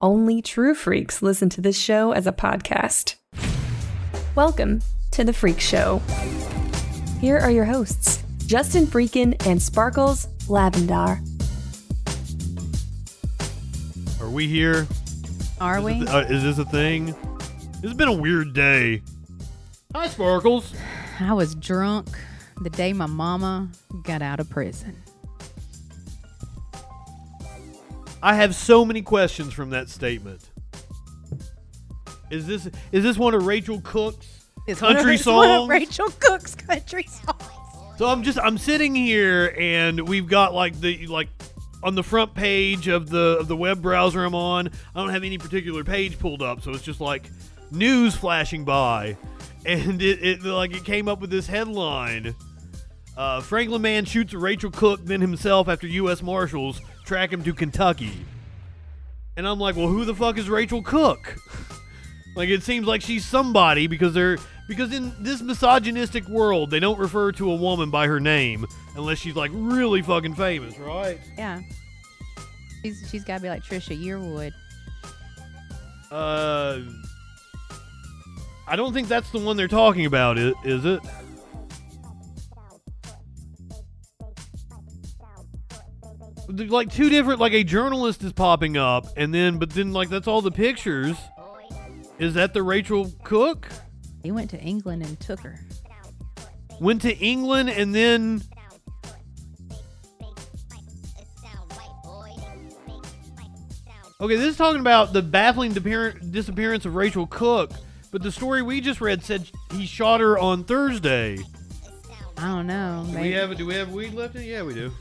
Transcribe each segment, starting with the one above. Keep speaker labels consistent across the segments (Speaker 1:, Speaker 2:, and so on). Speaker 1: Only true freaks listen to this show as a podcast. Welcome to The Freak Show. Here are your hosts, Justin Freakin and Sparkles Lavendar.
Speaker 2: Are we here?
Speaker 3: Are
Speaker 2: Is,
Speaker 3: we?
Speaker 2: th- uh, is this a thing? It's been a weird day. Hi, Sparkles.
Speaker 3: I was drunk the day my mama got out of prison.
Speaker 2: I have so many questions from that statement. Is this is this one of Rachel Cook's country
Speaker 3: it's one of
Speaker 2: songs?
Speaker 3: Rachel Cook's country songs.
Speaker 2: so I'm just I'm sitting here and we've got like the like on the front page of the of the web browser I'm on. I don't have any particular page pulled up, so it's just like news flashing by, and it, it like it came up with this headline. Uh, Franklin man shoots Rachel Cook, then himself after U.S. Marshals track him to Kentucky. And I'm like, well, who the fuck is Rachel Cook? like, it seems like she's somebody because they're because in this misogynistic world, they don't refer to a woman by her name unless she's like really fucking famous, right?
Speaker 3: Yeah. She's, she's got to be like Trisha Yearwood.
Speaker 2: Uh, I don't think that's the one they're talking about, i- is it? There's, Like two different, like a journalist is popping up, and then, but then, like that's all the pictures. Is that the Rachel Cook?
Speaker 3: He went to England and took her.
Speaker 2: Went to England and then Okay, this is talking about the baffling disappear- disappearance of Rachel Cook, but the story we just read said he shot her on Thursday.
Speaker 3: I don't know.
Speaker 2: Do
Speaker 3: Maybe.
Speaker 2: we have do we have weed left in? it? Yeah, we do.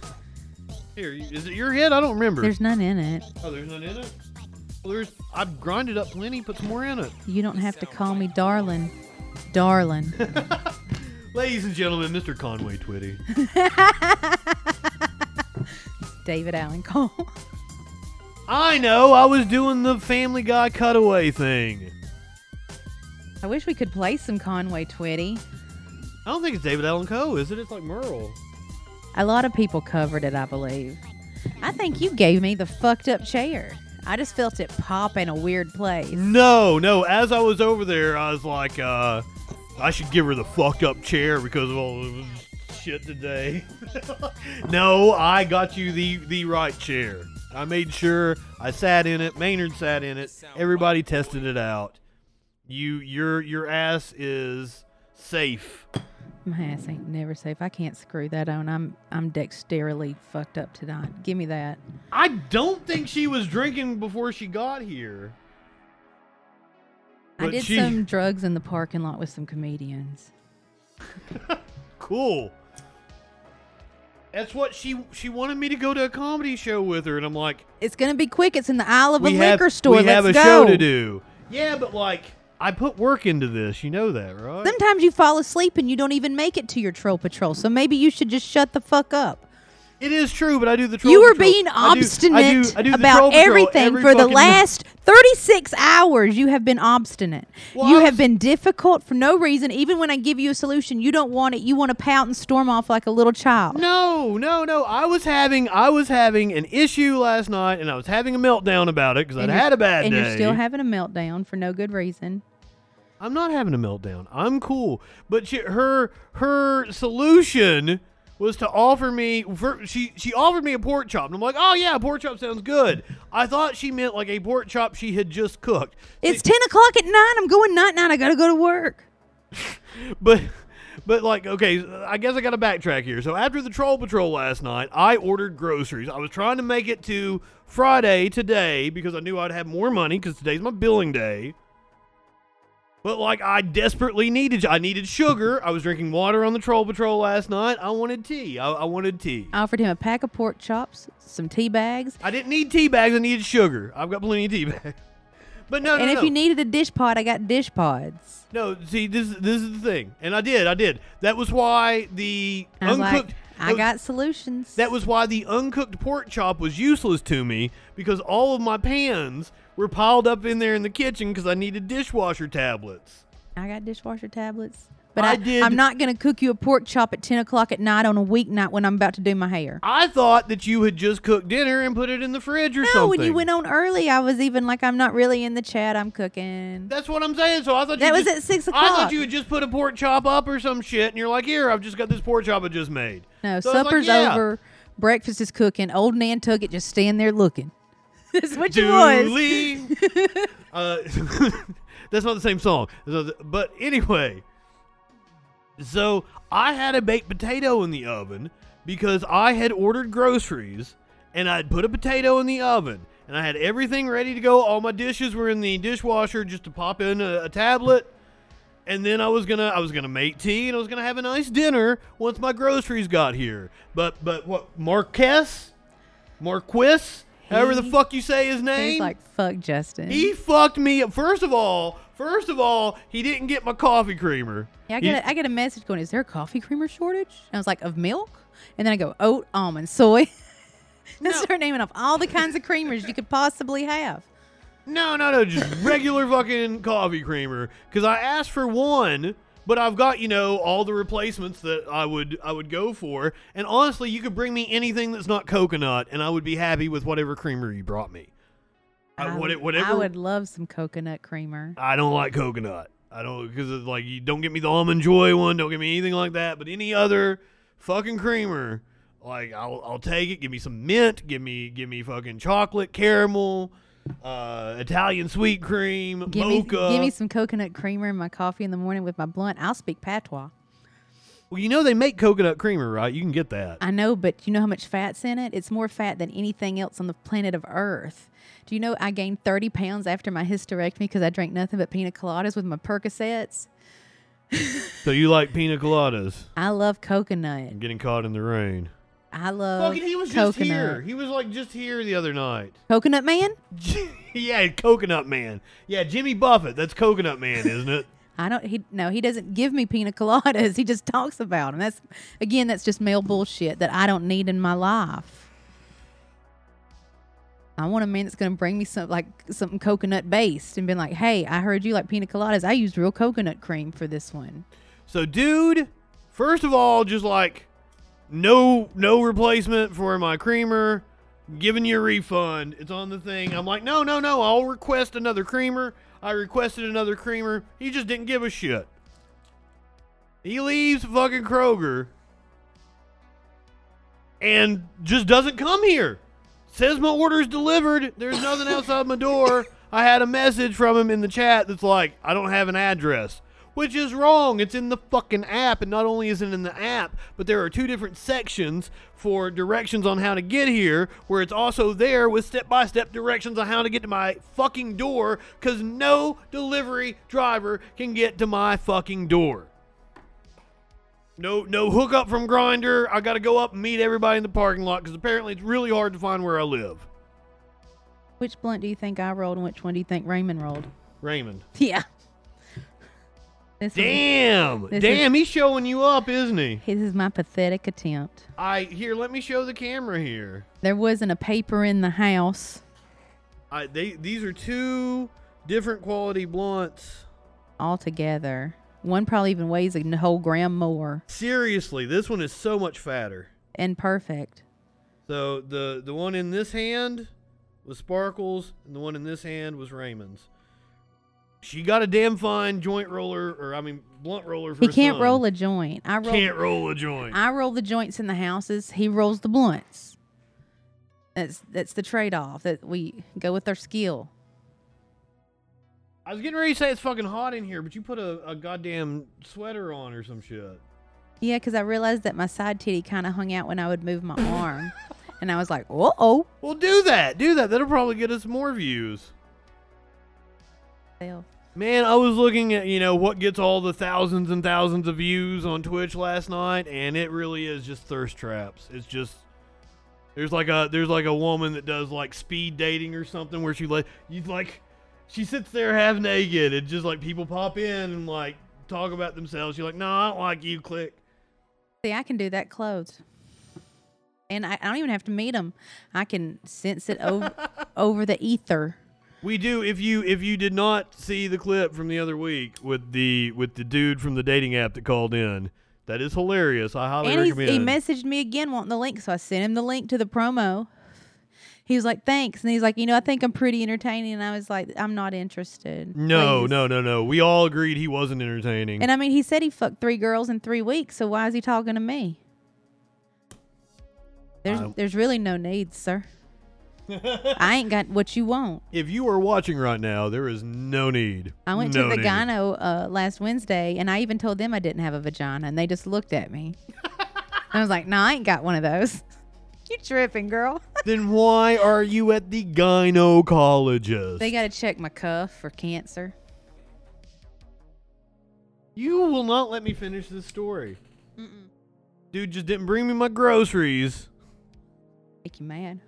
Speaker 2: Here, you- is it your head? I don't remember.
Speaker 3: There's none in it.
Speaker 2: oh, there's none in it. Well, there's I've grinded up plenty. Put some more in it.
Speaker 3: You don't have to call me darling. Darling.
Speaker 2: Ladies and gentlemen, Mr. Conway Twitty.
Speaker 3: David Allen Cole.
Speaker 2: I know. I was doing the Family Guy cutaway thing.
Speaker 3: I wish we could play some Conway Twitty.
Speaker 2: I don't think it's David Allen Coe, is it? It's like Merle.
Speaker 3: A lot of people covered it, I believe. I think you gave me the fucked up chair. I just felt it pop in a weird place.
Speaker 2: No, no. As I was over there, I was like, uh, I should give her the fucked up chair because of all the shit today. no, I got you the the right chair. I made sure I sat in it. Maynard sat in it. Everybody tested it out. You, your, your ass is safe.
Speaker 3: My ass ain't never safe. I can't screw that on. I'm I'm dexterily fucked up tonight. Give me that.
Speaker 2: I don't think she was drinking before she got here.
Speaker 3: I
Speaker 2: But
Speaker 3: did
Speaker 2: she-
Speaker 3: some drugs in the parking lot with some comedians.
Speaker 2: cool. That's what she she wanted me to go to a comedy show with her, and I'm like,
Speaker 3: It's gonna be quick. It's in the aisle of a
Speaker 2: we have,
Speaker 3: liquor store.
Speaker 2: We
Speaker 3: Let's
Speaker 2: have a
Speaker 3: go.
Speaker 2: show to do. Yeah, but like I put work into this, you know that, right?
Speaker 3: Sometimes you fall asleep and you don't even make it to your troll patrol. So maybe you should just shut the fuck up.
Speaker 2: it is true, but I do the troll
Speaker 3: you were
Speaker 2: patrol.
Speaker 3: being
Speaker 2: I do- I do-
Speaker 3: obstinate
Speaker 2: I do, the troll
Speaker 3: about
Speaker 2: patrol
Speaker 3: everything
Speaker 2: every
Speaker 3: for the
Speaker 2: fucking-
Speaker 3: last 36 hours. You have been obstinate.
Speaker 2: Well,
Speaker 3: you
Speaker 2: I
Speaker 3: have
Speaker 2: was-
Speaker 3: been difficult for no reason. Even when I give you a solution, you don't want it. You want to pout and storm off like a little child.
Speaker 2: No, no, no. I was having I was having an issue last night, and I was having a meltdown about it because I'd
Speaker 3: And you're-
Speaker 2: had a bad
Speaker 3: and
Speaker 2: day.
Speaker 3: you're still having a meltdown for no good reason.
Speaker 2: I'm not having a meltdown. I'm cool. But she, her her solution was to offer me for, she she offered me a pork chop and I'm like, "Oh yeah, pork chop sounds good." I thought she meant like a pork chop she had just cooked.
Speaker 3: It's 10 o'clock at night. I'm going night night. I got to go to work.
Speaker 2: But but like okay, I guess I got to backtrack here. So after the troll patrol last night, I ordered groceries. I was trying to make it to Friday today because I knew I'd have more money cuz today's my billing day. But like I desperately needed I needed sugar. I was drinking water on the troll patrol last night. I wanted tea. I, I wanted tea.
Speaker 3: I offered him a pack of pork chops, some tea bags.
Speaker 2: I didn't need tea bags. I needed sugar. I've got plenty of tea bags. But no, no,
Speaker 3: and if
Speaker 2: no.
Speaker 3: you needed a dish pod, I got dish pods.
Speaker 2: No, see, this this is the thing, and I did, I did. That was why the
Speaker 3: I was
Speaker 2: uncooked.
Speaker 3: like, I
Speaker 2: that-
Speaker 3: got solutions.
Speaker 2: That was why the uncooked pork chop was useless to me because all of my pans were piled up in there in the kitchen because I needed dishwasher tablets.
Speaker 3: I got dishwasher tablets. But
Speaker 2: I
Speaker 3: I,
Speaker 2: did-
Speaker 3: I'm not going to cook you a pork chop at 10 o'clock at night on a weeknight when I'm about to do my hair.
Speaker 2: I thought that you had just cooked dinner and put it in the fridge or
Speaker 3: no,
Speaker 2: something.
Speaker 3: when you went on early, I was even like, I'm not really in the chat. I'm cooking.
Speaker 2: That's what I'm saying. So I thought
Speaker 3: That
Speaker 2: you
Speaker 3: was
Speaker 2: just-
Speaker 3: at six
Speaker 2: I thought
Speaker 3: o'clock.
Speaker 2: you had just put a pork chop up or some shit, and you're like, "Here, I've just got this pork chop I just made."
Speaker 3: No,
Speaker 2: So I was like,
Speaker 3: supper's
Speaker 2: yeah.
Speaker 3: over. Breakfast is cooking. Old Nantucket just stand there looking. That's what you was.
Speaker 2: Dooley. uh, that's not the same song. So th- But anyway, so I had a baked potato in the oven because I had ordered groceries and I'd put a potato in the oven and I had everything ready to go. All my dishes were in the dishwasher just to pop in a, a tablet. And then I was gonna I was gonna make tea and I was gonna have a nice dinner once my groceries got here. But but what Marquess? Marquis? However the
Speaker 3: He-
Speaker 2: fuck you say his name.
Speaker 3: He's like, "Mm." fuck Justin.
Speaker 2: He fucked me up. First of all, first of all, he didn't get my coffee creamer.
Speaker 3: Yeah, I
Speaker 2: He-
Speaker 3: get a, I get a message going, is there a coffee creamer shortage? And I was like, of milk? And then I go, oat, almond, soy. and I start naming off all the kinds of creamers you could possibly have.
Speaker 2: no, no, no, just regular fucking coffee creamer. Because I asked for one, but I've got you know all the replacements that I would I would go for. And honestly, you could bring me anything that's not coconut, and I would be happy with whatever creamer you brought me. I,
Speaker 3: I
Speaker 2: what-
Speaker 3: would-
Speaker 2: whatever.
Speaker 3: I would love some coconut creamer.
Speaker 2: I don't like coconut. I don't because it's like you don't get me the almond joy one. Don't get me anything like that. But any other fucking creamer, like I'll I'll take it. Give me some mint. Give me give me fucking chocolate caramel, uh, Italian sweet cream,
Speaker 3: Give me,
Speaker 2: mocha.
Speaker 3: give me some coconut creamer in my coffee in the morning with my blunt. I'll speak patois.
Speaker 2: well, you know they make coconut creamer, right? You can get that.
Speaker 3: I know, but you know how much fat's in it? It's more fat than anything else on the planet of Earth. Do you know I gained 30 pounds after my hysterectomy because I drank nothing but pina coladas with my Percocets?
Speaker 2: so you like pina coladas?
Speaker 3: I love coconut.
Speaker 2: I'm getting caught in the rain.
Speaker 3: I love
Speaker 2: Fucking, he was
Speaker 3: Uh, coconut.
Speaker 2: just here. He was like just here the other night.
Speaker 3: Coconut man?
Speaker 2: yeah, Coconut Man. Yeah, Jimmy Buffett. That's Coconut Man, isn't it?
Speaker 3: I don't. He no. He doesn't give me pina coladas. He just talks about them. That's again. That's just male bullshit that I don't need in my life. I want a man that's going to bring me some like something coconut based and been like, "Hey, I heard you like pina coladas. I used real coconut cream for this one."
Speaker 2: So, dude, first of all, just like no no replacement for my creamer. Giving you a refund. It's on the thing. I'm like, no, no, no. I'll request another creamer. I requested another creamer. He just didn't give a shit. He leaves fucking Kroger and just doesn't come here. Says my order's delivered. There's nothing outside my door. I had a message from him in the chat that's like, I don't have an address, which is wrong. It's in the fucking app. And not only is it in the app, but there are two different sections for directions on how to get here, where it's also there with step by step directions on how to get to my fucking door, because no delivery driver can get to my fucking door. No, no hookup from Grinder. I got to go up and meet everybody in the parking lot because apparently it's really hard to find where I live.
Speaker 3: Which blunt do you think I rolled, and which one do you think Raymond rolled?
Speaker 2: Raymond.
Speaker 3: Yeah. This Is,
Speaker 2: Damn,
Speaker 3: This
Speaker 2: damn, he's showing you up, isn't he?
Speaker 3: this is my pathetic attempt.
Speaker 2: I here. Let me show the camera here.
Speaker 3: There wasn't a paper in the house.
Speaker 2: I they these are two different quality blunts.
Speaker 3: altogether. One probably even weighs a whole gram more
Speaker 2: Seriously, this one is so much fatter.
Speaker 3: and perfect.
Speaker 2: So the the one in this hand was Sparkles, and the one in this hand was Raymond's. She got a damn fine joint roller, or I mean blunt roller. For
Speaker 3: He can't roll a joint. I roll.
Speaker 2: Can't roll a joint.
Speaker 3: I roll the joints in the houses. He rolls the blunts. That's that's the trade off that we go with our skill.
Speaker 2: I was getting ready to say it's fucking hot in here, but you put a, a goddamn sweater on or some shit.
Speaker 3: Yeah, because I realized that my side titty kind of hung out when I would move my arm, and I was like, "Uh oh."
Speaker 2: Well, do that. Do that. That'll probably get us more views. Man, I was looking at, you know, what gets all the thousands and thousands of views on Twitch last night, and it really is just thirst traps. It's just there's like a there's like a woman that does like speed dating or something where she like you like she sits there half naked and just like people pop in and like talk about themselves. You're like, no, I don't like you. Click.
Speaker 3: See, I can do that clothed, and I, I don't even have to meet him. I can sense it over over the ether.
Speaker 2: We do. If you if you did not see the clip from the other week with the with the dude from the dating app that called in, that is hilarious. I highly
Speaker 3: And he's,
Speaker 2: recommend.
Speaker 3: he messaged me again wanting the link, so I sent him the link to the promo. He was like, "Thanks," and he's like, "You know, I think I'm pretty entertaining." And I was like, "I'm not interested."
Speaker 2: no,
Speaker 3: please."
Speaker 2: no, no, no. We all agreed he wasn't entertaining.
Speaker 3: And I mean, he said he fucked three girls in three weeks, so why is he talking to me? There's,
Speaker 2: I-
Speaker 3: there's really no need, sir. I ain't got what you want.
Speaker 2: if you are watching right now, there is no need.
Speaker 3: I went
Speaker 2: No
Speaker 3: to the
Speaker 2: need.
Speaker 3: gyno uh, last Wednesday, and I even told them I didn't have a vagina, and they just looked at me. I was like, "No, I ain't got one of those." you tripping, girl?
Speaker 2: Then why are you at the gynecologist?
Speaker 3: they got to check my cuff for cancer.
Speaker 2: you will not let me finish this story. Dude just didn't bring me my groceries.
Speaker 3: Make you mad?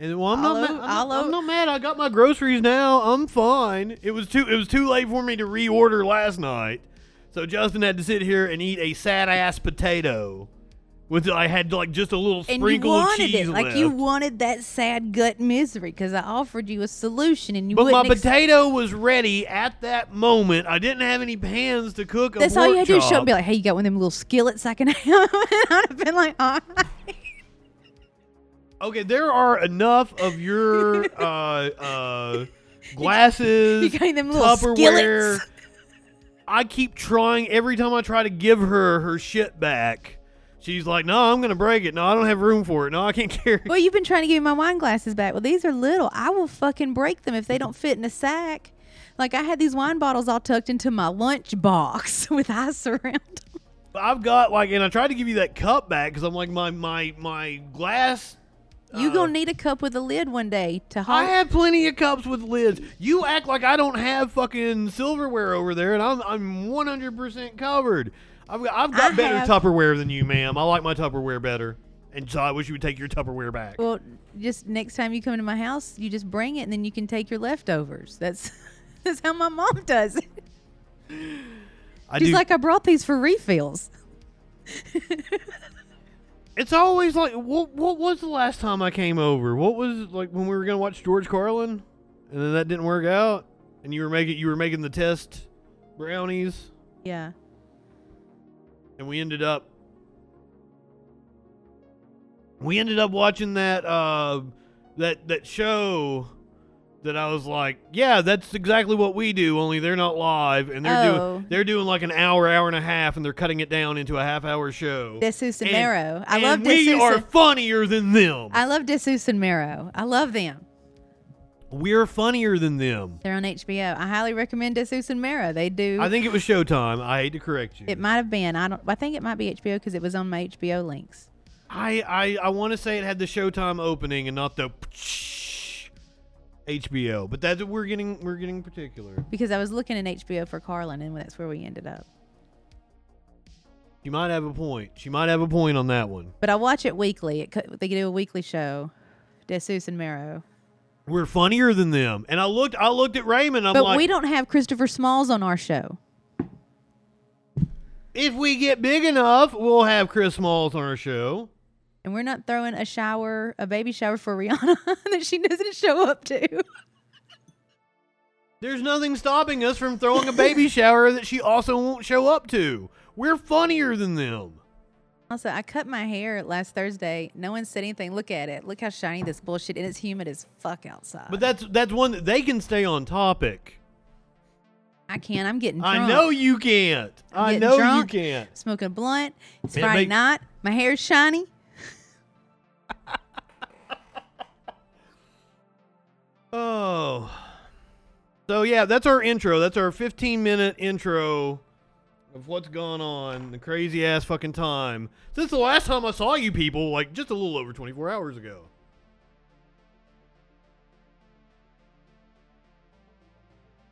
Speaker 2: And well, I'm not,
Speaker 3: I'll
Speaker 2: mad.
Speaker 3: o-
Speaker 2: I'm,
Speaker 3: I'll
Speaker 2: not, I'm
Speaker 3: o-
Speaker 2: not mad. I got my groceries now. I'm fine. It was too. It was too late for me to reorder last night, so Justin had to sit here and eat a sad ass potato, with I had like just a little
Speaker 3: And
Speaker 2: sprinkle
Speaker 3: you wanted
Speaker 2: of
Speaker 3: it,
Speaker 2: cheese
Speaker 3: like
Speaker 2: left.
Speaker 3: you wanted that sad gut misery, because I offered you a solution, and you
Speaker 2: but my
Speaker 3: wouldn't. accept-
Speaker 2: potato was ready at that moment. I didn't have any pans to cook. a
Speaker 3: That's all you
Speaker 2: pork
Speaker 3: had to do is show
Speaker 2: chop.
Speaker 3: up and be like, "Hey, you got one of them little skillets I can have?" and I'd have been like, "Uh-huh." "All right."
Speaker 2: Okay, there are enough of your uh, uh, glasses,
Speaker 3: you got them little
Speaker 2: Tupperware.
Speaker 3: skillets.
Speaker 2: I keep trying every time I try to give her her shit back. She's like, "No, I'm gonna break it. No, I don't have room for it. No, I can't carry." it."
Speaker 3: Well, you've been trying to give me my wine glasses back. Well, these are little. I will fucking break them if they don't fit in a sack. Like I had these wine bottles all tucked into my lunch box with ice around them.
Speaker 2: But I've got like, and I tried to give you that cup back because I'm like, my my my glass.
Speaker 3: You gonna need a cup with a lid one day to
Speaker 2: Uh. I
Speaker 3: hold.
Speaker 2: have plenty of cups with lids. You act like I don't have fucking silverware over there, and I'm I'm 100% covered. I've got, I've got
Speaker 3: I
Speaker 2: better
Speaker 3: have-
Speaker 2: Tupperware than you, ma'am. I like my Tupperware better, and so I wish you would take your Tupperware back.
Speaker 3: well, just next time you come to my house, you just bring it, and then you can take your leftovers. That's that's how my mom does it.
Speaker 2: I
Speaker 3: She's
Speaker 2: do.
Speaker 3: like, I brought these for refills.
Speaker 2: it's always like, what what was the last time I came over? What was like when we were gonna watch George Carlin, and then that didn't work out, and you were making you were making the test brownies,
Speaker 3: Yeah.
Speaker 2: and we ended up we ended up watching that uh that that show that I was like, yeah, that's exactly what we do, only they're not live and they're
Speaker 3: Oh.
Speaker 2: doing they're doing like an hour, hour and a half, and they're cutting it down into a half hour show.
Speaker 3: Desu
Speaker 2: And-
Speaker 3: Samero. I
Speaker 2: and
Speaker 3: love
Speaker 2: we
Speaker 3: Desu.
Speaker 2: are funnier than them.
Speaker 3: I love Desu Mero. I love them.
Speaker 2: We're funnier than them.
Speaker 3: They're on HBO. I highly recommend Desus and Mero. They do.
Speaker 2: I think it was Showtime. I hate to correct you.
Speaker 3: it might have been. I don't. I think it might be HBO because it was on my HBO links.
Speaker 2: I I, I want to say it had the Showtime opening and not the HBO, but that's we're getting we're getting particular.
Speaker 3: Because I was looking in HBO for Carlin, and that's where we ended up.
Speaker 2: She might have a point. She might have a point on that one.
Speaker 3: But I watch it weekly. It, co- they do a weekly show, Desus and Mero.
Speaker 2: We're funnier than them. And I looked I looked at Raymond. I'm
Speaker 3: But
Speaker 2: like,
Speaker 3: we don't have Christopher Smalls on our show.
Speaker 2: if we get big enough, we'll have Chris Smalls on our show.
Speaker 3: And we're not throwing a shower, a baby shower for Rihanna that she doesn't show up to.
Speaker 2: There's nothing stopping us from throwing a baby shower that she also won't show up to. We're funnier than them.
Speaker 3: Also, I cut my hair last Thursday. No one said anything. Look at it. Look how shiny this bullshit. And it's humid as fuck outside.
Speaker 2: But that's that's one that they can stay on topic.
Speaker 3: I can't. I'm getting. Drunk.
Speaker 2: I know you can't.
Speaker 3: I'm
Speaker 2: I
Speaker 3: getting
Speaker 2: know
Speaker 3: drunk,
Speaker 2: you can't.
Speaker 3: Smoking a blunt. It's
Speaker 2: It
Speaker 3: Friday
Speaker 2: makes-
Speaker 3: night. My hair's shiny.
Speaker 2: Oh. So yeah, that's our intro. That's our 15 minute intro of what's gone on the crazy ass fucking time since the last time I saw you people, like just a little over 24 hours ago.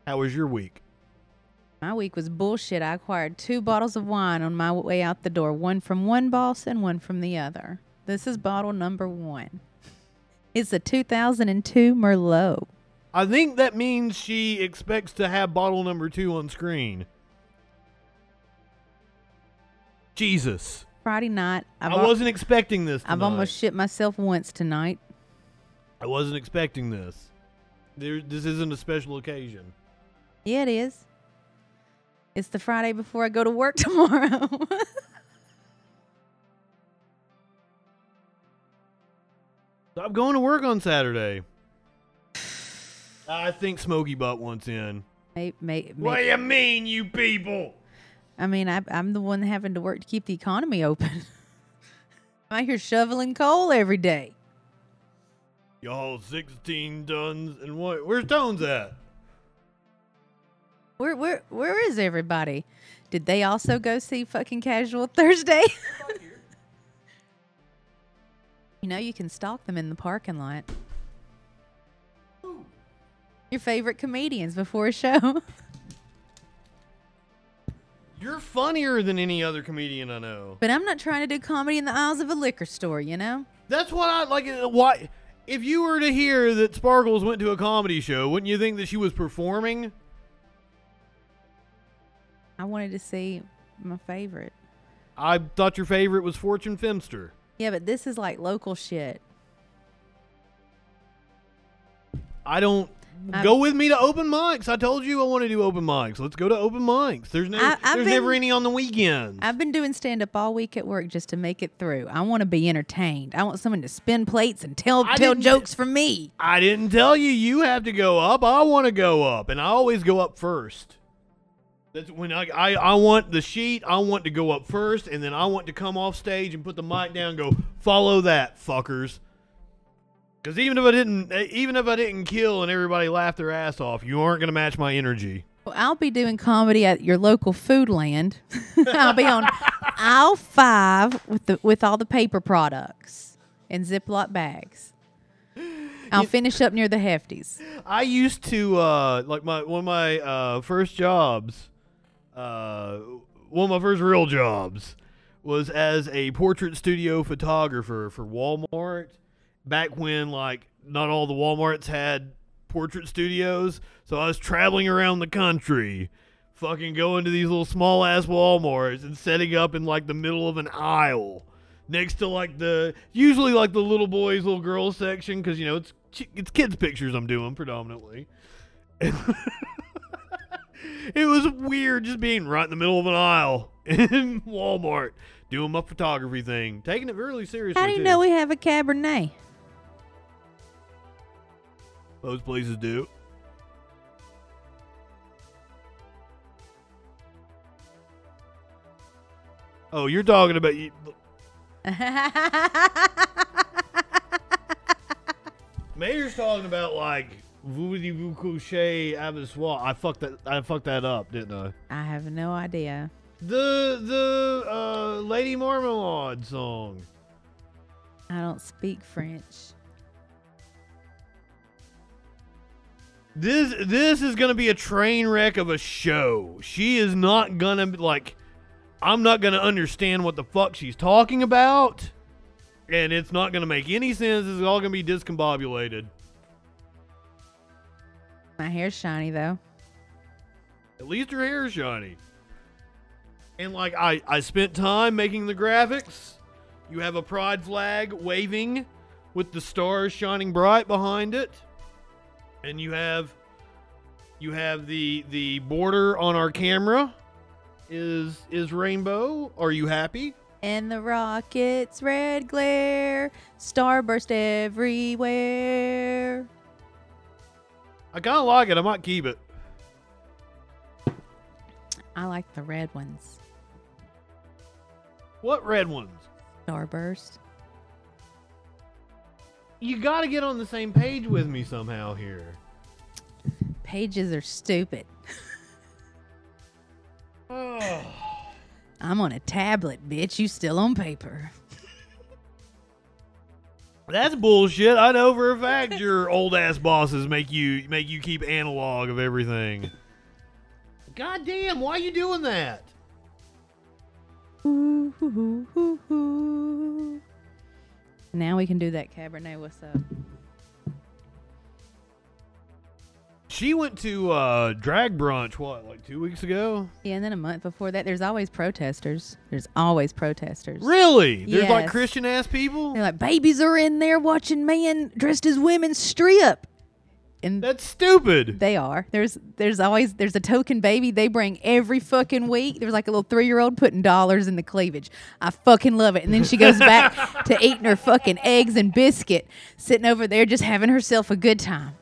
Speaker 2: How was your week?
Speaker 3: My week was bullshit. I acquired two bottles of wine on my way out the door. One from one boss and one from the other. This is bottle number one. It's a 2002 Merlot.
Speaker 2: I think that means she expects to have bottle number two on screen. Jesus.
Speaker 3: Friday night. I've
Speaker 2: I
Speaker 3: al-
Speaker 2: wasn't expecting this.
Speaker 3: I've
Speaker 2: tonight.
Speaker 3: almost shit myself once tonight.
Speaker 2: I wasn't expecting this. There, this isn't a special occasion.
Speaker 3: Yeah, it is. It's the Friday before I go to work tomorrow.
Speaker 2: Stop going to work on Saturday. I think Smokey Butt wants in.
Speaker 3: may, may, may-
Speaker 2: What do you mean, you people?
Speaker 3: I mean, I, I'm the one having to work to keep the economy open. I'm out here shoveling coal every day.
Speaker 2: Y'all 16 tons and what? Where's Tones at?
Speaker 3: Where, where, where is everybody? Did they also go see fucking Casual Thursday? you know, you can stalk them in the parking lot. Your favorite comedians before a show.
Speaker 2: You're funnier than any other comedian I know.
Speaker 3: but I'm not trying to do comedy in the aisles of a liquor store, you know?
Speaker 2: That's what I like. uh, Why? If you were to hear that Sparkles went to a comedy show, wouldn't you think that she was performing?
Speaker 3: I wanted to see my favorite.
Speaker 2: I thought your favorite was Fortune Femster.
Speaker 3: Yeah, but this is like local shit.
Speaker 2: I don't.
Speaker 3: I've-
Speaker 2: go with me to open mics. I told you I want to do open mics. Let's go to open mics. There's never,
Speaker 3: I- I've
Speaker 2: there's never
Speaker 3: been-
Speaker 2: any on the weekends.
Speaker 3: I've been doing stand up all week at work just to make it through. I want to be entertained. I want someone to spin plates and tell
Speaker 2: I
Speaker 3: tell
Speaker 2: didn't-
Speaker 3: jokes for me.
Speaker 2: I didn't tell you you have to go up. I want to go up, and I always go up first. That's when I, I I want the sheet. I want to go up first, and then I want to come off stage and put the mic down. and Go follow that, fuckers. Because even if I didn't, eh, even if I didn't kill and everybody laughed their ass off, you aren't gonna match my energy.
Speaker 3: Well, I'll be doing comedy at your local food land. I'll be on aisle five with the with all the paper products and Ziploc bags. I'll finish up near the hefties.
Speaker 2: I used to uh, like my one of my uh, first jobs, uh, one of my first real jobs was as a portrait studio photographer for Walmart. Back when like not all the WalMarts had portrait studios, so I was traveling around the country, fucking going to these little small ass WalMarts and setting up in like the middle of an aisle. Next to like the usually like the little boys, little girls section, because you know it's chi- it's kids pictures I'm doing predominantly. it was weird just being right in the middle of an aisle in Walmart doing my photography thing, taking it really seriously.
Speaker 3: How do you
Speaker 2: too.
Speaker 3: know we have a Cabernet?
Speaker 2: Most places do. Oh, you're talking about you, Mayor's talking about like Voody Voo Couche Abiswa. I fucked that I fucked that up, didn't I?
Speaker 3: I have no idea.
Speaker 2: The the uh, Lady Marmalade song.
Speaker 3: I don't speak French.
Speaker 2: This this is gonna be a train wreck of a show. She is not gonna be- like. I'm not gonna understand what the fuck she's talking about, and it's not gonna make any sense. It's all gonna be discombobulated.
Speaker 3: My hair's shiny though.
Speaker 2: At least her hair's shiny. And like I, I spent time making the graphics. You have a pride flag waving with the stars shining bright behind it. And you have you have the the border on our camera is is rainbow. Are you happy?
Speaker 3: And the rockets, red glare, starburst everywhere.
Speaker 2: I kinda like it, I might keep it.
Speaker 3: I like the red ones.
Speaker 2: What red ones?
Speaker 3: Starburst.
Speaker 2: You gotta get on the same page with me somehow here.
Speaker 3: Pages are stupid. I'm on a tablet, bitch. You still on paper.
Speaker 2: That's bullshit. I know for a fact your old ass bosses make you make you keep analog of everything. God damn, why are you doing that?
Speaker 3: Ooh, hoo, hoo, hoo, hoo. Now we can do that Cabernet. What's up?
Speaker 2: She went to uh drag brunch what, like 2 weeks ago?
Speaker 3: Yeah, and then a month before that, there's always protesters. There's always protesters.
Speaker 2: Really? There's like
Speaker 3: Yes.
Speaker 2: Christian ass people?
Speaker 3: They're like, babies are in there watching men dressed as women strip. and
Speaker 2: That's stupid.
Speaker 3: they are. There's there's always there's a token baby they bring every fucking week. There's like a little three year old putting dollars in the cleavage. I fucking love it. And then she goes back to eating her fucking eggs and biscuit, sitting over there just having herself a good time.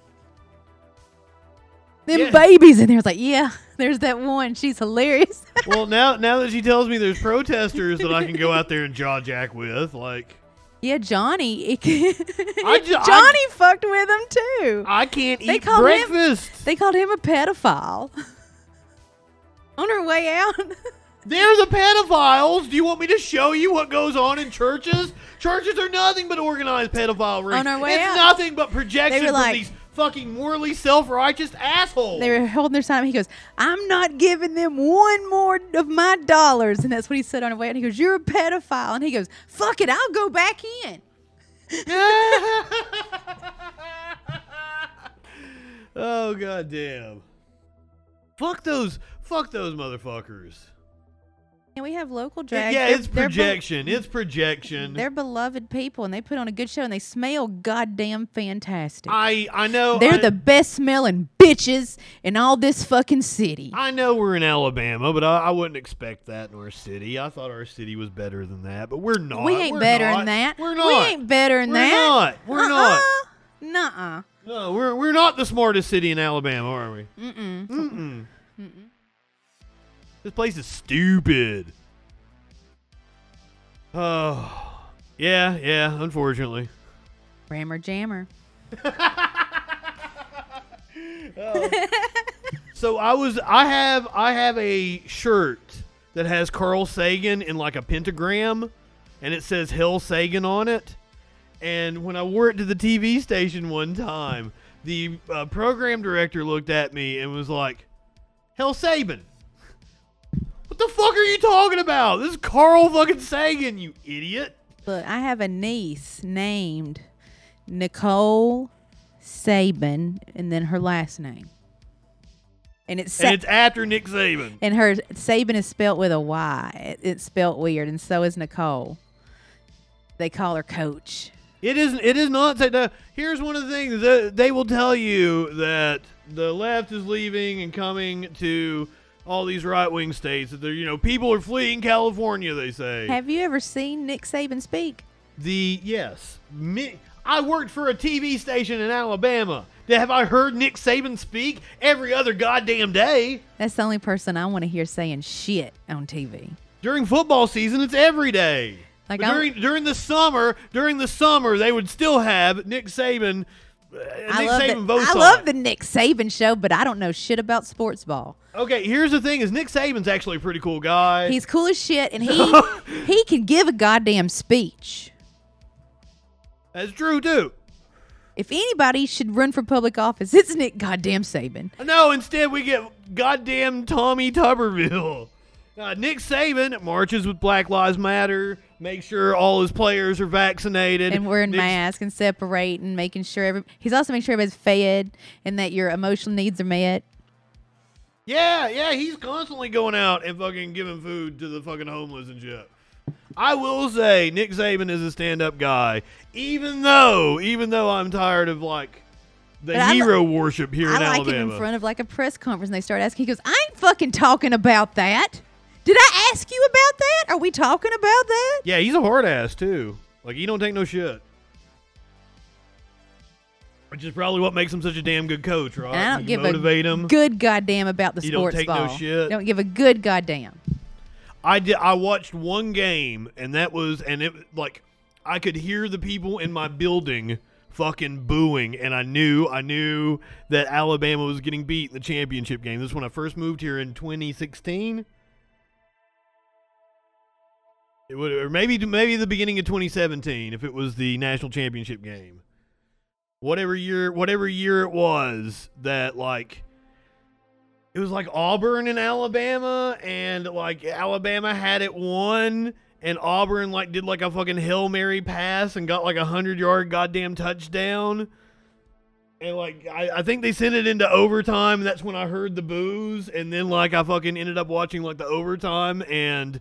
Speaker 3: Them
Speaker 2: Yeah.
Speaker 3: babies in there. It's like, yeah, there's that one. She's hilarious.
Speaker 2: well, now now that she tells me there's protesters that I can go out there and jaw jack with, like
Speaker 3: yeah, Johnny. Johnny
Speaker 2: I ju- I-
Speaker 3: fucked with him too.
Speaker 2: I can't
Speaker 3: They
Speaker 2: eat
Speaker 3: call him-
Speaker 2: breakfast.
Speaker 3: they called him a pedophile. On her way out.
Speaker 2: They're the pedophiles. Do you want me to show you what goes on in churches? Churches are nothing but organized pedophile rings.
Speaker 3: On our way
Speaker 2: it's
Speaker 3: out.
Speaker 2: nothing but projections
Speaker 3: They were like-
Speaker 2: of these fucking morally self-righteous assholes.
Speaker 3: They were holding their sign. He goes, I'm not giving them one more of my dollars. And that's what he said on the way. And he goes, You're a pedophile. And he goes, Fuck it, I'll go back in.
Speaker 2: oh god damn. Fuck those fuck those motherfuckers.
Speaker 3: And we have local drag.
Speaker 2: yeah,
Speaker 3: they're-
Speaker 2: it's
Speaker 3: they're be-
Speaker 2: projection. it's projection.
Speaker 3: They're beloved people and they put on a good show and they smell goddamn fantastic.
Speaker 2: I I know
Speaker 3: they're
Speaker 2: I-
Speaker 3: the best smelling bitches in all this fucking city.
Speaker 2: I know we're in Alabama, but I, I wouldn't expect that in our city. I thought our city was better than that, but we're not.
Speaker 3: we ain't
Speaker 2: We're
Speaker 3: better
Speaker 2: not.
Speaker 3: than that.
Speaker 2: We're not.
Speaker 3: We ain't better than
Speaker 2: We're
Speaker 3: that. Uh-uh.
Speaker 2: not. We're not.
Speaker 3: not. Nuh uh.
Speaker 2: No, we're we're not the smartest city in Alabama, are we? Mm-mm. Mm-mm. This place is stupid. Oh, yeah, yeah. Unfortunately.
Speaker 3: Rammer jammer.
Speaker 2: So I was I have I have a shirt that has Carl Sagan in like a pentagram and it says Hell Sagan on it. And when I wore it to the TV station one time, the uh, program director looked at me and was like, "Hell Saban. What the fuck are you talking about? This is Carl fucking Sagan, you idiot."
Speaker 3: Look, I have a niece named Nicole Saban, and then her last name, and it's, Sa-
Speaker 2: and it's after Nick Saban.
Speaker 3: and her Saban is spelt with a Y. It- it's spelt weird, and so is Nicole. They call her Coach.
Speaker 2: It isn't. It is not. Say, the, here's one of the things that they will tell you that the left is leaving and coming to all these right wing states. That they're, you know, people are fleeing California. They say
Speaker 3: Have you ever seen Nick Saban speak?
Speaker 2: the yes. Me, I worked for a TV station in Alabama. Have I heard Nick Saban speak every other goddamn day
Speaker 3: That's the only person I want to hear saying shit on TV.
Speaker 2: during football season? It's every day.
Speaker 3: Like,
Speaker 2: But
Speaker 3: I'm-
Speaker 2: during during the summer, during the summer, they would still have Nick Saban. uh,
Speaker 3: I
Speaker 2: Nick
Speaker 3: love,
Speaker 2: Saban
Speaker 3: the,
Speaker 2: votes
Speaker 3: I
Speaker 2: on
Speaker 3: love
Speaker 2: it.
Speaker 3: the Nick Saban show, but I don't know shit about sports ball.
Speaker 2: Okay, here's the thing: is Nick Saban's actually a pretty cool guy.
Speaker 3: He's cool as shit, and he he can give a goddamn speech.
Speaker 2: That's true too.
Speaker 3: If anybody should run for public office, it's Nick goddamn Saban.
Speaker 2: No, instead we get goddamn Tommy Tuberville. Uh, Nick Saban marches with Black Lives Matter, makes sure all his players are vaccinated,
Speaker 3: And wearing
Speaker 2: Nick-
Speaker 3: masks and separate and making sure every he's also making sure everybody's fed and that your emotional needs are met.
Speaker 2: Yeah, yeah, he's constantly going out and fucking giving food to the fucking homeless and shit. I will say Nick Saban is a stand-up guy, even though, even though I'm tired of like the
Speaker 3: But I li-
Speaker 2: hero worship here
Speaker 3: I
Speaker 2: in
Speaker 3: like
Speaker 2: Alabama.
Speaker 3: him in front of like a press conference and they start asking. He goes, "I ain't fucking talking about that. Did I ask you about that? Are we talking about that?"
Speaker 2: Yeah, he's a hard ass too. Like he don't take no shit. Which is probably what makes him such a damn good coach, right?
Speaker 3: And I don't
Speaker 2: you
Speaker 3: give
Speaker 2: motivate
Speaker 3: a
Speaker 2: him.
Speaker 3: good goddamn about the
Speaker 2: You don't
Speaker 3: sports
Speaker 2: take no
Speaker 3: ball.
Speaker 2: shit.
Speaker 3: Don't give a good goddamn.
Speaker 2: I did. I watched one game, and that was, and it like I could hear the people in my building fucking booing, and I knew, I knew that Alabama was getting beat in the championship game. This is when I first moved here in 2016. It would, or maybe, maybe the beginning of 2017, if it was the national championship game, whatever year, whatever year it was that like it was like Auburn and Alabama, and like Alabama had it won, and Auburn like did like a fucking hail mary pass and got like a hundred yard goddamn touchdown, and like I, I think they sent it into overtime, and that's when I heard the boos, and then like I fucking ended up watching like the overtime, and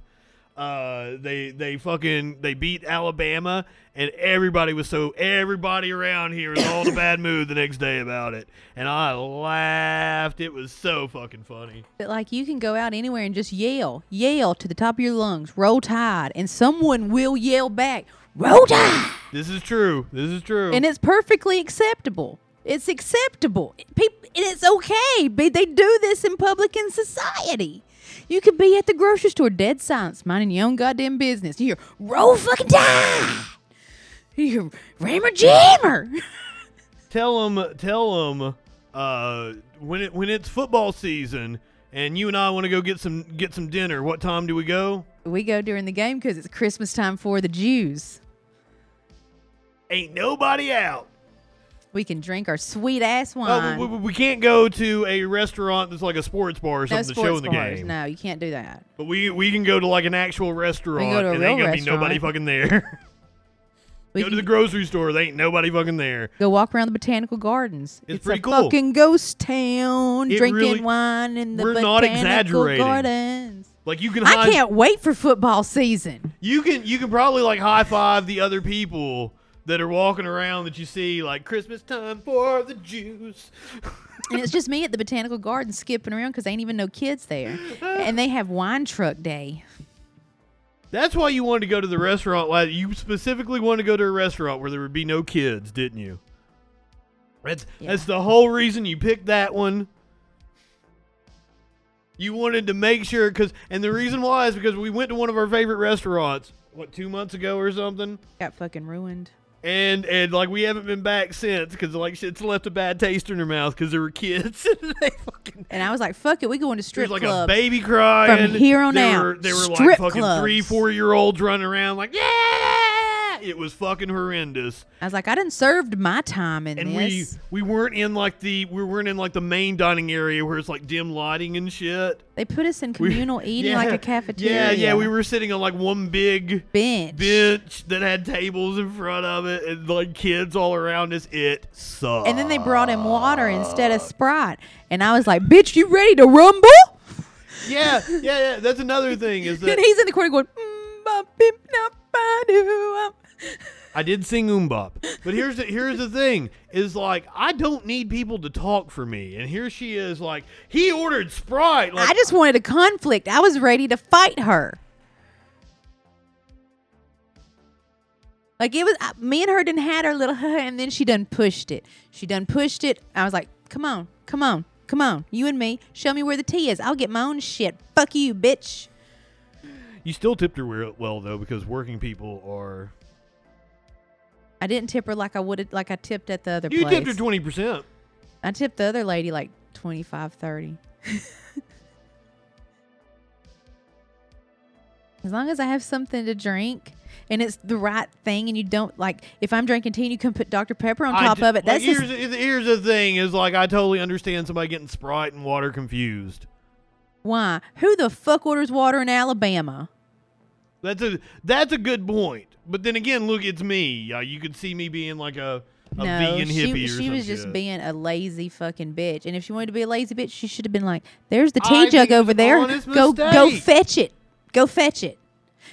Speaker 2: Uh, they they fucking they beat Alabama, and everybody was so everybody around here was all in a bad mood the next day about it, and I laughed. It was so fucking funny.
Speaker 3: But like you can go out anywhere and just yell, yell to the top of your lungs, roll tide, and someone will yell back, roll tide.
Speaker 2: This is true. This is true.
Speaker 3: And it's perfectly acceptable. It's acceptable. People, and it's okay. But they do this in public in society. You could be at the grocery store, dead silence, minding your own goddamn business. You hear, roll fucking tide. You hear, rammer jammer.
Speaker 2: tell them tell them uh, when it when it's football season and you and I want to go get some get some dinner. What time do we go?
Speaker 3: We go during the game because it's Christmas time for the Jews.
Speaker 2: Ain't nobody out.
Speaker 3: We can drink our sweet ass
Speaker 2: Oh,
Speaker 3: wine.
Speaker 2: we, we- we can't go to a restaurant that's like a sports bar or
Speaker 3: no
Speaker 2: something to show
Speaker 3: sports
Speaker 2: in the
Speaker 3: bars.
Speaker 2: game.
Speaker 3: No, you can't do that.
Speaker 2: But we we can go to like an actual restaurant
Speaker 3: to a
Speaker 2: and ain't
Speaker 3: real
Speaker 2: gonna be nobody
Speaker 3: restaurant.
Speaker 2: fucking there.
Speaker 3: We
Speaker 2: go to
Speaker 3: can
Speaker 2: the grocery store, they ain't nobody fucking there.
Speaker 3: go walk around the botanical gardens.
Speaker 2: It's
Speaker 3: It's,
Speaker 2: pretty
Speaker 3: a
Speaker 2: cool.
Speaker 3: fucking ghost town,
Speaker 2: It
Speaker 3: drinking
Speaker 2: really-
Speaker 3: wine in the
Speaker 2: we're not
Speaker 3: botanical
Speaker 2: exaggerating.
Speaker 3: gardens.
Speaker 2: Like you can high,
Speaker 3: I can't wait for football season.
Speaker 2: you can you can probably like high five the other people that are walking around that you see like Christmas time for the Jews.
Speaker 3: And it's just me at the botanical garden skipping around because ain't even no kids there. And they have wine truck day.
Speaker 2: That's why you wanted to go to the restaurant. la- You specifically wanted to go to a restaurant where there would be no kids, didn't you? That's that's the whole reason you picked that one. You wanted to make sure, because and the reason why is because we went to one of our favorite restaurants what two months ago or something,
Speaker 3: Got fucking ruined.
Speaker 2: and and like we haven't been back since because like shit's left a bad taste in her mouth because there were kids. and they fucking
Speaker 3: And I was like, fuck it, we going to
Speaker 2: there's
Speaker 3: strip
Speaker 2: like
Speaker 3: club.
Speaker 2: a baby crying
Speaker 3: here on
Speaker 2: there
Speaker 3: out,
Speaker 2: Were, there were like
Speaker 3: strip
Speaker 2: fucking
Speaker 3: clubs.
Speaker 2: three, four year olds running around like, yeah, it was fucking horrendous.
Speaker 3: I was like, I didn't served my time in
Speaker 2: And
Speaker 3: this.
Speaker 2: we we weren't in like the we weren't in like the main dining area where it's like dim lighting and shit.
Speaker 3: they put us in
Speaker 2: We-
Speaker 3: communal eating like
Speaker 2: Yeah,
Speaker 3: a cafeteria.
Speaker 2: Yeah, yeah, we were sitting on like one big
Speaker 3: bench.
Speaker 2: bench that had tables in front of it and like kids all around us. It sucked.
Speaker 3: And then they brought him water instead of Sprite. And I was like, bitch, you ready to rumble?
Speaker 2: yeah, yeah, yeah. That's another thing is that
Speaker 3: and he's in the corner going, "Mm, ba, bim, na, ba, doo, um."
Speaker 2: I did sing Umbop. But here's the here's the thing is like I don't need people to talk for me. And here she is like he ordered Sprite. Like
Speaker 3: I just wanted a conflict. I was ready to fight her. Like it was I- me and her didn't had our little and then she done pushed it. She done pushed it. I was like, come on, come on, come on. You and me, show me where the tea is. I'll get my own shit. Fuck you, bitch.
Speaker 2: you still tipped her well- well though because working people are
Speaker 3: I didn't tip her like I would have like I tipped at the other
Speaker 2: You
Speaker 3: place.
Speaker 2: tipped her 20%.
Speaker 3: I tipped the other lady like 25, 30. as long as I have something to drink and it's the right thing and you don't like if I'm drinking tea and you can put Dr. Pepper on
Speaker 2: I
Speaker 3: top
Speaker 2: d-
Speaker 3: of
Speaker 2: like,
Speaker 3: it, that's
Speaker 2: here's,
Speaker 3: just
Speaker 2: the- here's the thing is like I totally understand somebody getting Sprite and water confused.
Speaker 3: why. Who the fuck orders water in Alabama?
Speaker 2: That's a that's a good point. But then again, look, it's me. Uh, you could see me being like a, a
Speaker 3: no,
Speaker 2: vegan hippie
Speaker 3: she,
Speaker 2: or
Speaker 3: she was
Speaker 2: some
Speaker 3: just
Speaker 2: shit.
Speaker 3: being a lazy fucking bitch. And if she wanted to be a lazy bitch, she should have been like, "There's the tea
Speaker 2: I think
Speaker 3: jug
Speaker 2: it was
Speaker 3: over
Speaker 2: an
Speaker 3: there.
Speaker 2: honest
Speaker 3: Go, go
Speaker 2: mistake."
Speaker 3: fetch it. Go fetch it."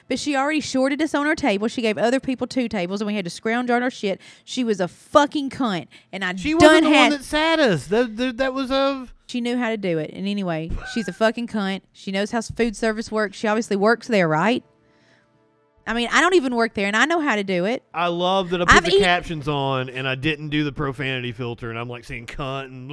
Speaker 3: But she already shorted us on our table. She gave other people two tables, and we had to scrounge on our shit. She was a fucking cunt, and I
Speaker 2: She wasn't
Speaker 3: done
Speaker 2: the
Speaker 3: had.
Speaker 2: one that sat us. That, that, that was of
Speaker 3: she knew how to do it. And anyway, she's a fucking cunt. She knows how food service works. She obviously works there, right? I mean, I don't even work there, and I know how to do it.
Speaker 2: I love that I put
Speaker 3: I've e-
Speaker 2: the
Speaker 3: eat-
Speaker 2: captions on and I didn't do the profanity filter and I'm like saying cunt and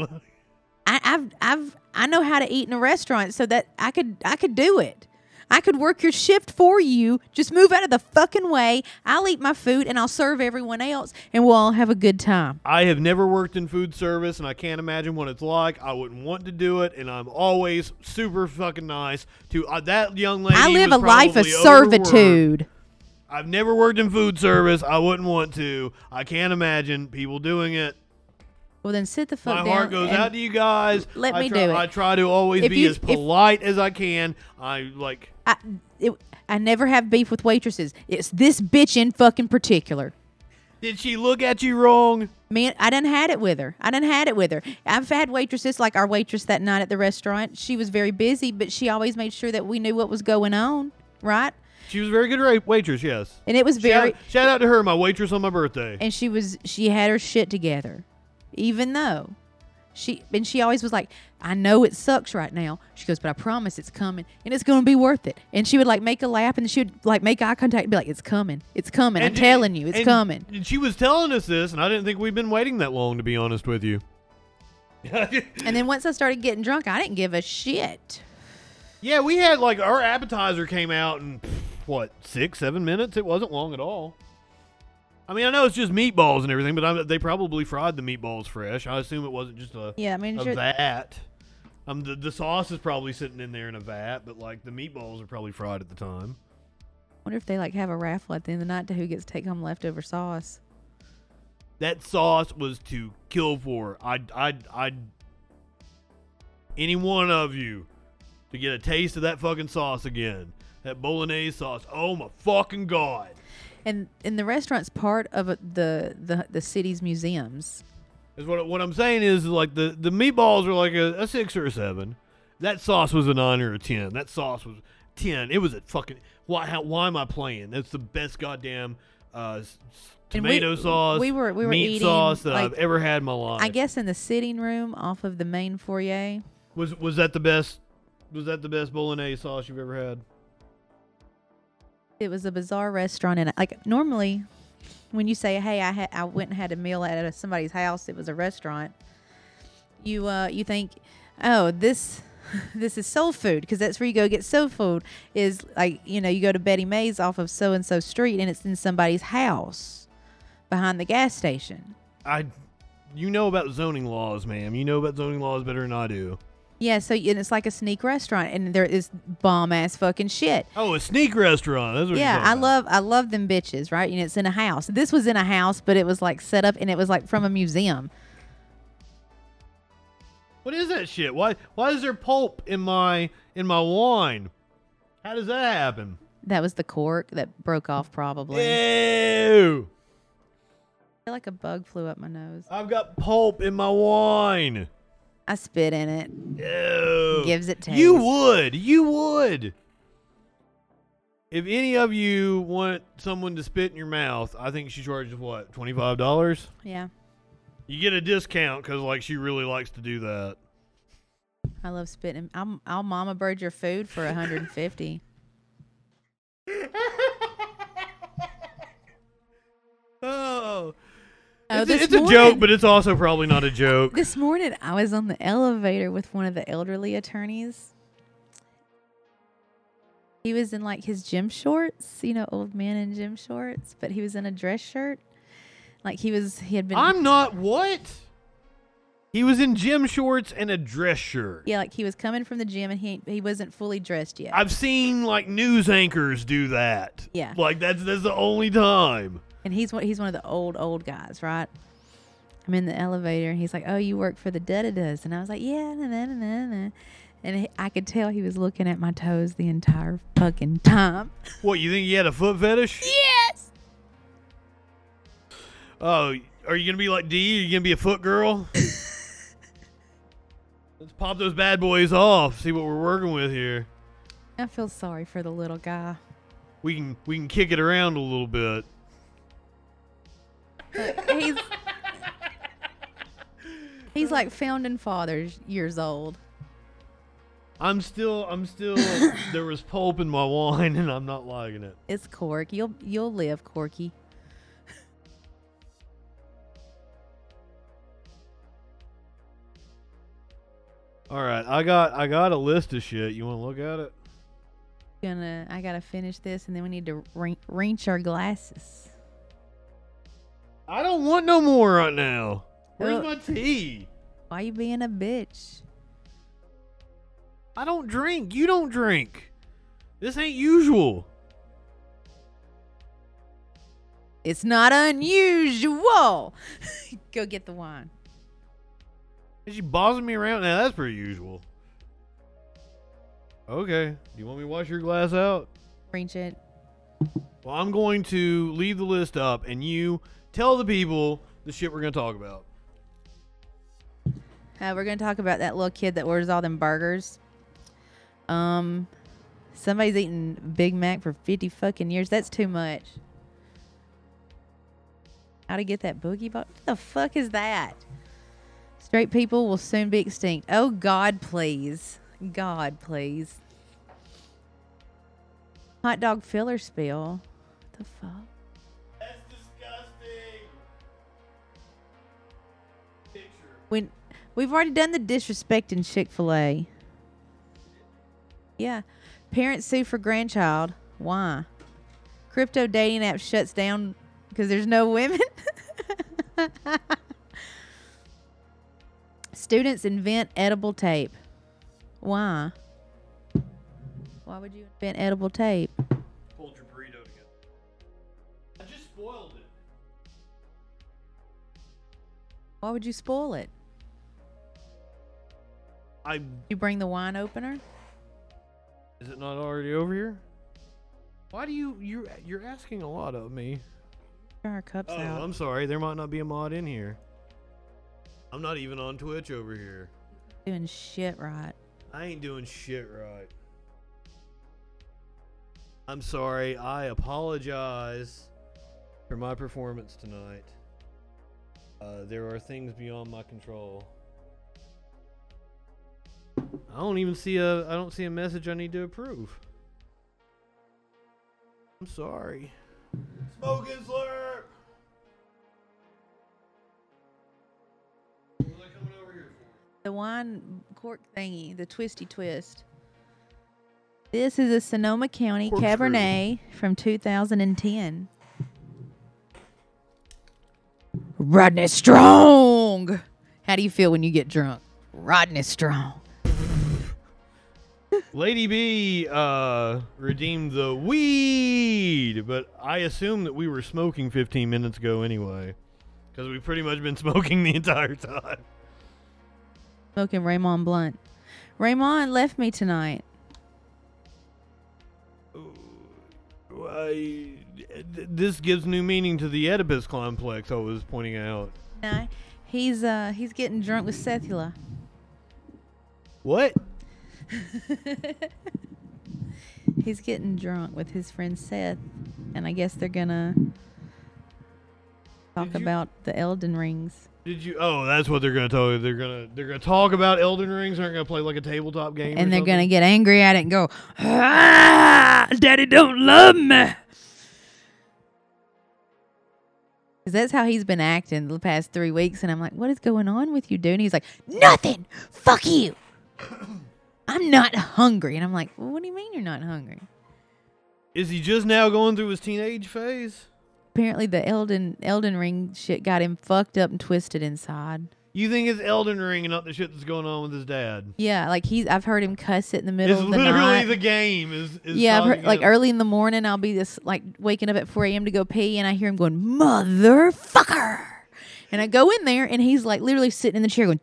Speaker 3: I, I've I've I know how to eat in a restaurant, so that I could I could do it. I could work your shift for you. Just move out of the fucking way. I'll eat my food and I'll serve everyone else, and we'll all have a good time.
Speaker 2: I have never worked in food service and I can't imagine what it's like. I wouldn't want to do it and I'm always super fucking nice to uh, that young lady.
Speaker 3: I live a
Speaker 2: was
Speaker 3: life of
Speaker 2: probably overworked.
Speaker 3: servitude.
Speaker 2: I've never worked in food service. I wouldn't want to. I can't imagine people doing it.
Speaker 3: Well, then sit the fuck
Speaker 2: My
Speaker 3: down.
Speaker 2: heart goes
Speaker 3: and
Speaker 2: out to you guys.
Speaker 3: let
Speaker 2: I
Speaker 3: me
Speaker 2: try,
Speaker 3: do it.
Speaker 2: I try to always
Speaker 3: If
Speaker 2: be
Speaker 3: you-
Speaker 2: as
Speaker 3: if-
Speaker 2: polite as I can. I like
Speaker 3: I, it, I never have beef with waitresses. It's this bitch in fucking particular.
Speaker 2: Did she look at you wrong?
Speaker 3: Man, I done had it with her. I done had it with her. I've had waitresses like our waitress that night at the restaurant. She was very busy, but she always made sure that we knew what was going on, right?
Speaker 2: She was a very good ra- waitress, yes.
Speaker 3: And it was very.
Speaker 2: shout, shout out to her, my waitress on my birthday.
Speaker 3: and she was she had her shit together even though she and she always was like i know it sucks right now she goes but i promise it's coming and it's going to be worth it and she would like make a laugh and she would like make eye contact and be like it's coming it's coming i'm
Speaker 2: And-
Speaker 3: telling you it's
Speaker 2: and
Speaker 3: coming
Speaker 2: She was telling us this, and I didn't think we'd been waiting that long, to be honest with you.
Speaker 3: and then once i started getting drunk i didn't give a shit
Speaker 2: yeah, we had like our appetizer came out in pff, what six, seven minutes. It wasn't long at all. I mean, I know it's just meatballs and everything, but I, they probably fried the meatballs fresh. I assume it wasn't just a
Speaker 3: yeah i mean
Speaker 2: a
Speaker 3: sure,
Speaker 2: vat. Um, the, the sauce is probably sitting in there in a vat, but like the meatballs are probably fried at the time.
Speaker 3: wonder if they like have a raffle at the end of the night to who gets take home leftover sauce
Speaker 2: That sauce was to kill for. I I I any one of you to get a taste of that fucking sauce again. That bolognese sauce. Oh my fucking god.
Speaker 3: and and the restaurant's part of a- the the, the city's museums
Speaker 2: Is what what I'm saying is like the the meatballs are like a, a six or a seven. That sauce was a nine or a ten. That sauce was ten. It was a fucking why how, why am I playing? That's the best goddamn uh, s- s-
Speaker 3: And we-
Speaker 2: tomato sauce.
Speaker 3: we were- we were
Speaker 2: meat
Speaker 3: eating,
Speaker 2: sauce that I've
Speaker 3: like-
Speaker 2: ever had in my life.
Speaker 3: I guess in the sitting room off of the main foyer.
Speaker 2: was was that the best? Was that the best bolognese sauce you've ever had?
Speaker 3: It was a bizarre restaurant, and like normally, when you say, "Hey, I had I went and had a meal at a- somebody's house," it was a restaurant. You uh you think, oh this. This is soul food because that's where you go get soul food. Is like you know you go to Betty Mae's off of so and so street and it's in somebody's house behind the gas station.
Speaker 2: I, you know about zoning laws, ma'am. You know about zoning laws better than I do.
Speaker 3: Yeah, so and it's like a sneak restaurant and there is bomb ass fucking shit.
Speaker 2: Oh, a sneak restaurant. That's what you're
Speaker 3: yeah
Speaker 2: talking
Speaker 3: i
Speaker 2: about.
Speaker 3: love i love them bitches right and it's in a house this was in a house but it was like set up and it was like from a museum
Speaker 2: What is that shit? Why why is there pulp in my in my wine? How does that happen?
Speaker 3: that was the cork that broke off probably
Speaker 2: Ew!
Speaker 3: i feel like a bug flew up my nose
Speaker 2: I've got pulp in my wine.
Speaker 3: i spit in it
Speaker 2: Ew.
Speaker 3: Gives it
Speaker 2: You
Speaker 3: taste.
Speaker 2: would. You would. If any of you want someone to spit in your mouth, I think she charges what, twenty five dollars?
Speaker 3: yeah
Speaker 2: You get a discount because like she really likes to do that.
Speaker 3: i love spitting I'm, i'll mama bird your food for 150
Speaker 2: Oh,
Speaker 3: Oh,
Speaker 2: it's, a,
Speaker 3: this
Speaker 2: it's a joke,
Speaker 3: morning-
Speaker 2: but it's also probably not a joke.
Speaker 3: this morning i was on the elevator with one of the elderly attorneys he was in like his gym shorts you know old man in gym shorts but he was in a dress shirt like he was he had been
Speaker 2: I'm not what? He was in gym shorts and a dress shirt.
Speaker 3: Yeah, like he was coming from the gym and he he wasn't fully dressed yet.
Speaker 2: I've seen like news anchors do that.
Speaker 3: Yeah.
Speaker 2: Like that's that's the only time.
Speaker 3: and he's one he's one of the old old guys, right? I'm in the elevator and he's like, "Oh, you work for the da da das," and I was like, "Yeah, na na na na." na." And he, I could tell he was looking at my toes the entire fucking time.
Speaker 2: What, you think he had a foot fetish?
Speaker 3: Yes.
Speaker 2: Oh, are you gonna be like D? Are you gonna be a foot girl? Let's pop those bad boys off, see what we're working with here.
Speaker 3: I feel sorry for the little guy.
Speaker 2: We can we can kick it around a little bit.
Speaker 3: He's he's like founding fathers years old.
Speaker 2: I'm still I'm still there was pulp in my wine and I'm not liking it.
Speaker 3: It's Cork. You'll you'll live, Corky.
Speaker 2: All right, I got I got a list of shit. You want to look at it?
Speaker 3: Gonna I gotta finish this and then we need to re- reach our glasses.
Speaker 2: I don't want no more right now. Where's my
Speaker 3: Well-
Speaker 2: tea?
Speaker 3: Why you being a bitch?
Speaker 2: I don't drink. You don't drink. This ain't usual.
Speaker 3: It's not unusual. Go get the wine.
Speaker 2: Is she bossing me around? Now that's pretty usual. Okay. Do you want me to wash your glass out?
Speaker 3: Reach it.
Speaker 2: Well, I'm going to leave the list up and you tell the people the shit we're going to talk about.
Speaker 3: Uh, we're gonna talk about that little kid that orders all them burgers. Um, Somebody's eaten Big Mac for 50 fucking years. That's too much. How to get that boogie box? What the fuck is that? Straight people will soon be extinct. Oh, God, please. God, please. Hot dog filler spill. What the fuck?
Speaker 2: That's disgusting. Picture.
Speaker 3: When we've already done the disrespect in Chick Fil A. Yeah, parents sue for grandchild. Why? Crypto dating app shuts down because there's no women. Students invent edible tape. Why? Why would you invent edible tape?
Speaker 2: Hold your burrito together. I just spoiled it.
Speaker 3: Why would you spoil it?
Speaker 2: I
Speaker 3: You bring the wine opener?
Speaker 2: is it not already over here? Why do you you you're asking a lot of me?
Speaker 3: Turn our cups
Speaker 2: Oh,
Speaker 3: out.
Speaker 2: I'm sorry. There might not be a mod in here. I'm not even on Twitch over here.
Speaker 3: doing shit right.
Speaker 2: I ain't doing shit right. I'm sorry. I apologize for my performance tonight. Uh, there are things beyond my control. I don't even see a. I don't see a message I need to approve. I'm sorry. Smoke and slurp. What was I coming over here for?
Speaker 3: the wine cork thingy, the twisty twist. This is a Sonoma County
Speaker 2: Corkscrew.
Speaker 3: Cabernet from 2010. Rodney Strong. How do you feel when you get drunk? Rodney Strong.
Speaker 2: Lady B uh, redeemed the weed, but I assume that we were smoking 15 minutes ago anyway, because we've pretty much been smoking the entire time.
Speaker 3: Smoking Raymond Blunt. Raymond left me tonight.
Speaker 2: Why- th- this gives new meaning to the Oedipus complex I was pointing out.
Speaker 3: No, he's uh he's getting drunk with Sethula.
Speaker 2: What?
Speaker 3: He's getting drunk with his friend Seth, and I guess they're gonna talk
Speaker 2: Did you-
Speaker 3: about the Elden Rings.
Speaker 2: Did you? Oh, that's what they're gonna tell you. They're gonna they're gonna talk about Elden Rings. They're gonna play like a tabletop game, or
Speaker 3: and they're
Speaker 2: something?
Speaker 3: gonna get angry at it and go, ah, "Daddy don't love me." Cause that's how he's been acting the past three weeks, and I'm like, "What is going on with you, dude?" And he's like, "Nothing. Fuck you. I'm not hungry." And I'm like, well, "What do you mean you're not hungry?"
Speaker 2: Is he just now going through his teenage phase?
Speaker 3: Apparently, the Elden Elden Ring shit got him fucked up and twisted inside.
Speaker 2: You think it's Elden Ring and not the shit that's going on with his dad?
Speaker 3: Yeah, like he's I've heard him cuss it in the middle
Speaker 2: it's
Speaker 3: of the
Speaker 2: literally
Speaker 3: night.
Speaker 2: the game is, is
Speaker 3: yeah, I've
Speaker 2: causing
Speaker 3: heard, like
Speaker 2: him-
Speaker 3: early in the morning, I'll be this like waking up at 4 a.m. to go pee, and I hear him going, "Motherfucker!" And I go in there, and he's like literally sitting in the chair going,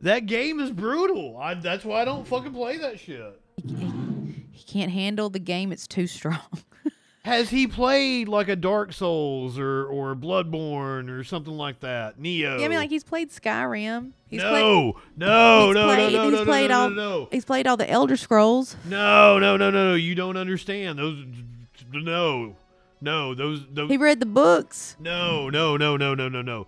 Speaker 2: that game is brutal I, that's why i don't fucking play that shit
Speaker 3: "He can't handle the game; it's too strong."
Speaker 2: has he played like a dark souls or or bloodborne or something like that neo
Speaker 3: Yeah, I mean, like he's played Skyrim. He's played,
Speaker 2: no, no, no,
Speaker 3: he's
Speaker 2: no,
Speaker 3: played-
Speaker 2: no,
Speaker 3: he's
Speaker 2: no,
Speaker 3: played
Speaker 2: no,
Speaker 3: all,
Speaker 2: no,
Speaker 3: he's played all the Elder Scrolls.
Speaker 2: no, no, no, no, no, no. You don't understand those. No, no, those, those.
Speaker 3: He read the books.
Speaker 2: No, no, no, no, no, no, no.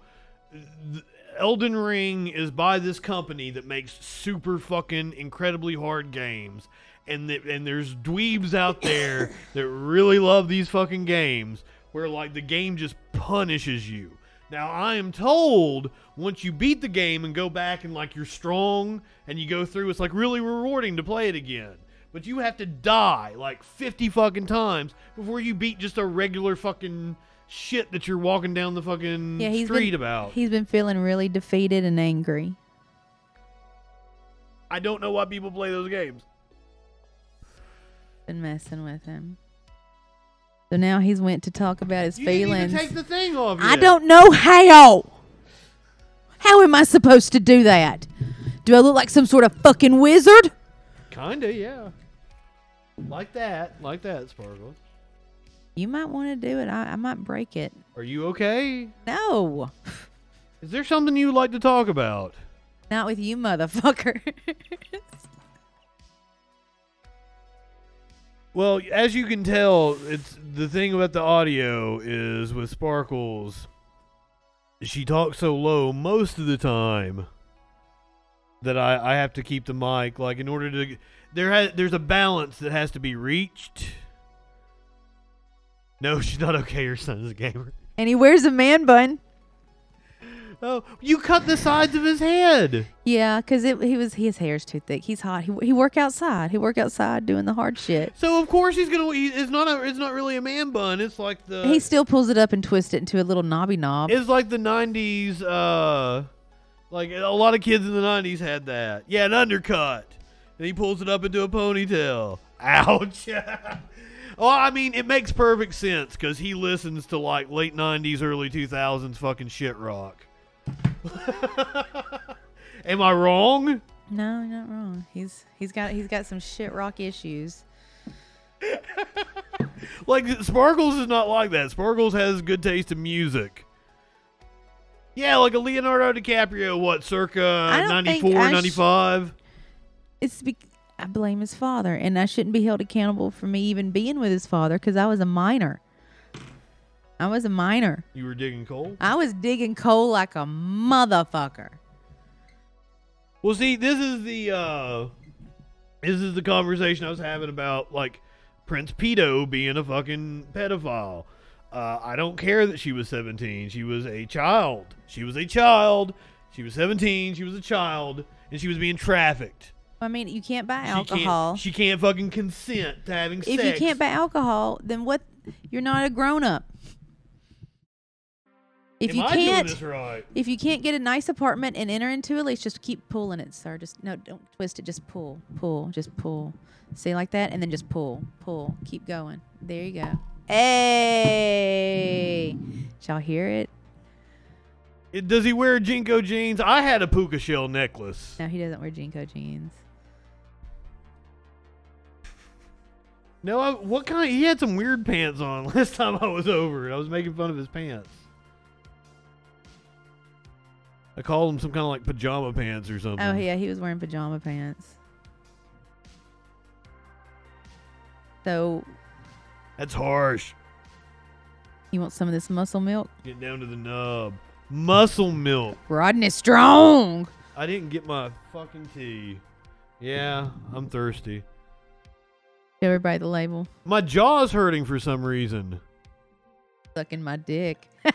Speaker 2: Th- Elden Ring is by this company that makes super fucking incredibly hard games. And th- and there's dweebs out there that really love these fucking games where like the game just punishes you. Now I am told once you beat the game and go back and like you're strong and you go through it's like really rewarding to play it again. But you have to die like 50 fucking times before you beat just a regular fucking shit that you're walking down the fucking
Speaker 3: Yeah, he's
Speaker 2: street
Speaker 3: been,
Speaker 2: Mm, about.
Speaker 3: He's been feeling really defeated and angry.
Speaker 2: I don't know why people play those games.
Speaker 3: Been messing with him. So now he's went to talk about his
Speaker 2: You
Speaker 3: feelings.
Speaker 2: didn't even take the thing off.
Speaker 3: I
Speaker 2: yet.
Speaker 3: don't know how. How am I supposed to do that? Do I look like some sort of fucking wizard?
Speaker 2: Kinda, yeah. Like that, like that, Sparkle.
Speaker 3: You might want to do it. I, I might break it.
Speaker 2: Are you okay?
Speaker 3: No,
Speaker 2: Is there something you'd like to talk about?
Speaker 3: not with you, motherfucker.
Speaker 2: Well, as you can tell, it's the thing about the audio is with Sparkles, she talks so low most of the time that I, I have to keep the mic like in order to there ha, there's a balance that has to be reached. No, she's not okay. Her son's a gamer.
Speaker 3: And he wears a man bun.
Speaker 2: Oh, you cut the sides of his head.
Speaker 3: Yeah, because he was his hair's too thick. He's hot. He, he work outside. He work outside doing the hard shit.
Speaker 2: So of course he's gonna. He, it's not. A, it's not really a man bun. It's like the.
Speaker 3: he still pulls it up and twists it into a little knobby knob.
Speaker 2: It's like the '90s. Uh, like a lot of kids in the '90s had that. Yeah, an undercut, and he pulls it up into a ponytail. Ouch. Well, I mean, it makes perfect sense because he listens to like late '90s, early 2000s fucking shit rock. Am I wrong?
Speaker 3: no, you're not wrong. He's he's got he's got some shit rock issues.
Speaker 2: Like Sparkles is not like that. Sparkles has good taste in music. Yeah, like a Leonardo DiCaprio, what, circa
Speaker 3: I don't think
Speaker 2: 94,
Speaker 3: I sh-
Speaker 2: 95?
Speaker 3: It's be- I blame his father, and I shouldn't be held accountable for me even being with his father because I was a minor. I was a minor.
Speaker 2: You were digging coal?
Speaker 3: I was digging coal like a motherfucker.
Speaker 2: Well, see, this is the uh this is the conversation I was having about like Prince Pedo being a fucking pedophile. Uh, I don't care that she was 17. She was a child. She was a child. She was 17. She was a child, and she was being trafficked.
Speaker 3: I mean, you can't buy
Speaker 2: She can't-
Speaker 3: alcohol.
Speaker 2: She can't fucking consent to having
Speaker 3: if
Speaker 2: sex.
Speaker 3: you can't buy alcohol, then what? You're not a grown up. If
Speaker 2: Am
Speaker 3: you
Speaker 2: I
Speaker 3: can't,
Speaker 2: doing this right?
Speaker 3: if you can't get a nice apartment and enter into a lease, just keep pulling it, sir. Just no, don't twist it. Just pull, pull, just pull. Say like that, and then just pull, pull. Keep going. There you go. Hey, did y'all hear it?
Speaker 2: It- does he wear Jinko jeans? I had a puka shell necklace.
Speaker 3: No, he doesn't wear Jinko jeans.
Speaker 2: No, I, what kind? he had some weird pants on last time I was over. and I was making fun of his pants. I called him some kind of like pajama pants or something.
Speaker 3: Oh yeah, he was wearing pajama pants. So
Speaker 2: That's harsh.
Speaker 3: you want some of this muscle milk?
Speaker 2: Get down to the nub. Muscle milk.
Speaker 3: Rodney Strong.
Speaker 2: I didn't get my fucking tea. Yeah, I'm thirsty.
Speaker 3: Show everybody the label.
Speaker 2: My jaw's hurting for some reason.
Speaker 3: Sucking my dick.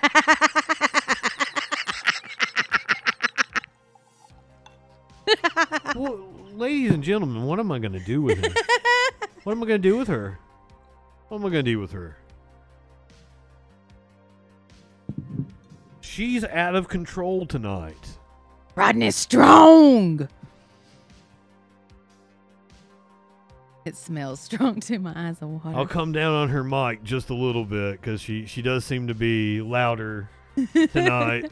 Speaker 2: well, ladies and gentlemen, what am I going to do with her? what am I going to do with her? What am I going to do with her? She's out of control tonight.
Speaker 3: Rodney Strong. It smells strong too. My eyes are watering.
Speaker 2: I'll come down on her mic just a little bit because she, she does seem to be louder tonight.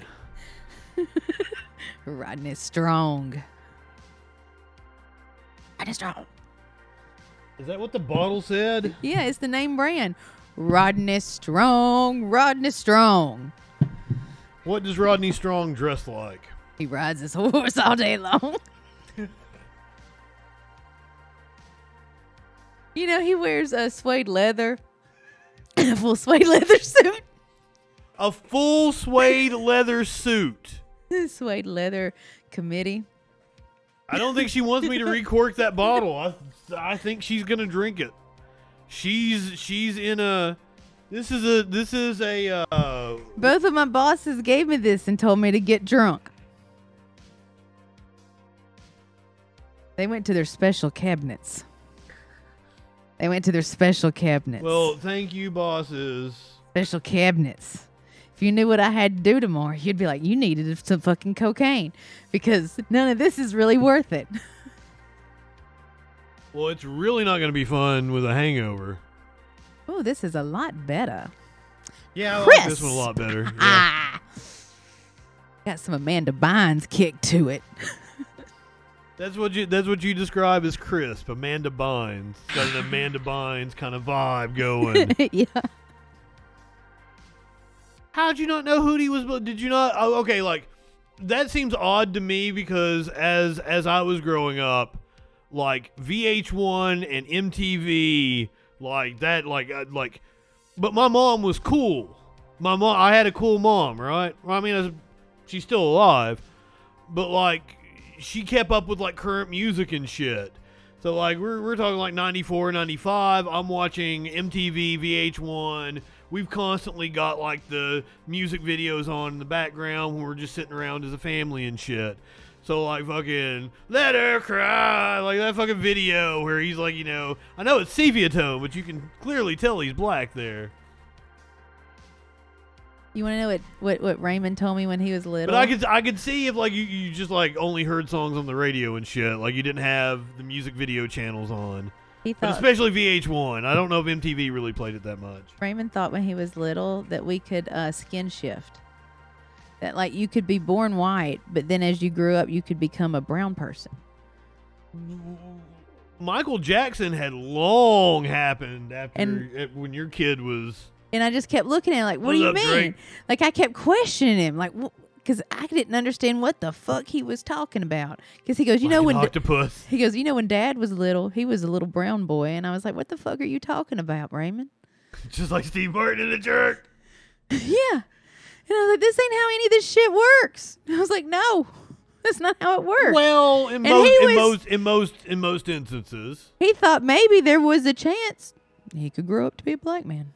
Speaker 3: Rodney Strong. Rodney Strong.
Speaker 2: Is that what the bottle said?
Speaker 3: Yeah, it's the name brand. Rodney Strong. Rodney Strong.
Speaker 2: What does Rodney Strong dress like?
Speaker 3: He rides his horse all day long. you know, he wears a suede leather, a full suede leather suit,
Speaker 2: A full suede leather suit.
Speaker 3: suede leather committee.
Speaker 2: I don't think she wants me to recork that bottle. I, I think she's gonna drink it. She's she's in a. This is a this is a. Uh,
Speaker 3: Both of my bosses gave me this and told me to get drunk. They went to their special cabinets. They went to their special cabinets.
Speaker 2: well, thank you, bosses.
Speaker 3: special cabinets. If you knew what I had to do tomorrow, you'd be like, you needed some fucking cocaine because none of this is really worth it.
Speaker 2: Well, it's really not gonna be fun with a hangover.
Speaker 3: Oh, this is a lot better.
Speaker 2: Yeah, I like this
Speaker 3: Crisp.
Speaker 2: one a lot better. Yeah.
Speaker 3: Ah, got some Amanda Bynes kick to it.
Speaker 2: that's what you that's what you describe as crisp. Amanda Bynes It's got an Amanda Bynes kind of vibe going.
Speaker 3: yeah,
Speaker 2: How'd you not know Hootie was? Did you not? Oh, okay, like that seems odd to me because as as I was growing up, like VH1 and MTV like that like uh, like but my mom was cool my mom i had a cool mom right i mean as- she's still alive but like she kept up with like current music and shit so like we're, we're talking like 94 95 i'm watching mtv vh1 we've constantly got like the music videos on in the background when we're just sitting around as a family and shit so like fucking let her cry, like that fucking video where he's like, you know, I know it's sepia tone, but you can clearly tell he's black there.
Speaker 3: You want to know what, what, what Raymond told me when he was
Speaker 2: But
Speaker 3: little?
Speaker 2: I could I could see if like you, you just like only heard songs on the radio and shit, like you didn't have the music video channels on,
Speaker 3: he
Speaker 2: but
Speaker 3: thought
Speaker 2: especially VH1. I don't know if MTV really played it that much.
Speaker 3: Raymond thought when he was little that we could uh, skin shift. That like you could be born white, but then as you grew up, you could become a brown person.
Speaker 2: Michael Jackson had long happened after
Speaker 3: And-
Speaker 2: eh, when your kid was.
Speaker 3: And I just kept looking at him like, what
Speaker 2: What's
Speaker 3: do you
Speaker 2: up,
Speaker 3: mean?
Speaker 2: Drake?
Speaker 3: Like I kept questioning him, like because I didn't understand what the fuck he was talking about. Because he goes, you know
Speaker 2: like
Speaker 3: when
Speaker 2: an
Speaker 3: da-
Speaker 2: octopus.
Speaker 3: he goes, you know when Dad was little, he was a little brown boy, and I was like, what the fuck are you talking about, Raymond?
Speaker 2: just like Steve Martin in the jerk.
Speaker 3: yeah. And I was like, this ain't how any of this shit works. And I was like, no, that's not how it works.
Speaker 2: Well, in
Speaker 3: And
Speaker 2: most,
Speaker 3: he
Speaker 2: in
Speaker 3: was-
Speaker 2: most in most in most instances,
Speaker 3: He thought maybe there was a chance he could grow up to be a black man.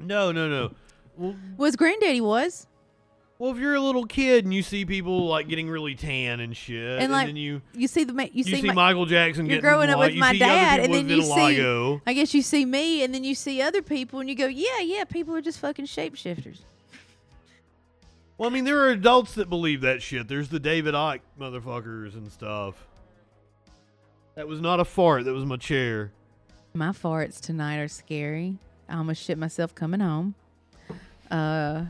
Speaker 2: no, no, no. Well,
Speaker 3: Was granddaddy was.
Speaker 2: well, if you're a little kid and you see people like getting really tan and shit, Uh, and,
Speaker 3: like,
Speaker 2: then you
Speaker 3: You see the ma-
Speaker 2: you
Speaker 3: you,
Speaker 2: see,
Speaker 3: my,
Speaker 2: Michael Jackson
Speaker 3: you're
Speaker 2: getting
Speaker 3: growing up
Speaker 2: white,
Speaker 3: with
Speaker 2: you
Speaker 3: my
Speaker 2: see other
Speaker 3: dad, and
Speaker 2: people
Speaker 3: then
Speaker 2: with
Speaker 3: you see
Speaker 2: vitiligo.
Speaker 3: I guess you see me, and then you see other people, and you go, yeah, yeah, people are just fucking shapeshifters.
Speaker 2: Well, I mean, there are adults that believe that shit. There's the David Icke motherfuckers and stuff. That was not a fart. That was my chair.
Speaker 3: My farts tonight are scary. I almost shit myself coming home. Uh,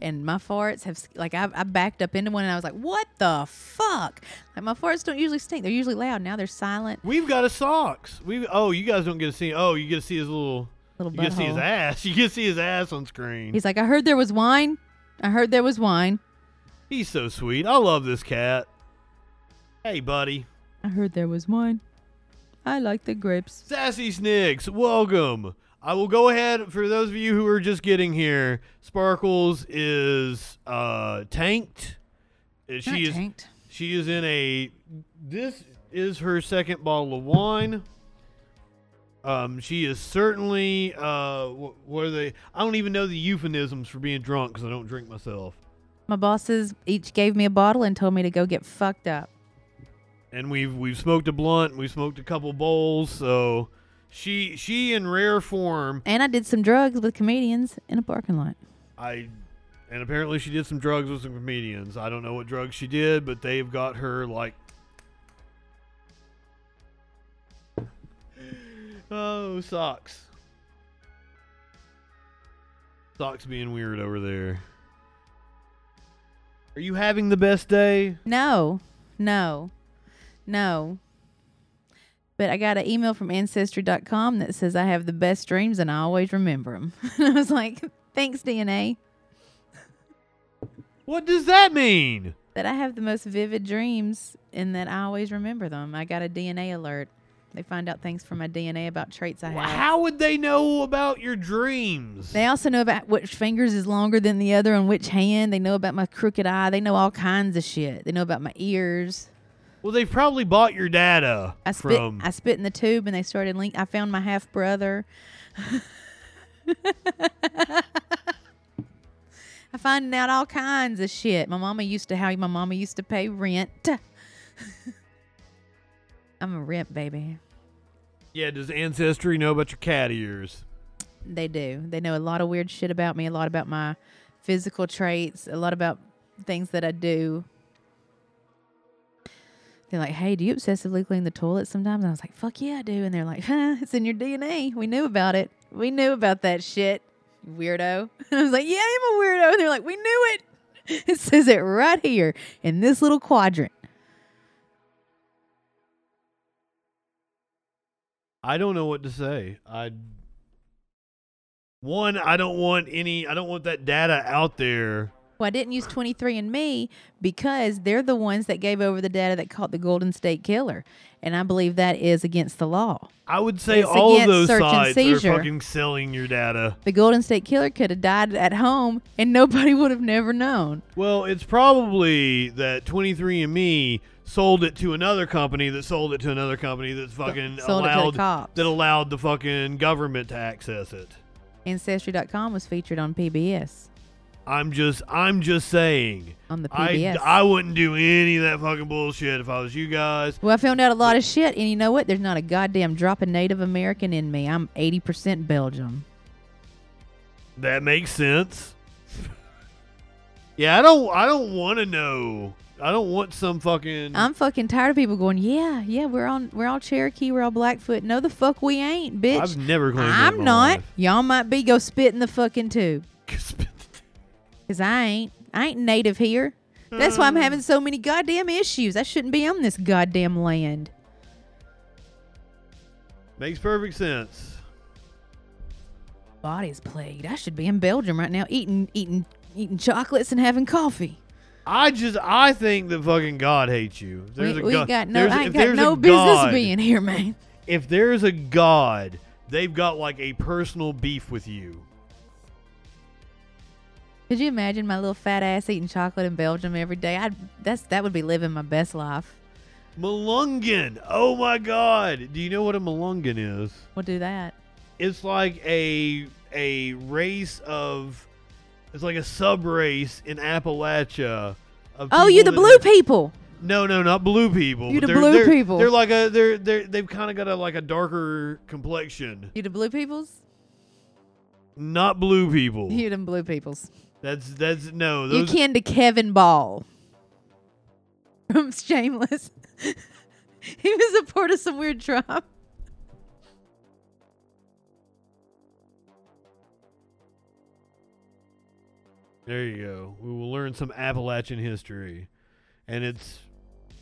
Speaker 3: and my farts have s- like I, I backed up into one, and I was like, what the fuck? Like my farts don't usually stink; they're usually loud. Now they're silent.
Speaker 2: We've got a socks. We oh, you guys don't get to see. Oh, you get to see his little.
Speaker 3: Little
Speaker 2: You get to see his
Speaker 3: butthole.
Speaker 2: ass. You get to see his ass on screen.
Speaker 3: He's like, I heard there was wine. I heard there was wine.
Speaker 2: He's so sweet. I love this cat. Hey, buddy.
Speaker 3: I heard there was wine. I like the grapes.
Speaker 2: Sassy Snicks, welcome. I will go ahead for those of you who are just getting here. Sparkles is uh tanked. Uh, She is
Speaker 3: tanked.
Speaker 2: she is in a this is her second bottle of wine. Um, she is certainly uh, wh- what are they? I don't even know the euphemisms for being drunk because I don't drink myself.
Speaker 3: My bosses each gave me a bottle and told me to go get fucked up.
Speaker 2: and we've we've smoked a blunt, we've smoked a couple bowls, so she she in rare form
Speaker 3: And I did some drugs with comedians in a parking lot.
Speaker 2: I and apparently she did some drugs with some comedians. I don't know what drugs she did, but they've got her like Oh, socks. Socks being weird over there. Are you having the best day?
Speaker 3: No, no, no. But I got an email from ancestry.com that says I have the best dreams and I always remember them. and I was like, thanks, DNA,
Speaker 2: What does that mean?
Speaker 3: that I have the most vivid dreams and that I always remember them. I got a DNA alert. They find out things from my DNA about traits I
Speaker 2: Well,
Speaker 3: have.
Speaker 2: How would they know about your dreams?
Speaker 3: They also know about which fingers is longer than the other on which hand. They know about my crooked eye. They know all kinds of shit. They know about my ears.
Speaker 2: Well, they've probably bought your data
Speaker 3: I spit.
Speaker 2: from.
Speaker 3: I spit in the tube, and they started link. I found my half brother. I finding out all kinds of shit. My mama used to how my mama used to pay rent. I'm a rent baby.
Speaker 2: yeah, does Ancestry know about your cat ears?
Speaker 3: They do. They know a lot of weird shit about me. A lot about my physical traits. A lot about things that I do. They're like, "Hey, do you obsessively clean the toilet sometimes?" And I was like, "Fuck yeah, I do." And they're like, huh, "It's in your DNA. We knew about it. We knew about that shit, you weirdo." And I was like, "Yeah, I'm a weirdo." And they're like, "We knew it. It says it right here in this little quadrant."
Speaker 2: I don't know what to say. I one, I don't want any. I don't want that data out there
Speaker 3: Well, I didn't use 23andMe because they're the ones that gave over the data that caught the Golden State Killer. And I believe that is against the law.
Speaker 2: I would say
Speaker 3: It's
Speaker 2: all of
Speaker 3: against
Speaker 2: those
Speaker 3: search and
Speaker 2: sites are
Speaker 3: seizure.
Speaker 2: fucking selling your data.
Speaker 3: The Golden State Killer could have died at home and nobody would have never known.
Speaker 2: Well, it's probably that 23andMe sold it to another company that sold it to another company that's fucking
Speaker 3: sold it to the
Speaker 2: allowed
Speaker 3: cops.
Speaker 2: that allowed the fucking government to access it.
Speaker 3: Ancestry.com was featured on PBS.
Speaker 2: I'm just I'm just saying.
Speaker 3: On the
Speaker 2: I,
Speaker 3: PBS.
Speaker 2: I wouldn't do any of that fucking bullshit if I was you guys.
Speaker 3: Well, I found out a lot of shit, and you know what? There's not a goddamn drop of Native American in me. I'm 80% Belgium.
Speaker 2: That makes sense. yeah, I don't I don't want to know. I don't want some fucking
Speaker 3: I'm fucking tired of people going, yeah, yeah, we're on, we're all Cherokee, we're all Blackfoot. No, the fuck we ain't, bitch.
Speaker 2: I've never claimed that in
Speaker 3: I'm
Speaker 2: my
Speaker 3: not.
Speaker 2: life.
Speaker 3: Y'all might be. Go spit in the fucking tube. Cause I ain't. I ain't native here. That's why
Speaker 2: Hmm.
Speaker 3: I'm having so many goddamn issues. I shouldn't be on this goddamn land.
Speaker 2: Makes perfect sense.
Speaker 3: Body's plagued. I should be in Belgium right now, eating, eating, eating chocolates and having coffee.
Speaker 2: I just I think that fucking God hates you. If There's
Speaker 3: we
Speaker 2: a
Speaker 3: we
Speaker 2: God,
Speaker 3: ain't got no.
Speaker 2: there's-
Speaker 3: I
Speaker 2: if
Speaker 3: ain't got
Speaker 2: there's a
Speaker 3: no business
Speaker 2: God-
Speaker 3: being here, man.
Speaker 2: If there's a God, they've got like a personal beef with you.
Speaker 3: Could you imagine my little fat ass eating chocolate in Belgium every day? I'd that's that would be living my best life.
Speaker 2: Malungan. Oh my God. Do you know what a Malungan is?
Speaker 3: We'll do that.
Speaker 2: It's like a a race of. It's like a sub race in Appalachia. Of
Speaker 3: Oh, you the
Speaker 2: people that
Speaker 3: blue
Speaker 2: have-
Speaker 3: people.
Speaker 2: No, no, not blue people.
Speaker 3: You
Speaker 2: but
Speaker 3: the
Speaker 2: they're-
Speaker 3: blue
Speaker 2: they're-
Speaker 3: people.
Speaker 2: They're like a they're they are they've kind of got a like a darker complexion.
Speaker 3: You the blue peoples.
Speaker 2: Not blue people.
Speaker 3: You them blue peoples.
Speaker 2: That's that's no.
Speaker 3: you
Speaker 2: Those
Speaker 3: kin to Kevin Ball from Shameless. he was a part of some weird drama.
Speaker 2: There you go. We will learn some Appalachian history, and it's.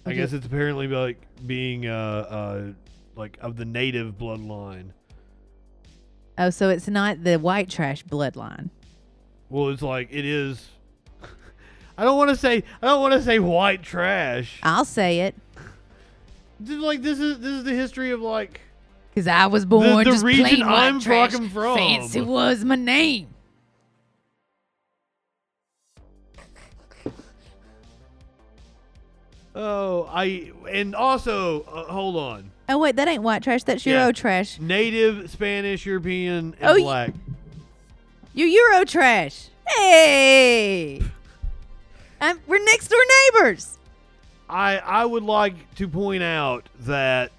Speaker 2: I
Speaker 3: Okay.
Speaker 2: guess it's apparently like being uh uh like of the native bloodline.
Speaker 3: Oh, so it's not the white trash bloodline.
Speaker 2: Well, it's like it is. I don't want to say. I don't want to say white trash.
Speaker 3: I'll say it
Speaker 2: Just like this is this is the history of like.
Speaker 3: because I was born
Speaker 2: the
Speaker 3: just
Speaker 2: region
Speaker 3: plain white
Speaker 2: I'm
Speaker 3: trash.
Speaker 2: fucking from.
Speaker 3: Fancy was my name.
Speaker 2: Oh, I and also uh, hold on.
Speaker 3: Oh wait, that ain't white trash. That's
Speaker 2: Yeah.
Speaker 3: Euro trash.
Speaker 2: Native, Spanish, European, and
Speaker 3: Oh, y-
Speaker 2: black.
Speaker 3: You Euro trash. Hey, I'm, we're next door neighbors.
Speaker 2: I I would like to point out that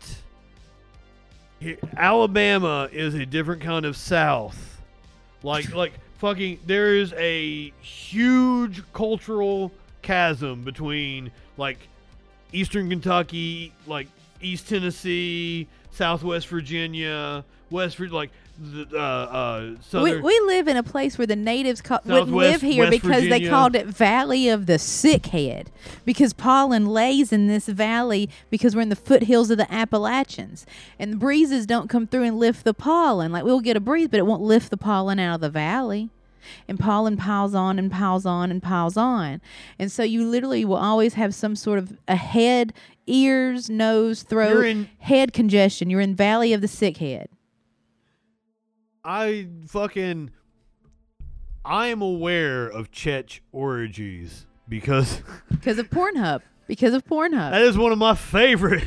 Speaker 2: he- Alabama is a different kind of South. Like like fucking there is a huge cultural chasm between like Eastern Kentucky, like East Tennessee, Southwest Virginia, West Vir- like the, uh, uh,
Speaker 3: We,
Speaker 2: Southern.
Speaker 3: we live in a place where the natives ca- wouldn't live
Speaker 2: Southwest
Speaker 3: here
Speaker 2: West
Speaker 3: because they
Speaker 2: Virginia.
Speaker 3: called it Valley of the Sickhead because pollen lays in this valley because we're in the foothills of the Appalachians and the breezes don't come through and lift the pollen. Like we'll get a breeze, but it won't lift the pollen out of the valley. And pollen piles on and piles on and piles on. And so you literally will always have some sort of a head, ears, nose, throat,
Speaker 2: You're in-
Speaker 3: head congestion. You're in Valley of the Sickhead.
Speaker 2: I fucking I am aware of Chech orgies because
Speaker 3: Because of Pornhub. Because of Pornhub.
Speaker 2: that is one of my favorite.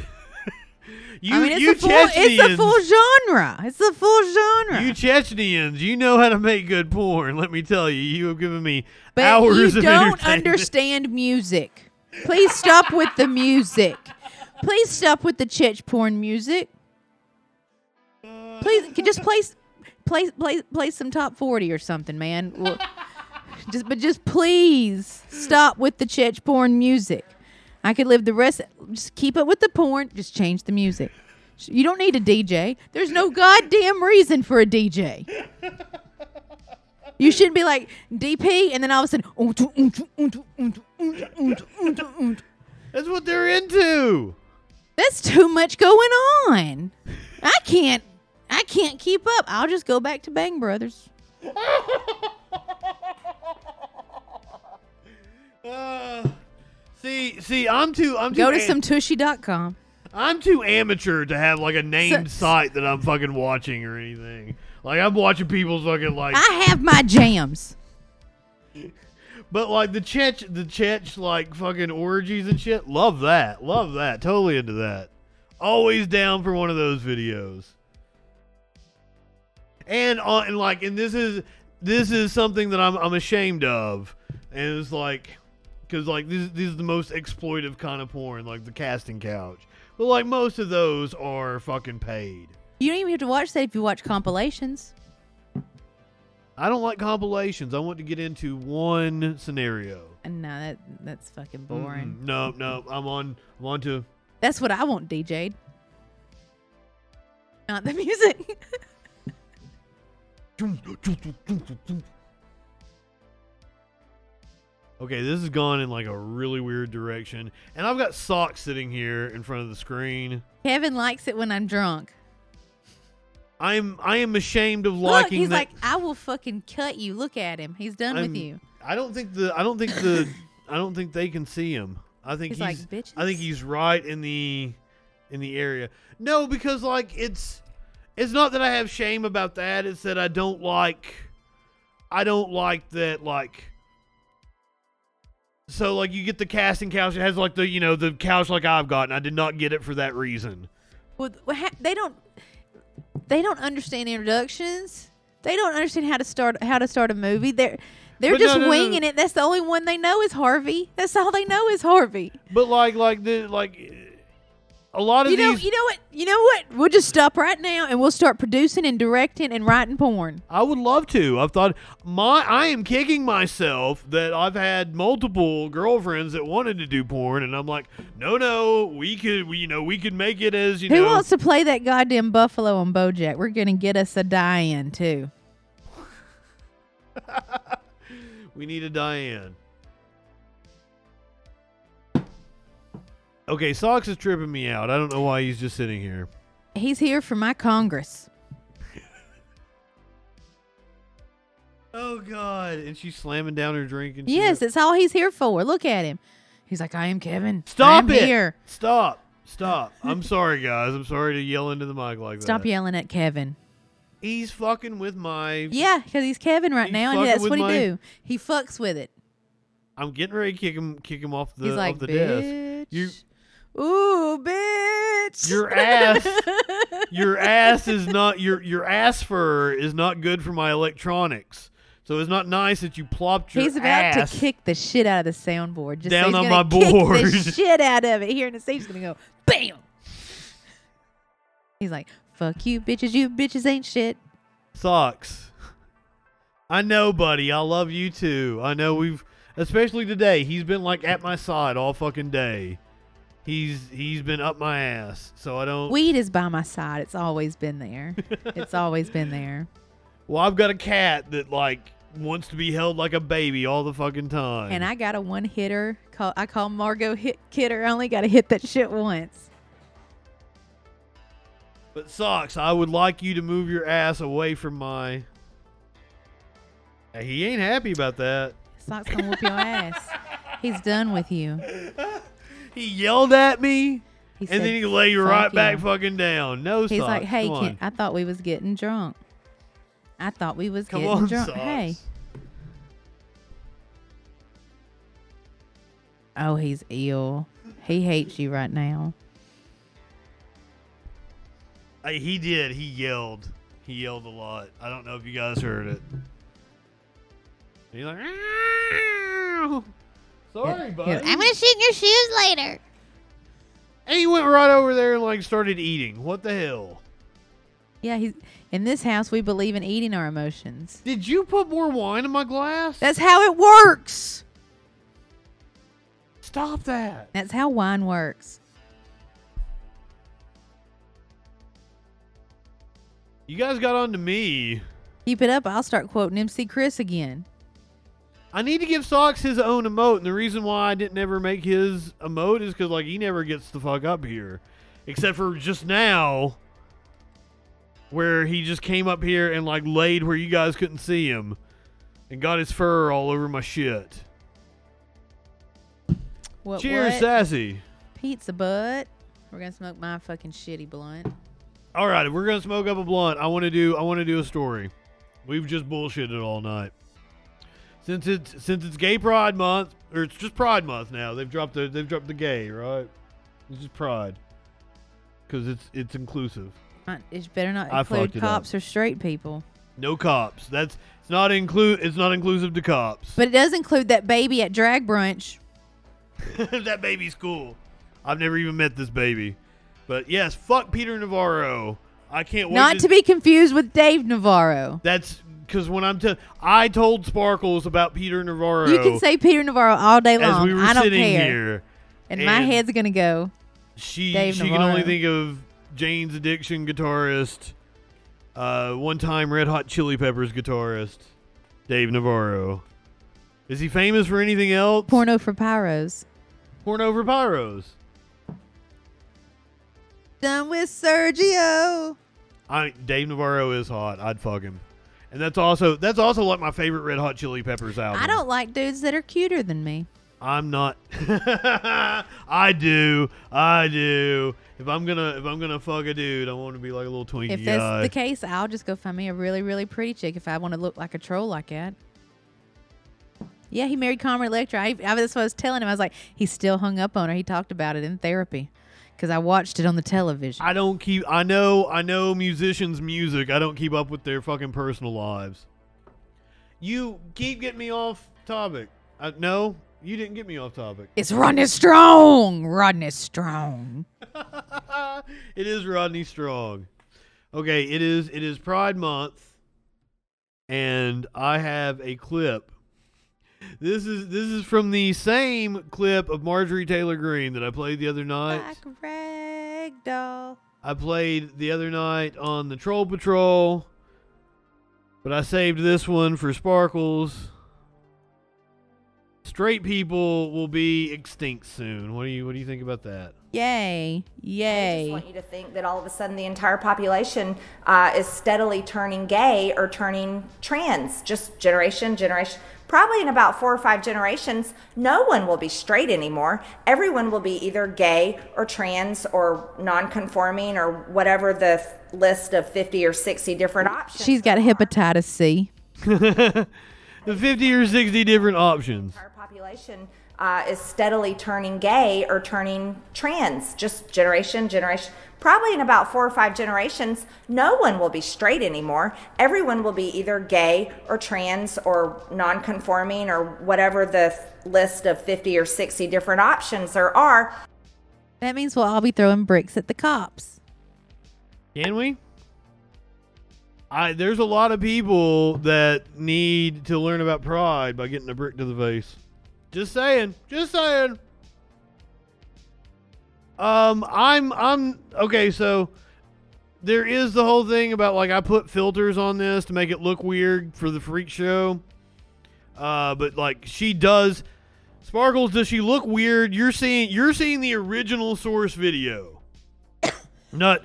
Speaker 2: you
Speaker 3: I mean, it's,
Speaker 2: you
Speaker 3: a full, it's
Speaker 2: Chechnyans,
Speaker 3: a full genre. It's a full genre.
Speaker 2: you Chechnyans, you know how to make good porn. Let me tell you, you have given me
Speaker 3: but
Speaker 2: hours
Speaker 3: you
Speaker 2: of
Speaker 3: don't
Speaker 2: entertainment.
Speaker 3: understand music. Please stop with the music. Please stop with the chitch porn music. Please c- just play, s- play, play, play some top forty or something, man. Well, just but just please stop with the chitch porn music. I could live the rest. Just keep up with the porn. Just change the music. You don't need a DJ. There's no goddamn reason for a DJ. You shouldn't be like DP, and then all of a sudden, "Oontu, oontu, oontu, oontu, oontu, oontu, oontu, oontu."
Speaker 2: That's what they're into.
Speaker 3: that's too much going on. I can't, I can't keep up. I'll just go back to Bang Brothers.
Speaker 2: Uh, see, see, I'm too. I'm too.
Speaker 3: Go to
Speaker 2: am-
Speaker 3: some tushy.com.
Speaker 2: I'm too amateur to have like a named
Speaker 3: So-
Speaker 2: site that I'm fucking watching or anything. Like I'm watching people's fucking like,
Speaker 3: I have my jams.
Speaker 2: but like the Chech, the Chech like fucking orgies and shit. Love that. Love that. Totally into that. Always down for one of those videos. And on and like and this is this is something that I'm I'm ashamed of. And it's like because like these these are the most exploitive kind of porn, like the casting couch. But like most of those are fucking paid.
Speaker 3: You don't even have to watch that if you watch compilations.
Speaker 2: I don't like compilations. I want to get into one scenario.
Speaker 3: And no, that that's fucking boring.
Speaker 2: Mm-mm. No, no, I'm on. I'm on to.
Speaker 3: That's what I want, DJ'd. Not the music.
Speaker 2: Okay, this has gone in like a really weird direction, and I've got socks sitting here in front of the screen.
Speaker 3: Kevin likes it when I'm drunk.
Speaker 2: I'm I am ashamed of
Speaker 3: Look,
Speaker 2: liking.
Speaker 3: he's
Speaker 2: that-
Speaker 3: like, I will fucking cut you. Look at him. He's done
Speaker 2: I'm-
Speaker 3: with you.
Speaker 2: I don't think the I don't think the I don't think they can see him. I think
Speaker 3: He's
Speaker 2: he's,
Speaker 3: like,
Speaker 2: I think
Speaker 3: "Bitches."
Speaker 2: he's right in the in the area. No, because like it's it's not that I have shame about that. It's that I don't like I don't like that like so like you get the casting couch it has like the you know the couch like I've got and I did not get it for that reason.
Speaker 3: Well, th- ha- they don't. They don't understand introductions. They don't understand how to start how to start a movie. They're they're
Speaker 2: But no,
Speaker 3: just
Speaker 2: no, no.
Speaker 3: winging it. That's the only one they know is Harvey. That's all they know is Harvey.
Speaker 2: But like like the like a lot of
Speaker 3: You know,
Speaker 2: these
Speaker 3: you know what? You know what? We'll just stop right now and we'll start producing and directing and writing porn.
Speaker 2: I would love to. I've thought my I am kicking myself that I've had multiple girlfriends that wanted to do porn, and I'm like, no, no, we could, we, you know, we could make it as you
Speaker 3: Who
Speaker 2: know.
Speaker 3: wants to play that goddamn buffalo on BoJack? We're gonna get us a die-in too.
Speaker 2: We need a Diane. Okay, Socks is tripping me out. I don't know why he's just sitting here.
Speaker 3: He's here for my Congress.
Speaker 2: Oh God! And she's slamming down her drink and
Speaker 3: Yes,
Speaker 2: shit.
Speaker 3: that's all he's here for. Look at him. He's like, I am Kevin. I
Speaker 2: Stop
Speaker 3: am
Speaker 2: it!
Speaker 3: Here.
Speaker 2: Stop! Stop! I'm sorry, guys. I'm sorry to yell into the mic like
Speaker 3: Stop
Speaker 2: that.
Speaker 3: yelling at Kevin.
Speaker 2: He's fucking with my
Speaker 3: Yeah, because he's Kevin right
Speaker 2: He's
Speaker 3: now, and
Speaker 2: fucking
Speaker 3: that's
Speaker 2: with
Speaker 3: what he
Speaker 2: my-
Speaker 3: do. He fucks with it.
Speaker 2: I'm getting ready to kick him kick him off the
Speaker 3: he's like,
Speaker 2: off the desk.
Speaker 3: bitch.
Speaker 2: You-
Speaker 3: Ooh, bitch.
Speaker 2: Your ass your ass is not your your ass fur is not good for my electronics. So it's not nice that you plopped your
Speaker 3: he's about
Speaker 2: ass.
Speaker 3: to kick the shit out of the soundboard. Just so
Speaker 2: down
Speaker 3: he's
Speaker 2: on my
Speaker 3: gonna kick
Speaker 2: board.
Speaker 3: the shit out of it. Here in the stage, he's gonna go bam. He's like, fuck you, bitches. You bitches ain't shit.
Speaker 2: socks. I know, buddy. I love you too. I know we've especially today. He's been like at my side all fucking day. He's he's been up my ass. So I don't
Speaker 3: Weed is by my side. It's always been there. it's always been there.
Speaker 2: Well, I've got a cat that like wants to be held like a baby all the fucking time.
Speaker 3: And I got a one hitter. Call, I call Margot hit Kidder. I only got to hit that shit once.
Speaker 2: But socks, I would like you to move your ass away from my. Uh, He ain't happy about that.
Speaker 3: Sock's gonna whoop your ass. He's done with you.
Speaker 2: He yelled at me,
Speaker 3: He
Speaker 2: and
Speaker 3: said,
Speaker 2: then he lay you
Speaker 3: "Fuck
Speaker 2: right
Speaker 3: you."
Speaker 2: back fucking down. No,
Speaker 3: He's
Speaker 2: socks.
Speaker 3: like, "Hey,
Speaker 2: come
Speaker 3: Ken,
Speaker 2: on,
Speaker 3: I thought we was getting drunk. I thought we was
Speaker 2: come
Speaker 3: getting
Speaker 2: on,
Speaker 3: drunk.
Speaker 2: socks."
Speaker 3: Hey, oh, he's ill. He hates you right now.
Speaker 2: Uh, he did. He yelled. He yelled a lot. I don't know if you guys heard it. He's like, "Ow." sorry,
Speaker 3: He-
Speaker 2: buddy.
Speaker 3: he-
Speaker 4: I'm gonna shoot in your shoes later.
Speaker 2: and he went right over there and like started eating. What the hell?
Speaker 3: yeah, he's in this house. We believe in eating our emotions.
Speaker 2: Did you put more wine in my glass?
Speaker 3: That's how it works.
Speaker 2: Stop that.
Speaker 3: That's how wine works.
Speaker 2: You guys got on to me.
Speaker 3: Keep it up. I'll start quoting MC Chris again.
Speaker 2: I need to give Socks his own emote, and the reason why I didn't ever make his emote is because like he never gets the fuck up here, except for just now, where he just came up here and like laid where you guys couldn't see him, and got his fur all over my shit.
Speaker 3: What?
Speaker 2: Cheers,
Speaker 3: what?
Speaker 2: sassy.
Speaker 3: Pizza butt. We're gonna smoke my fucking shitty blunt.
Speaker 2: All right, if we're gonna smoke up a blunt, I want to do. I want to do a story. We've just bullshitted all night. Since it's since it's Gay Pride Month, or it's just Pride Month now. They've dropped the they've dropped the gay right. It's just Pride because it's it's inclusive.
Speaker 3: Not, it better not
Speaker 2: I
Speaker 3: include
Speaker 2: fucked it
Speaker 3: cops or straight people.
Speaker 2: No cops. That's it's not include. It's not inclusive to cops.
Speaker 3: But it does include that baby at drag brunch.
Speaker 2: that baby's cool. I've never even met this baby, but yes, fuck Peter Navarro. I can't wait.
Speaker 3: Not to be confused with Dave Navarro.
Speaker 2: That's because when I'm t- I told Sparkles about Peter Navarro.
Speaker 3: You can say Peter Navarro all day long.
Speaker 2: as we were
Speaker 3: I don't
Speaker 2: sitting
Speaker 3: care.
Speaker 2: here,
Speaker 3: and, my
Speaker 2: and-
Speaker 3: head's gonna go.
Speaker 2: she
Speaker 3: Dave
Speaker 2: she can only
Speaker 3: Navarro.
Speaker 2: think of Jane's Addiction guitarist, uh, one time Red Hot Chili Peppers guitarist, Dave Navarro. Is he famous for anything else?
Speaker 3: Porno for pyros.
Speaker 2: Porn over pyros.
Speaker 3: Done with Sergio.
Speaker 2: I Dave Navarro is hot. I'd fuck him. And that's also that's also like my favorite Red Hot Chili Peppers album.
Speaker 3: I don't like dudes that are cuter than me.
Speaker 2: I'm not. I do. I do. If I'm gonna if I'm gonna fuck a dude, I want to be like a little twinkie Uh,
Speaker 3: If
Speaker 2: guy.
Speaker 3: that's the case, I'll just go find me a really, really pretty chick if I want to look like a troll like that. Yeah, he married Conrad Electra. I, I, that's what I was telling him. I was like, he's still hung up on her. He talked about it in therapy because I watched it on the television.
Speaker 2: I don't keep. I know. I know musicians' music. I don't keep up with their fucking personal lives. You keep getting me off topic. I, no, you didn't get me off topic.
Speaker 3: it's Rodney Strong. Rodney Strong.
Speaker 2: it is Rodney Strong. Okay, it is it is Pride Month, and I have a clip. This is this is from the same clip of Marjorie Taylor Greene that I played the other night.
Speaker 3: Like a rag doll.
Speaker 2: I played the other night on the Troll Patrol, but I saved this one for Sparkles. Straight people will be extinct soon. What do you what do you think about that?
Speaker 3: Yay.
Speaker 4: I just
Speaker 3: Yay.
Speaker 4: want you to think that all of a sudden the entire population uh, is steadily turning gay or turning trans. Just generation, generation. Probably in about four or five generations, no one will be straight anymore. Everyone will be either gay or trans or non-conforming or whatever the f- list of 50 or 60 different options.
Speaker 3: She's got hepatitis C.
Speaker 2: The 50 or 60 different options.
Speaker 4: our population uh, is steadily turning gay or turning trans. Just generation, generation. Probably in about four or five generations, no one will be straight anymore. Everyone will be either gay or trans or non-conforming or whatever the f- list of 50 or 60 different options there are.
Speaker 3: That means we'll all be throwing bricks at the cops.
Speaker 2: Can we? I there's a lot of people that need to learn about pride by getting a brick to the face. Just saying. Just saying. Um, I'm I'm okay, so there is the whole thing about like I put filters on this to make it look weird for the freak show. Uh, but like she does Sparkles, does she look weird? You're seeing you're seeing the original source video. Not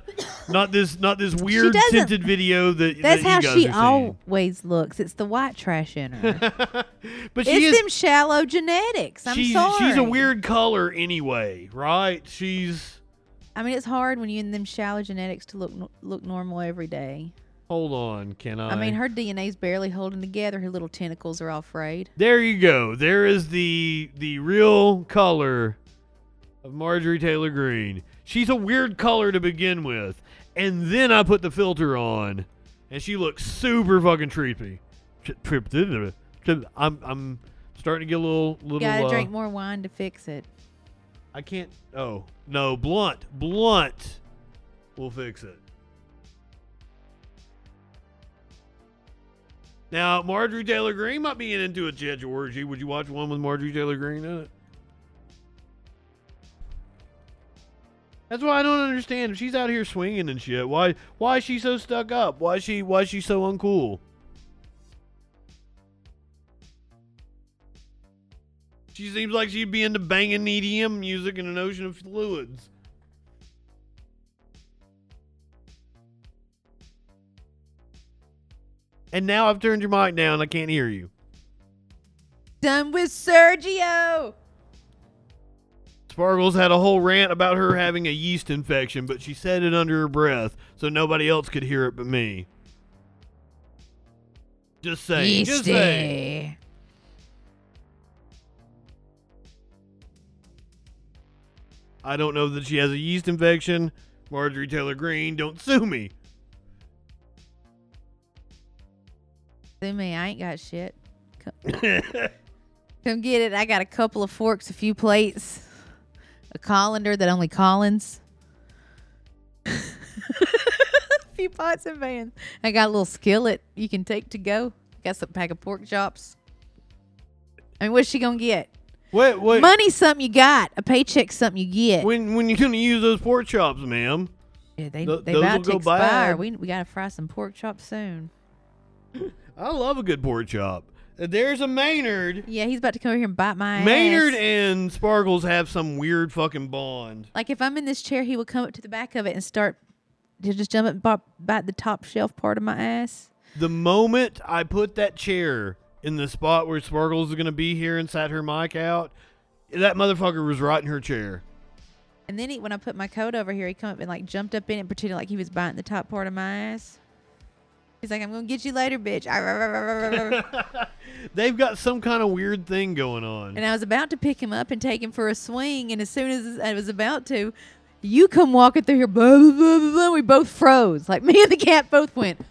Speaker 2: not this not this weird
Speaker 3: doesn't-
Speaker 2: tinted video that
Speaker 3: That's
Speaker 2: that
Speaker 3: how
Speaker 2: you guys
Speaker 3: she
Speaker 2: are seeing.
Speaker 3: always looks. It's the white trash in her.
Speaker 2: But she
Speaker 3: it's
Speaker 2: is
Speaker 3: them shallow genetics. I'm
Speaker 2: she's,
Speaker 3: sorry.
Speaker 2: she's a weird color anyway, right? She's
Speaker 3: I mean, it's hard when you're in them shallow genetics to look n- look normal every day.
Speaker 2: Hold on, can I?
Speaker 3: I mean, her DNA's barely holding together. Her little tentacles are all frayed.
Speaker 2: There you go. There is the the real color of Marjorie Taylor Greene. She's a weird color to begin with, and then I put the filter on, and she looks super fucking trippy. I'm I'm starting to get a little little.
Speaker 3: Gotta
Speaker 2: uh,
Speaker 3: drink more wine to fix it.
Speaker 2: I can't. Oh no, blunt, blunt. We'll fix it. Now, Marjorie Taylor Greene might be into a judge orgy. Would you watch one with Marjorie Taylor Greene in it? That's why I don't understand. If she's out here swinging and shit, why why is she so stuck up? Why is she why is she so uncool? She seems like she'd be into banging EDM music in an ocean of fluids. And now I've turned your mic down. I can't hear you.
Speaker 3: Done with Sergio.
Speaker 2: Sparkles had a whole rant about her having a yeast infection, but she said it under her breath, so nobody else could hear it but me. Just saying. Just saying.
Speaker 3: Yeasty.
Speaker 2: I don't know that she has a yeast infection. Marjorie Taylor Greene, don't sue me.
Speaker 3: Do me, I ain't got shit. Come, come get it. I got a couple of forks, a few plates, a colander that only Collins. a few pots and pans. I got a little skillet you can take to go. Got some pack of pork chops. I mean, what's she gonna get?
Speaker 2: Wait, wait.
Speaker 3: Money's something you got. A paycheck's something you get.
Speaker 2: When when you gonna use those pork chops, ma'am?
Speaker 3: Yeah, they
Speaker 2: Th-
Speaker 3: they
Speaker 2: those will
Speaker 3: about to
Speaker 2: go
Speaker 3: expire.
Speaker 2: bad.
Speaker 3: We we gotta fry some pork chops soon.
Speaker 2: I love a good pork chop. There's a Maynard.
Speaker 3: Yeah, he's about to come over here and bite my
Speaker 2: Maynard
Speaker 3: ass.
Speaker 2: and Sparkles have some weird fucking bond.
Speaker 3: Like if I'm in this chair, he will come up to the back of it and start. He'll just jump up and bop, bite the top shelf part of my ass.
Speaker 2: The moment I put that chair in the spot where Sparkles is gonna be here and sat her mic out, that motherfucker was right in her chair.
Speaker 3: And then he, when I put my coat over here, he come up and like jumped up in it, pretending like he was biting the top part of my ass. He's like, "I'm gonna get you later, bitch." Arr, arr, arr, arr, arr, arr.
Speaker 2: They've got some kind of weird thing going on.
Speaker 3: and I was about to pick him up and take him for a swing, and as soon as I was about to, you come walking through here. Blah, blah, blah, blah, blah. We both froze. Like me and the cat both went.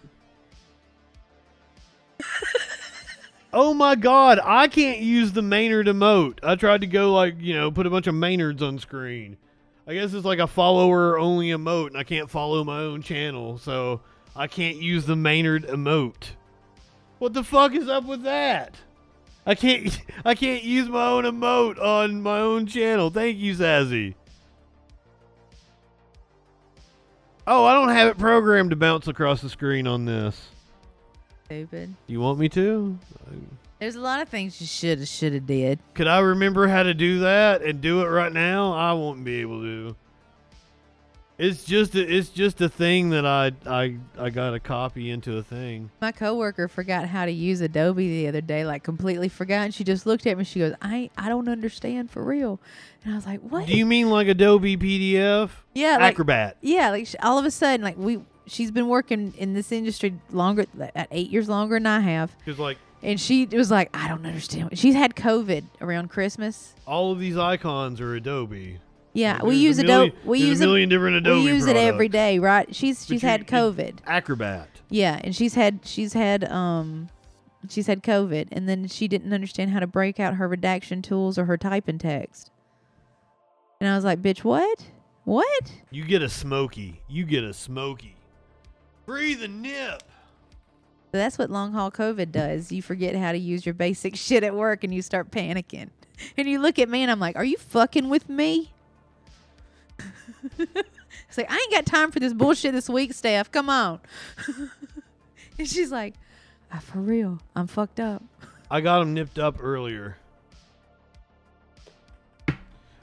Speaker 2: Oh my god, I can't use the Maynard emote. I tried to go like, you know, put a bunch of Maynards on screen. I guess it's like a follower only emote and I can't follow my own channel, so I can't use the Maynard emote. What the fuck is up with that? I can't I can't use my own emote on my own channel. Thank you, Zazzy. Oh, I don't have it programmed to bounce across the screen on this.
Speaker 3: Stupid.
Speaker 2: You want me to?
Speaker 3: There's a lot of things you should have should have did.
Speaker 2: Could I remember how to do that and do it right now? I won't be able to. It's just a, it's just a thing that I I I got to copy into a thing.
Speaker 3: My coworker forgot how to use Adobe the other day, like completely forgot. And she just looked at me. She goes, "I I don't understand for real." And I was like, "What?"
Speaker 2: Do you mean like Adobe PDF?
Speaker 3: yeah, like,
Speaker 2: Acrobat.
Speaker 3: yeah, like she, all of a sudden, like we, she's been working in this industry longer, like, at eight years longer than I have,
Speaker 2: Cuz like
Speaker 3: and she was like, "I don't understand." what-" She's had COVID around Christmas.
Speaker 2: all of these icons are Adobe.
Speaker 3: Yeah,
Speaker 2: There's
Speaker 3: we
Speaker 2: a
Speaker 3: use Adobe.
Speaker 2: million-
Speaker 3: We
Speaker 2: there's a
Speaker 3: use
Speaker 2: million different Adobe
Speaker 3: We use it every
Speaker 2: products.
Speaker 3: day, right? She's she's
Speaker 2: you-
Speaker 3: had
Speaker 2: you-
Speaker 3: COVID.
Speaker 2: Acrobat.
Speaker 3: Yeah, and she's had she's had um she's had COVID, and then she didn't understand how to break out her redaction tools or her typing text. And I was like, "Bitch, what? What?"
Speaker 2: You get a smoky. You get a smoky. Breathe a nip.
Speaker 3: So that's what long haul COVID does. You forget how to use your basic shit at work, and you start panicking. And you look at me, and I'm like, "Are you fucking with me?" it's like I ain't got time for this bullshit this week, Steph. Come on. and she's like, "Ah, "For real, I'm fucked up."
Speaker 2: I got him nipped up earlier.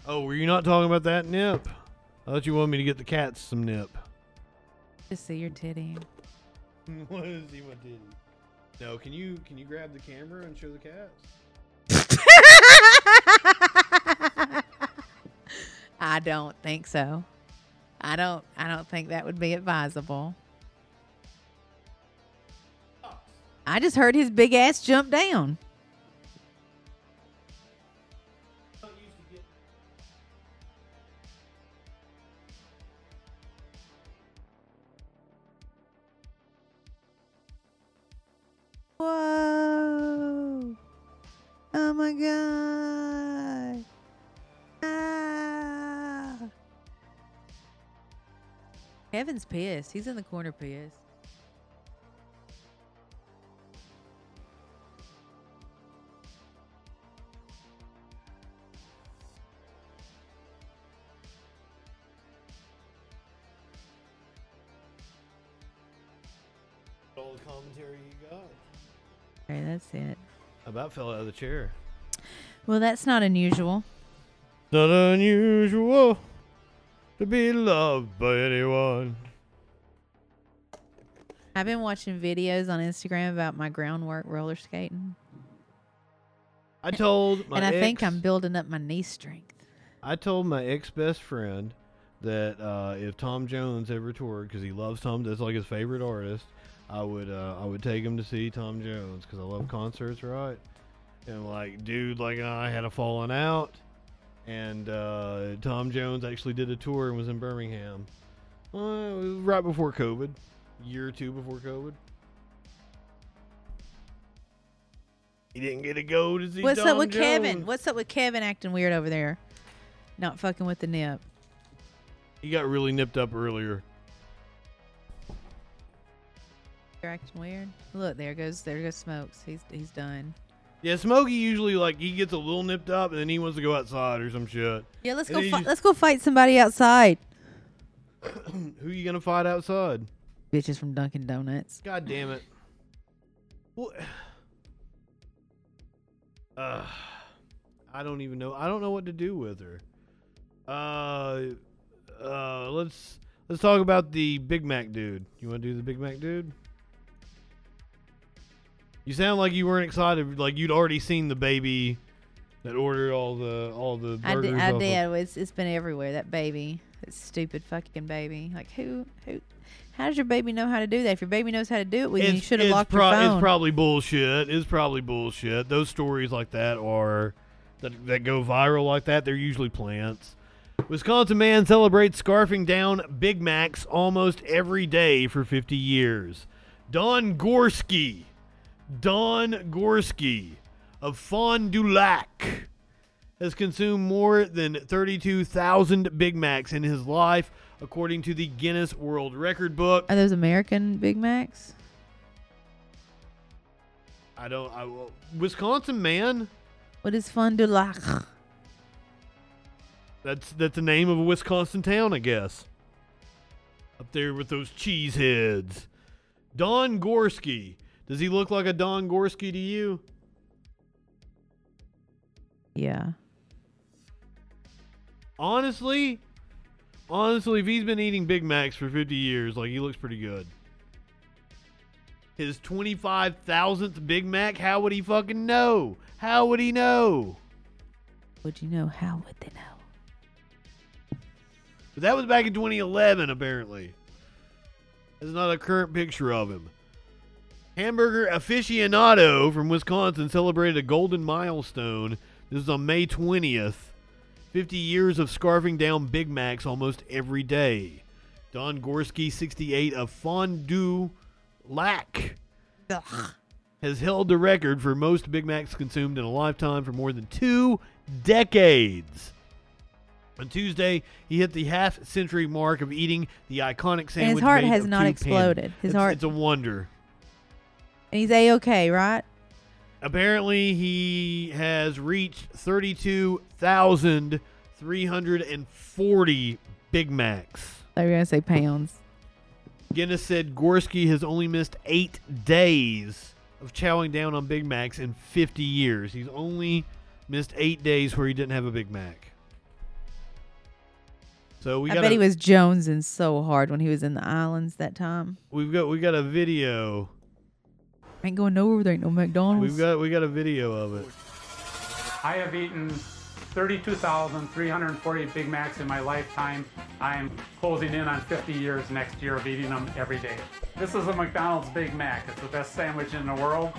Speaker 2: Oh, were you not talking about that nip? I thought you wanted me to get the cats some nip.
Speaker 3: Just see your titty.
Speaker 2: what is he? What did? No, can you can you grab the camera and show the cats?
Speaker 3: I don't think so. I don't I don't think that would be advisable. I just heard his big ass jump down. Whoa. Oh my god. Ah. Kevin's pissed. He's in the corner pissed.
Speaker 2: All the commentary you got.
Speaker 3: Okay, that's it.
Speaker 2: About fell out of the chair.
Speaker 3: Well, that's not unusual.
Speaker 2: Not unusual to be loved by anyone.
Speaker 3: I've been watching videos on Instagram about my groundwork roller skating,
Speaker 2: I told my
Speaker 3: and I
Speaker 2: ex,
Speaker 3: think I'm building up my knee strength.
Speaker 2: I told my ex best friend that uh, if Tom Jones ever toured, because he loves Tom, that's like his favorite artist, I would uh, I would take him to see Tom Jones because I love concerts, right? And like, dude, like I had a falling out, and uh, Tom Jones actually did a tour and was in Birmingham. Uh, it was right before COVID, year or two before COVID. He didn't get to go to see
Speaker 3: What's
Speaker 2: Tom
Speaker 3: up with Kevin?
Speaker 2: Jones.
Speaker 3: What's up with Kevin acting weird over there? Not fucking with the nip.
Speaker 2: He got really nipped up earlier.
Speaker 3: You're acting weird. Look, there goes there goes smokes. He's he's done.
Speaker 2: Yeah, Smokey usually like he gets a little nipped up and then he wants to go outside or some shit.
Speaker 3: Yeah, let's
Speaker 2: And
Speaker 3: go.
Speaker 2: then you
Speaker 3: Fi-
Speaker 2: just-
Speaker 3: let's go fight somebody outside.
Speaker 2: Who you gonna fight outside?
Speaker 3: Bitches from Dunkin' Donuts.
Speaker 2: God damn it! What? Uh, I don't even know. I don't know what to do with her. Uh, uh, let's let's talk about the Big Mac dude. You want to do the Big Mac dude? You sound like you weren't excited. Like you'd already seen the baby that ordered all the all the
Speaker 3: I
Speaker 2: burgers.
Speaker 3: did. I
Speaker 2: off of-
Speaker 3: did. It's, it's been everywhere. That baby. That stupid fucking baby. Like who who? How does your baby know how to do that? If your baby knows how to do it, well, you
Speaker 2: It's-
Speaker 3: should have
Speaker 2: it's
Speaker 3: locked
Speaker 2: pro-
Speaker 3: your phone.
Speaker 2: It's probably bullshit. It's probably bullshit. Those stories like that are that, that go viral like that. They're usually plants. Wisconsin man celebrates scarfing down Big Macs almost every day for 50 years. Don Gorski, Don Gorski of Fond du Lac has consumed more than 32,000 Big Macs in his life, according to the Guinness World Record book.
Speaker 3: Are those American Big Macs?
Speaker 2: I don't. I well, Wisconsin man.
Speaker 3: What is fun du lac?
Speaker 2: That's that's the name of a Wisconsin town, I guess. Up there with those cheese heads. Don Gorski. Does he look like a Don Gorski to you?
Speaker 3: Yeah.
Speaker 2: Honestly, honestly, if he's been eating Big Macs for 50 years, like he looks pretty good. His 25,000th Big Mac, how would he fucking know? How would he know?
Speaker 3: Would you know? How would they know?
Speaker 2: But that was back in 2011, apparently. There's not a current picture of him. Hamburger aficionado from Wisconsin celebrated a golden milestone. This is on May 20th. 50 years of scarfing down Big Macs almost every day. Don Gorski, 68, of Fondue Lac, has held the record for most Big Macs consumed in a lifetime for more than two decades. On Tuesday, he hit the half century mark of eating the iconic sandwich.
Speaker 3: his heart
Speaker 2: made
Speaker 3: has
Speaker 2: of
Speaker 3: not
Speaker 2: two pan-
Speaker 3: exploded. His
Speaker 2: It's-
Speaker 3: heart-
Speaker 2: It's a wonder.
Speaker 3: And he's a okay, right?
Speaker 2: Apparently, he has reached 32,340 Big Macs.
Speaker 3: I was gonna say pounds.
Speaker 2: Guinness said Gorski has only missed eight days of chowing down on Big Macs in 50 years. He's only missed eight days where he didn't have a Big Mac. So we
Speaker 3: I
Speaker 2: got
Speaker 3: bet
Speaker 2: a,
Speaker 3: he was jonesing so hard when he was in the islands that time.
Speaker 2: we've got we got a video.
Speaker 3: Ain't going nowhere. There ain't no McDonald's.
Speaker 2: We've got we got a video of it.
Speaker 5: I have eaten 32,340 Big Macs in my lifetime. I'm closing in on 50 years next year of eating them every day. This is a McDonald's Big Mac. It's the best sandwich in the world.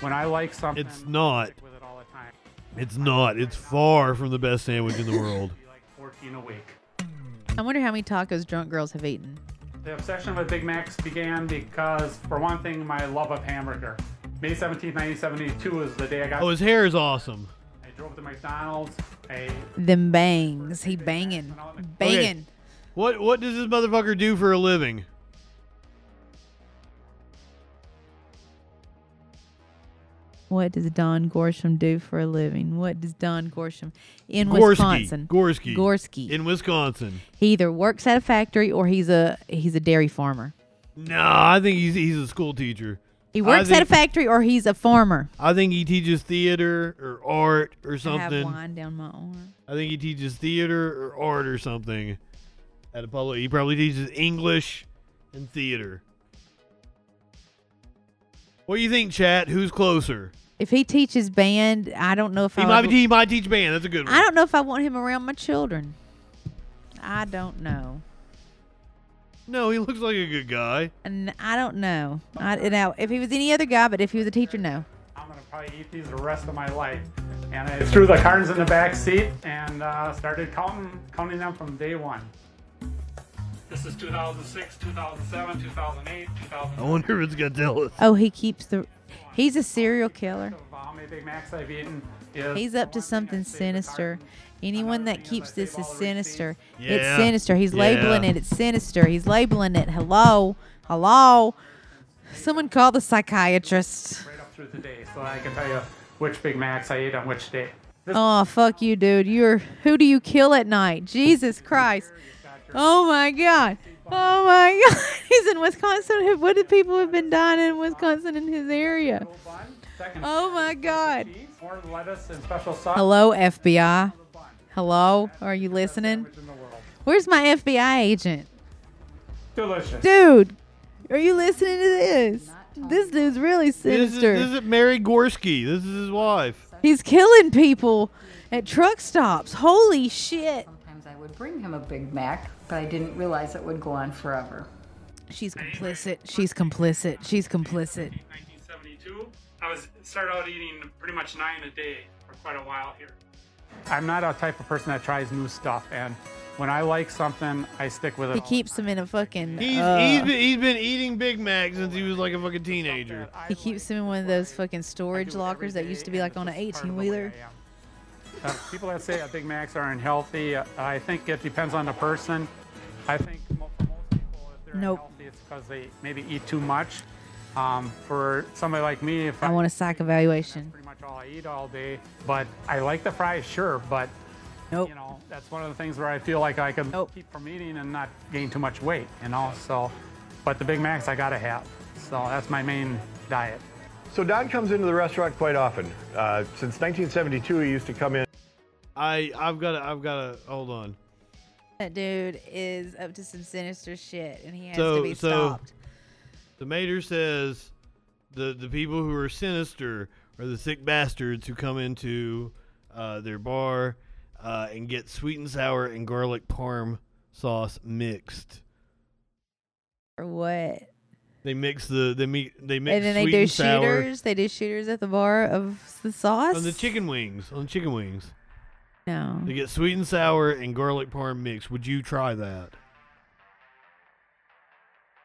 Speaker 5: When I like something,
Speaker 2: It's not.
Speaker 5: I stick with it all the time.
Speaker 2: It's not. It's far from the best sandwich in the world.
Speaker 5: It'd be like 14 a week.
Speaker 3: I wonder how many tacos drunk girls have eaten.
Speaker 5: The obsession with Big Macs began because, for one thing, my love of hamburger. May 17, 1972 is the day I got.
Speaker 2: Oh, his hair is awesome.
Speaker 5: I drove to McDonald's. I
Speaker 3: Them bangs. He banging. Banging.
Speaker 2: What what does this motherfucker do for a living?
Speaker 3: What does Don Gorsham do for a living? What does Don Gorsham in
Speaker 2: Gorski.
Speaker 3: Wisconsin?
Speaker 2: Gorski.
Speaker 3: Gorski.
Speaker 2: In Wisconsin.
Speaker 3: he either works at a factory or he's a he's a dairy farmer.
Speaker 2: No, I think he's he's a school teacher.
Speaker 3: He
Speaker 2: I
Speaker 3: works at a
Speaker 2: think-
Speaker 3: factory or he's a farmer.
Speaker 2: I think he teaches theater or art or
Speaker 3: I have
Speaker 2: something. I,
Speaker 3: wine down my arm.
Speaker 2: think he teaches theater or art or something at a public. He probably teaches English and theater. What do you think, chat? Who's closer,
Speaker 3: If he teaches band, I don't know if
Speaker 2: He
Speaker 3: I
Speaker 2: might,
Speaker 3: would-
Speaker 2: be- he might teach band. That's a good one.
Speaker 3: I don't know if I want him around my children. I don't know.
Speaker 2: no, he looks like a good guy.
Speaker 3: And I don't know. I, now, if he was any other guy, but if he was a teacher, no.
Speaker 5: I'm gonna probably eat these the rest of my life. And I threw the cards in the back seat and uh, started counting, counting them from day one. This is 2006, 2007, 2008, 2009.
Speaker 2: I wonder if it's gonna tell us.
Speaker 3: Oh, he keeps the. He's a serial killer.
Speaker 5: Of How many Big Macs I've eaten is
Speaker 3: He's up to
Speaker 5: one thing I
Speaker 3: something
Speaker 5: saved the
Speaker 3: sinister.
Speaker 5: carton.
Speaker 3: Anyone
Speaker 5: Another
Speaker 3: that
Speaker 5: thing
Speaker 3: keeps
Speaker 5: I
Speaker 3: this
Speaker 5: save
Speaker 3: is
Speaker 5: all the
Speaker 3: sinister.
Speaker 5: receipts.
Speaker 3: It's
Speaker 2: Yeah.
Speaker 3: sinister. He's
Speaker 2: Yeah.
Speaker 3: labeling it. It's sinister. He's labeling it. Hello. Hello. Someone call the psychiatrist.
Speaker 5: Right up through the day, so I can tell you which Big Macs I ate on which day. This
Speaker 3: Oh, fuck you, dude. You're who do you kill at night? Jesus Christ. Oh my god. Oh my god. He's in Wisconsin. Who- What did people have been dying in Wisconsin in his area?
Speaker 5: little bun, second
Speaker 3: Oh my god.
Speaker 5: cheese, more lettuce and special sauce.
Speaker 3: Hello FBI. Hello? Are you listening?
Speaker 5: sandwich in the world.
Speaker 3: Where's my FBI agent?
Speaker 5: Delicious.
Speaker 3: Dude, are you listening to this? This dude's really
Speaker 2: This is, this
Speaker 3: sinister.
Speaker 2: is Mary Gorski. This is his wife.
Speaker 3: He's killing people at truck stops. Holy shit.
Speaker 6: Sometimes I would bring him a Big Mac, but I didn't realize it would go on forever.
Speaker 3: She's complicit. She's complicit. She's complicit.
Speaker 5: 1972. I was started out eating pretty much nine a day for quite a while here. I'm not a type of person that tries new stuff, and when I like something, I stick with it.
Speaker 3: He
Speaker 5: all
Speaker 3: keeps them in a fucking.
Speaker 2: He's
Speaker 3: uh,
Speaker 2: he's been he's been eating Big Mac since he was like a fucking teenager.
Speaker 5: I
Speaker 3: he
Speaker 5: like
Speaker 3: keeps them in one of those fucking storage
Speaker 5: do it every
Speaker 3: lockers that
Speaker 5: day,
Speaker 3: used to be
Speaker 5: and
Speaker 3: like on an
Speaker 5: it's just part
Speaker 3: 18
Speaker 5: of the way
Speaker 3: wheeler.
Speaker 5: I am. Uh, people that say that Big Macs are unhealthy, uh, I think it depends on the person. I think mo- for most people, if they're
Speaker 3: Nope.
Speaker 5: unhealthy, it's because they maybe eat too much. Um, for somebody like me, if
Speaker 3: I want a psych evaluation.
Speaker 5: pretty much all I eat all day. But I like the fries, sure, but
Speaker 3: Nope.
Speaker 5: you know that's one of the things where I feel like I can
Speaker 3: Nope.
Speaker 5: keep from eating and not gain too much weight, you know. So, but the Big Macs I gotta have, so that's my main diet.
Speaker 7: So Don comes into the restaurant quite often. Uh, since 1972, he used to come in.
Speaker 2: I I've got to I've got to hold on.
Speaker 3: That dude is up to some sinister shit, and he has
Speaker 2: So-
Speaker 3: to be
Speaker 2: so-
Speaker 3: stopped.
Speaker 2: The mater says the the people who are sinister are the sick bastards who come into uh, their bar uh, and get sweet and sour and garlic parm sauce mixed.
Speaker 3: Or what?
Speaker 2: They mix the they meet they mix
Speaker 3: And then they
Speaker 2: sweet
Speaker 3: do
Speaker 2: and sour
Speaker 3: shooters. They do shooters at the bar of the sauce.
Speaker 2: on the chicken wings on chicken wings.
Speaker 3: No.
Speaker 2: They get sweet and sour and garlic parm mix. Would you try that?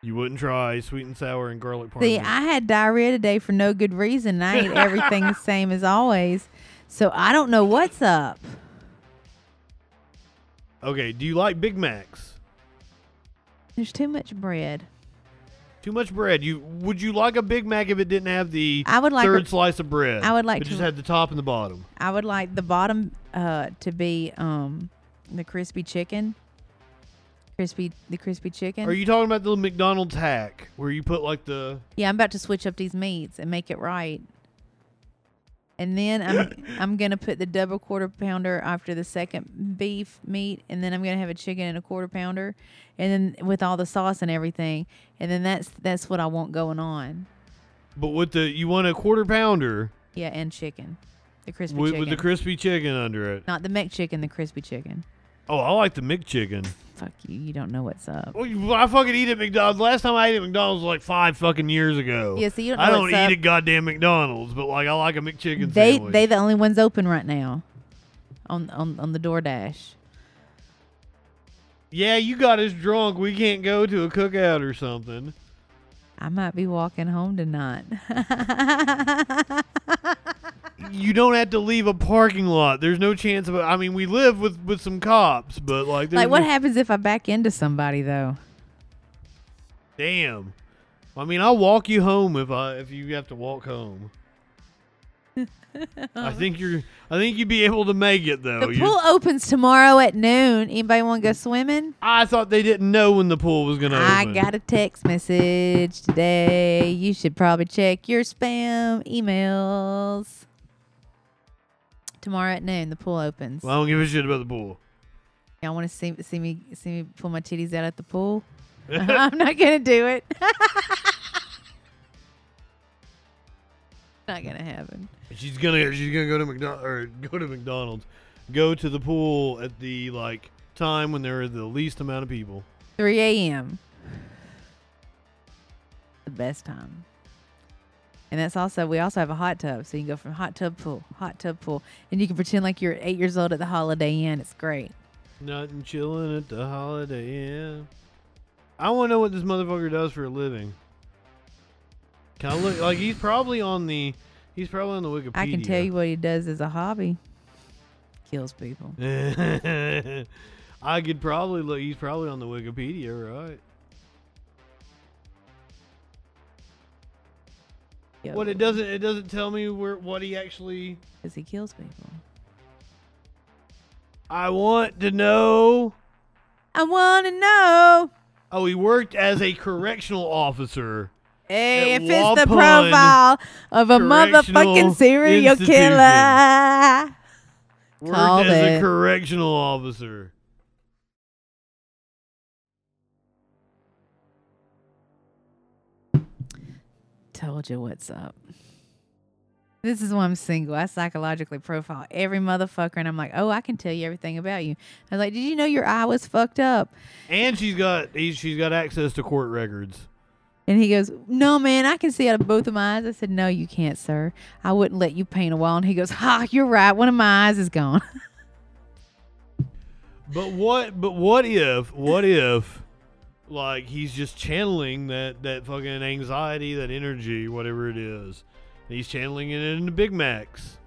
Speaker 2: You wouldn't try sweet and sour and garlic parm.
Speaker 3: See,
Speaker 2: mix.
Speaker 3: I had diarrhea today for no good reason. and I ate everything the same as always, so I don't know what's up.
Speaker 2: okay. Do you like Big Macs?
Speaker 3: There's too much bread.
Speaker 2: Too much bread. You would you like a Big Mac if it didn't have the
Speaker 3: I would like
Speaker 2: third
Speaker 3: a-
Speaker 2: slice of bread?
Speaker 3: I would like
Speaker 2: it
Speaker 3: to-
Speaker 2: just had the top and the bottom.
Speaker 3: I would like the bottom uh, to be um, the crispy chicken, crispy the crispy chicken.
Speaker 2: Are you talking about the McDonald's hack where you put like the
Speaker 3: yeah, I'm about to switch up these meats and make it right. And then I'm I'm gonna put the double quarter pounder after the second beef meat, and then I'm gonna have a chicken and a quarter pounder, and then with all the sauce and everything, and then that's that's what I want going on.
Speaker 2: but with the you want a quarter pounder
Speaker 3: Yeah, and chicken, the crispy
Speaker 2: with,
Speaker 3: chicken,
Speaker 2: with the crispy chicken under it?
Speaker 3: not the Mexican, chicken, the crispy chicken.
Speaker 2: Oh, I like the McChicken.
Speaker 3: Fuck you, you don't know what's up.
Speaker 2: Well, you- I fucking eat at McDonald's. Last time I ate at McDonald's was like five fucking years ago.
Speaker 3: Yeah, so you don't
Speaker 2: I
Speaker 3: know
Speaker 2: don't
Speaker 3: what's
Speaker 2: eat
Speaker 3: up.
Speaker 2: at goddamn McDonald's, but like I like a McChicken
Speaker 3: they
Speaker 2: sandwich.
Speaker 3: they the only ones open right now on on on the DoorDash.
Speaker 2: yeah, you got us drunk. We can't go to a cookout or something.
Speaker 3: I might be walking home tonight.
Speaker 2: You don't have to leave a parking lot. There's no chance of. I mean, we live with with some cops, but like, there's
Speaker 3: like what
Speaker 2: no-
Speaker 3: happens if I back into somebody though?
Speaker 2: Damn. I mean, I'll walk you home if I if you have to walk home. I think you're. I think you'd be able to make it though.
Speaker 3: the
Speaker 2: Oh, You-
Speaker 3: pool opens tomorrow at noon. Anybody want to go swimming?
Speaker 2: I thought they didn't know when the pool was gonna.
Speaker 3: I
Speaker 2: open.
Speaker 3: got a text message today. You should probably check your spam emails. Tomorrow at noon, the pool opens.
Speaker 2: Well, I don't give a shit about the pool.
Speaker 3: Y'all want to see see me see me pull my titties out at the pool? I'm not gonna do it. not gonna happen.
Speaker 2: She's gonna she's gonna go to McDonald's or go to McDonald's, go to the pool at the like time when there are the least amount of people.
Speaker 3: 3 a.m. The best time. And that's also we also have a hot tub, so you can go from hot tub pool, hot tub pool, and you can pretend like you're eight years old at the Holiday Inn. It's great.
Speaker 2: Nothing chilling at the Holiday Inn. I want to know what this motherfucker does for a living. Can I look? Like he's probably on the he's probably on the Wikipedia.
Speaker 3: I can tell you what he does as a hobby. Kills people.
Speaker 2: I could probably look. He's probably on the Wikipedia, right? What it doesn't it doesn't tell me where what he actually.
Speaker 3: because he kills people.
Speaker 2: I want to know.
Speaker 3: I want to know
Speaker 2: Oh, he worked as a correctional officer.
Speaker 3: hey,
Speaker 2: At
Speaker 3: if it's the
Speaker 2: Waupun
Speaker 3: profile of a
Speaker 2: Correctional
Speaker 3: motherfucking serial
Speaker 2: Institution.
Speaker 3: killer.
Speaker 2: Worked
Speaker 3: Called
Speaker 2: as a
Speaker 3: it.
Speaker 2: correctional officer.
Speaker 3: Told you what's up. This is why I'm single. I psychologically profile every motherfucker, and I'm like, oh, I can tell you everything about you. I was like, did you know your eye was fucked up?
Speaker 2: And she's got he's, she's got access to court records.
Speaker 3: And he goes, No, man, I can see out of both of my eyes. I said, No, you can't, sir. I wouldn't let you paint a wall. And he goes, Ha, you're right. One of my eyes is gone.
Speaker 2: But what? But what if? What if? Like he's just channeling that that fucking anxiety, that energy, whatever it is. He's channeling it into Big Macs.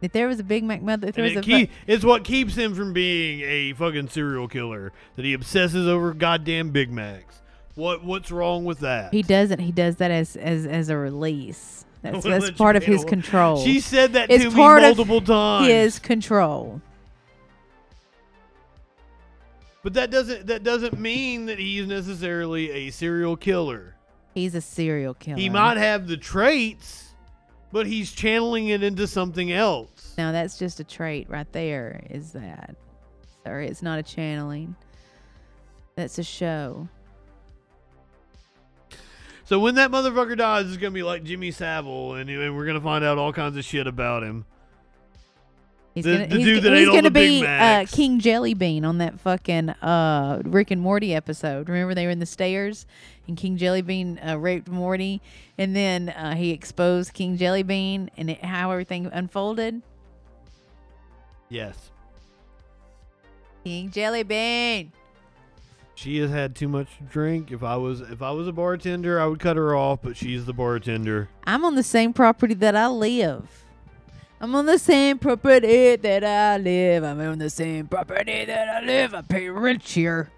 Speaker 3: if there was a Big Mac mother, if there
Speaker 2: And
Speaker 3: was
Speaker 2: it
Speaker 3: a.
Speaker 2: keep, it's what keeps him from being a fucking serial killer that he obsesses over goddamn Big Macs. What what's wrong with that?
Speaker 3: He doesn't. He does that as as as a release. That's
Speaker 2: Well,
Speaker 3: that's part of
Speaker 2: you
Speaker 3: his
Speaker 2: know,
Speaker 3: control.
Speaker 2: She said that
Speaker 3: It's
Speaker 2: to me
Speaker 3: part of
Speaker 2: multiple times.
Speaker 3: His control.
Speaker 2: But that doesn't that doesn't mean that he's necessarily a serial killer.
Speaker 3: He's a serial killer.
Speaker 2: He might have the traits, but he's channeling it into something else.
Speaker 3: Now that's just a trait right there. Is that? Sorry, it's not a channeling. That's a show.
Speaker 2: So when that motherfucker dies, it's gonna be like Jimmy Savile, and, and we're gonna find out all kinds of shit about him.
Speaker 3: He's
Speaker 2: The-
Speaker 3: gonna,
Speaker 2: the
Speaker 3: he's,
Speaker 2: dude that
Speaker 3: he's
Speaker 2: ate all
Speaker 3: gonna
Speaker 2: the Big
Speaker 3: be uh,
Speaker 2: Macs.
Speaker 3: King Jelly Bean on that fucking uh, Rick and Morty episode. Remember they were in the stairs and King Jelly Bean uh, raped Morty, and then uh, he exposed King Jelly Bean and it, how everything unfolded.
Speaker 2: Yes,
Speaker 3: King Jelly Bean.
Speaker 2: she has had too much to drink. If I was if I was a bartender, I would cut her off, but she's the bartender.
Speaker 3: I'm on the same property that I live. I'm on the same property that I live. I'm on the same property that I live. I pay rent here.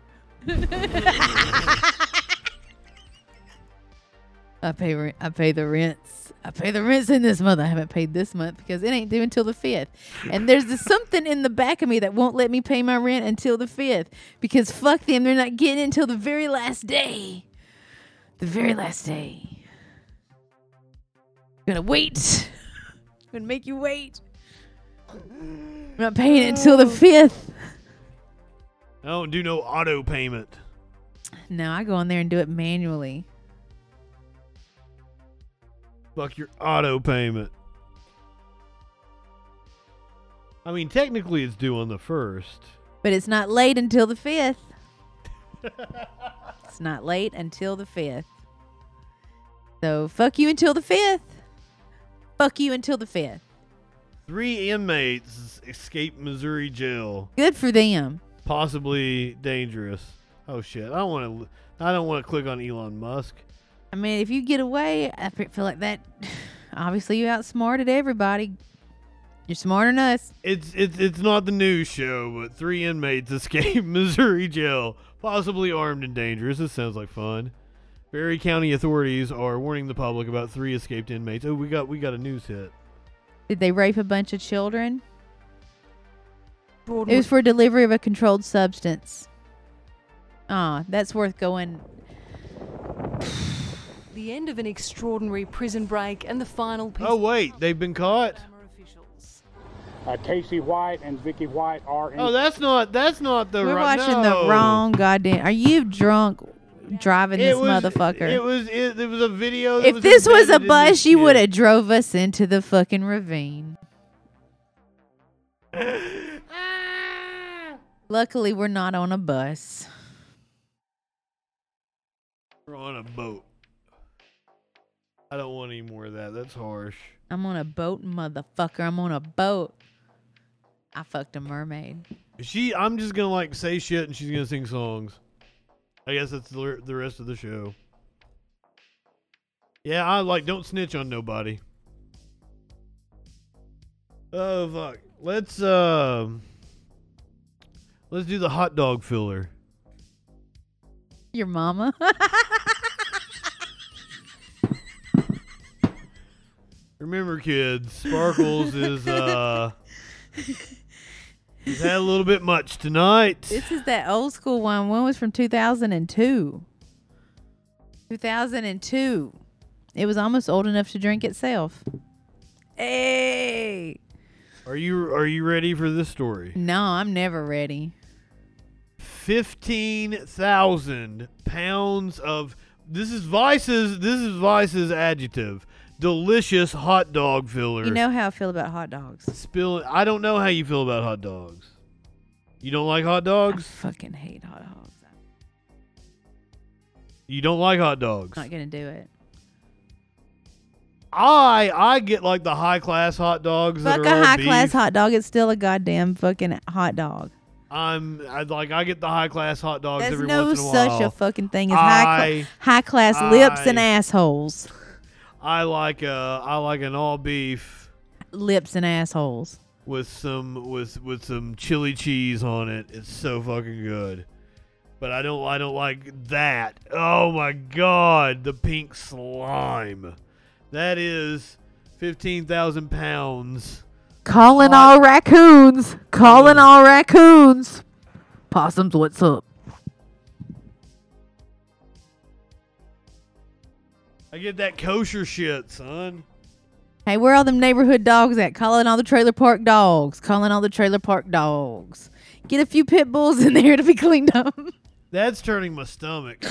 Speaker 3: I pay rent. I pay the rents. I pay the rents in this month. I haven't paid this month because it ain't due until the fifth. And there's this something in the back of me that won't let me pay my rent until the fifth because fuck them. They're not getting it until the very last day. The very last day gonna wait. I'm gonna make you wait. I'm not paying it until the fifth.
Speaker 2: I don't do no auto payment.
Speaker 3: No, I go in there and do it manually.
Speaker 2: Fuck your auto payment. I mean, technically, it's due on the first.
Speaker 3: But it's not late until the fifth. it's not late until the fifth. So fuck you until the fifth. Fuck you until the fifth.
Speaker 2: Three inmates escaped Missouri jail,
Speaker 3: Good for them.
Speaker 2: possibly dangerous. Oh shit! I don't want to. I don't want to click on Elon Musk.
Speaker 3: I mean, if you get away, I fe- feel like that. Obviously, you outsmarted everybody. You're smarter than us.
Speaker 2: It's it's it's not the news show, but three inmates escaped Missouri jail, possibly armed and dangerous. This sounds like fun. Berry County authorities are warning the public about three escaped inmates. Oh, we got we got a news hit.
Speaker 3: Did they rape a bunch of children? It was for delivery of a controlled substance. Ah, that's worth going.
Speaker 8: The end of an extraordinary prison break and the final piece
Speaker 2: Oh wait, they've been caught.
Speaker 8: of officials.
Speaker 5: Uh, Casey White and Vicky White are in
Speaker 2: Oh, that's Oh, not that's not the
Speaker 3: We're
Speaker 2: right.
Speaker 3: watching
Speaker 2: no.
Speaker 3: the wrong goddamn. Are you drunk? driving this
Speaker 2: was,
Speaker 3: motherfucker.
Speaker 2: It was it, it was a video. That
Speaker 3: if
Speaker 2: was
Speaker 3: this was a
Speaker 2: embedded in
Speaker 3: bus,
Speaker 2: this
Speaker 3: you
Speaker 2: shit.
Speaker 3: would have drove us into the fucking ravine. Luckily, we're not on a bus.
Speaker 2: We're on a boat. I don't want any more of that. That's harsh.
Speaker 3: I'm on a boat, motherfucker. I'm on a boat. I fucked a mermaid.
Speaker 2: She, I'm just gonna like say shit, and she's gonna sing songs. I guess that's the, r- the rest of the show. Yeah, I like don't snitch on nobody. Oh fuck. Let's um. let's do the hot dog filler.
Speaker 3: Your mama?
Speaker 2: Remember, kids, Sparkles is uh. He's had a little bit much tonight.
Speaker 3: this is that old school one. One was from 2002. 2002. It was almost old enough to drink itself. Hey!
Speaker 2: Are you are you ready for this story?
Speaker 3: No, I'm never ready.
Speaker 2: 15,000 pounds of this is Vice's this is Vice's adjective. Delicious hot dog filler.
Speaker 3: You know how I feel about hot dogs.
Speaker 2: spill I don't know how you feel about hot dogs. You don't like hot
Speaker 3: I
Speaker 2: dogs?
Speaker 3: fucking hate hot dogs. I'm
Speaker 2: You don't like hot dogs.
Speaker 3: not gonna do it.
Speaker 2: I I get like the high class hot dogs that
Speaker 3: Fuck
Speaker 2: are all
Speaker 3: a high class
Speaker 2: beef.
Speaker 3: hot dog. It's still a goddamn fucking hot dog.
Speaker 2: I'm I, like I get the high class hot dogs
Speaker 3: There's
Speaker 2: every
Speaker 3: no
Speaker 2: once in a
Speaker 3: such
Speaker 2: while.
Speaker 3: a fucking thing as high
Speaker 2: I-
Speaker 3: cla- high class lips and
Speaker 2: I-
Speaker 3: assholes.
Speaker 2: I like uh I like an all beef
Speaker 3: Lips and assholes.
Speaker 2: with some with with some chili cheese on it. It's so fucking good. But I don't I don't like that. Oh my god, the pink slime. That is fifteen thousand pounds.
Speaker 3: Calling all raccoons. Calling all raccoons. Possums, what's up?
Speaker 2: I get that kosher shit, son.
Speaker 3: Hey, where are all them neighborhood dogs at? Calling all the trailer park dogs. Calling all the trailer park dogs. Get a few pit bulls in there to be cleaned up.
Speaker 2: That's turning my stomach.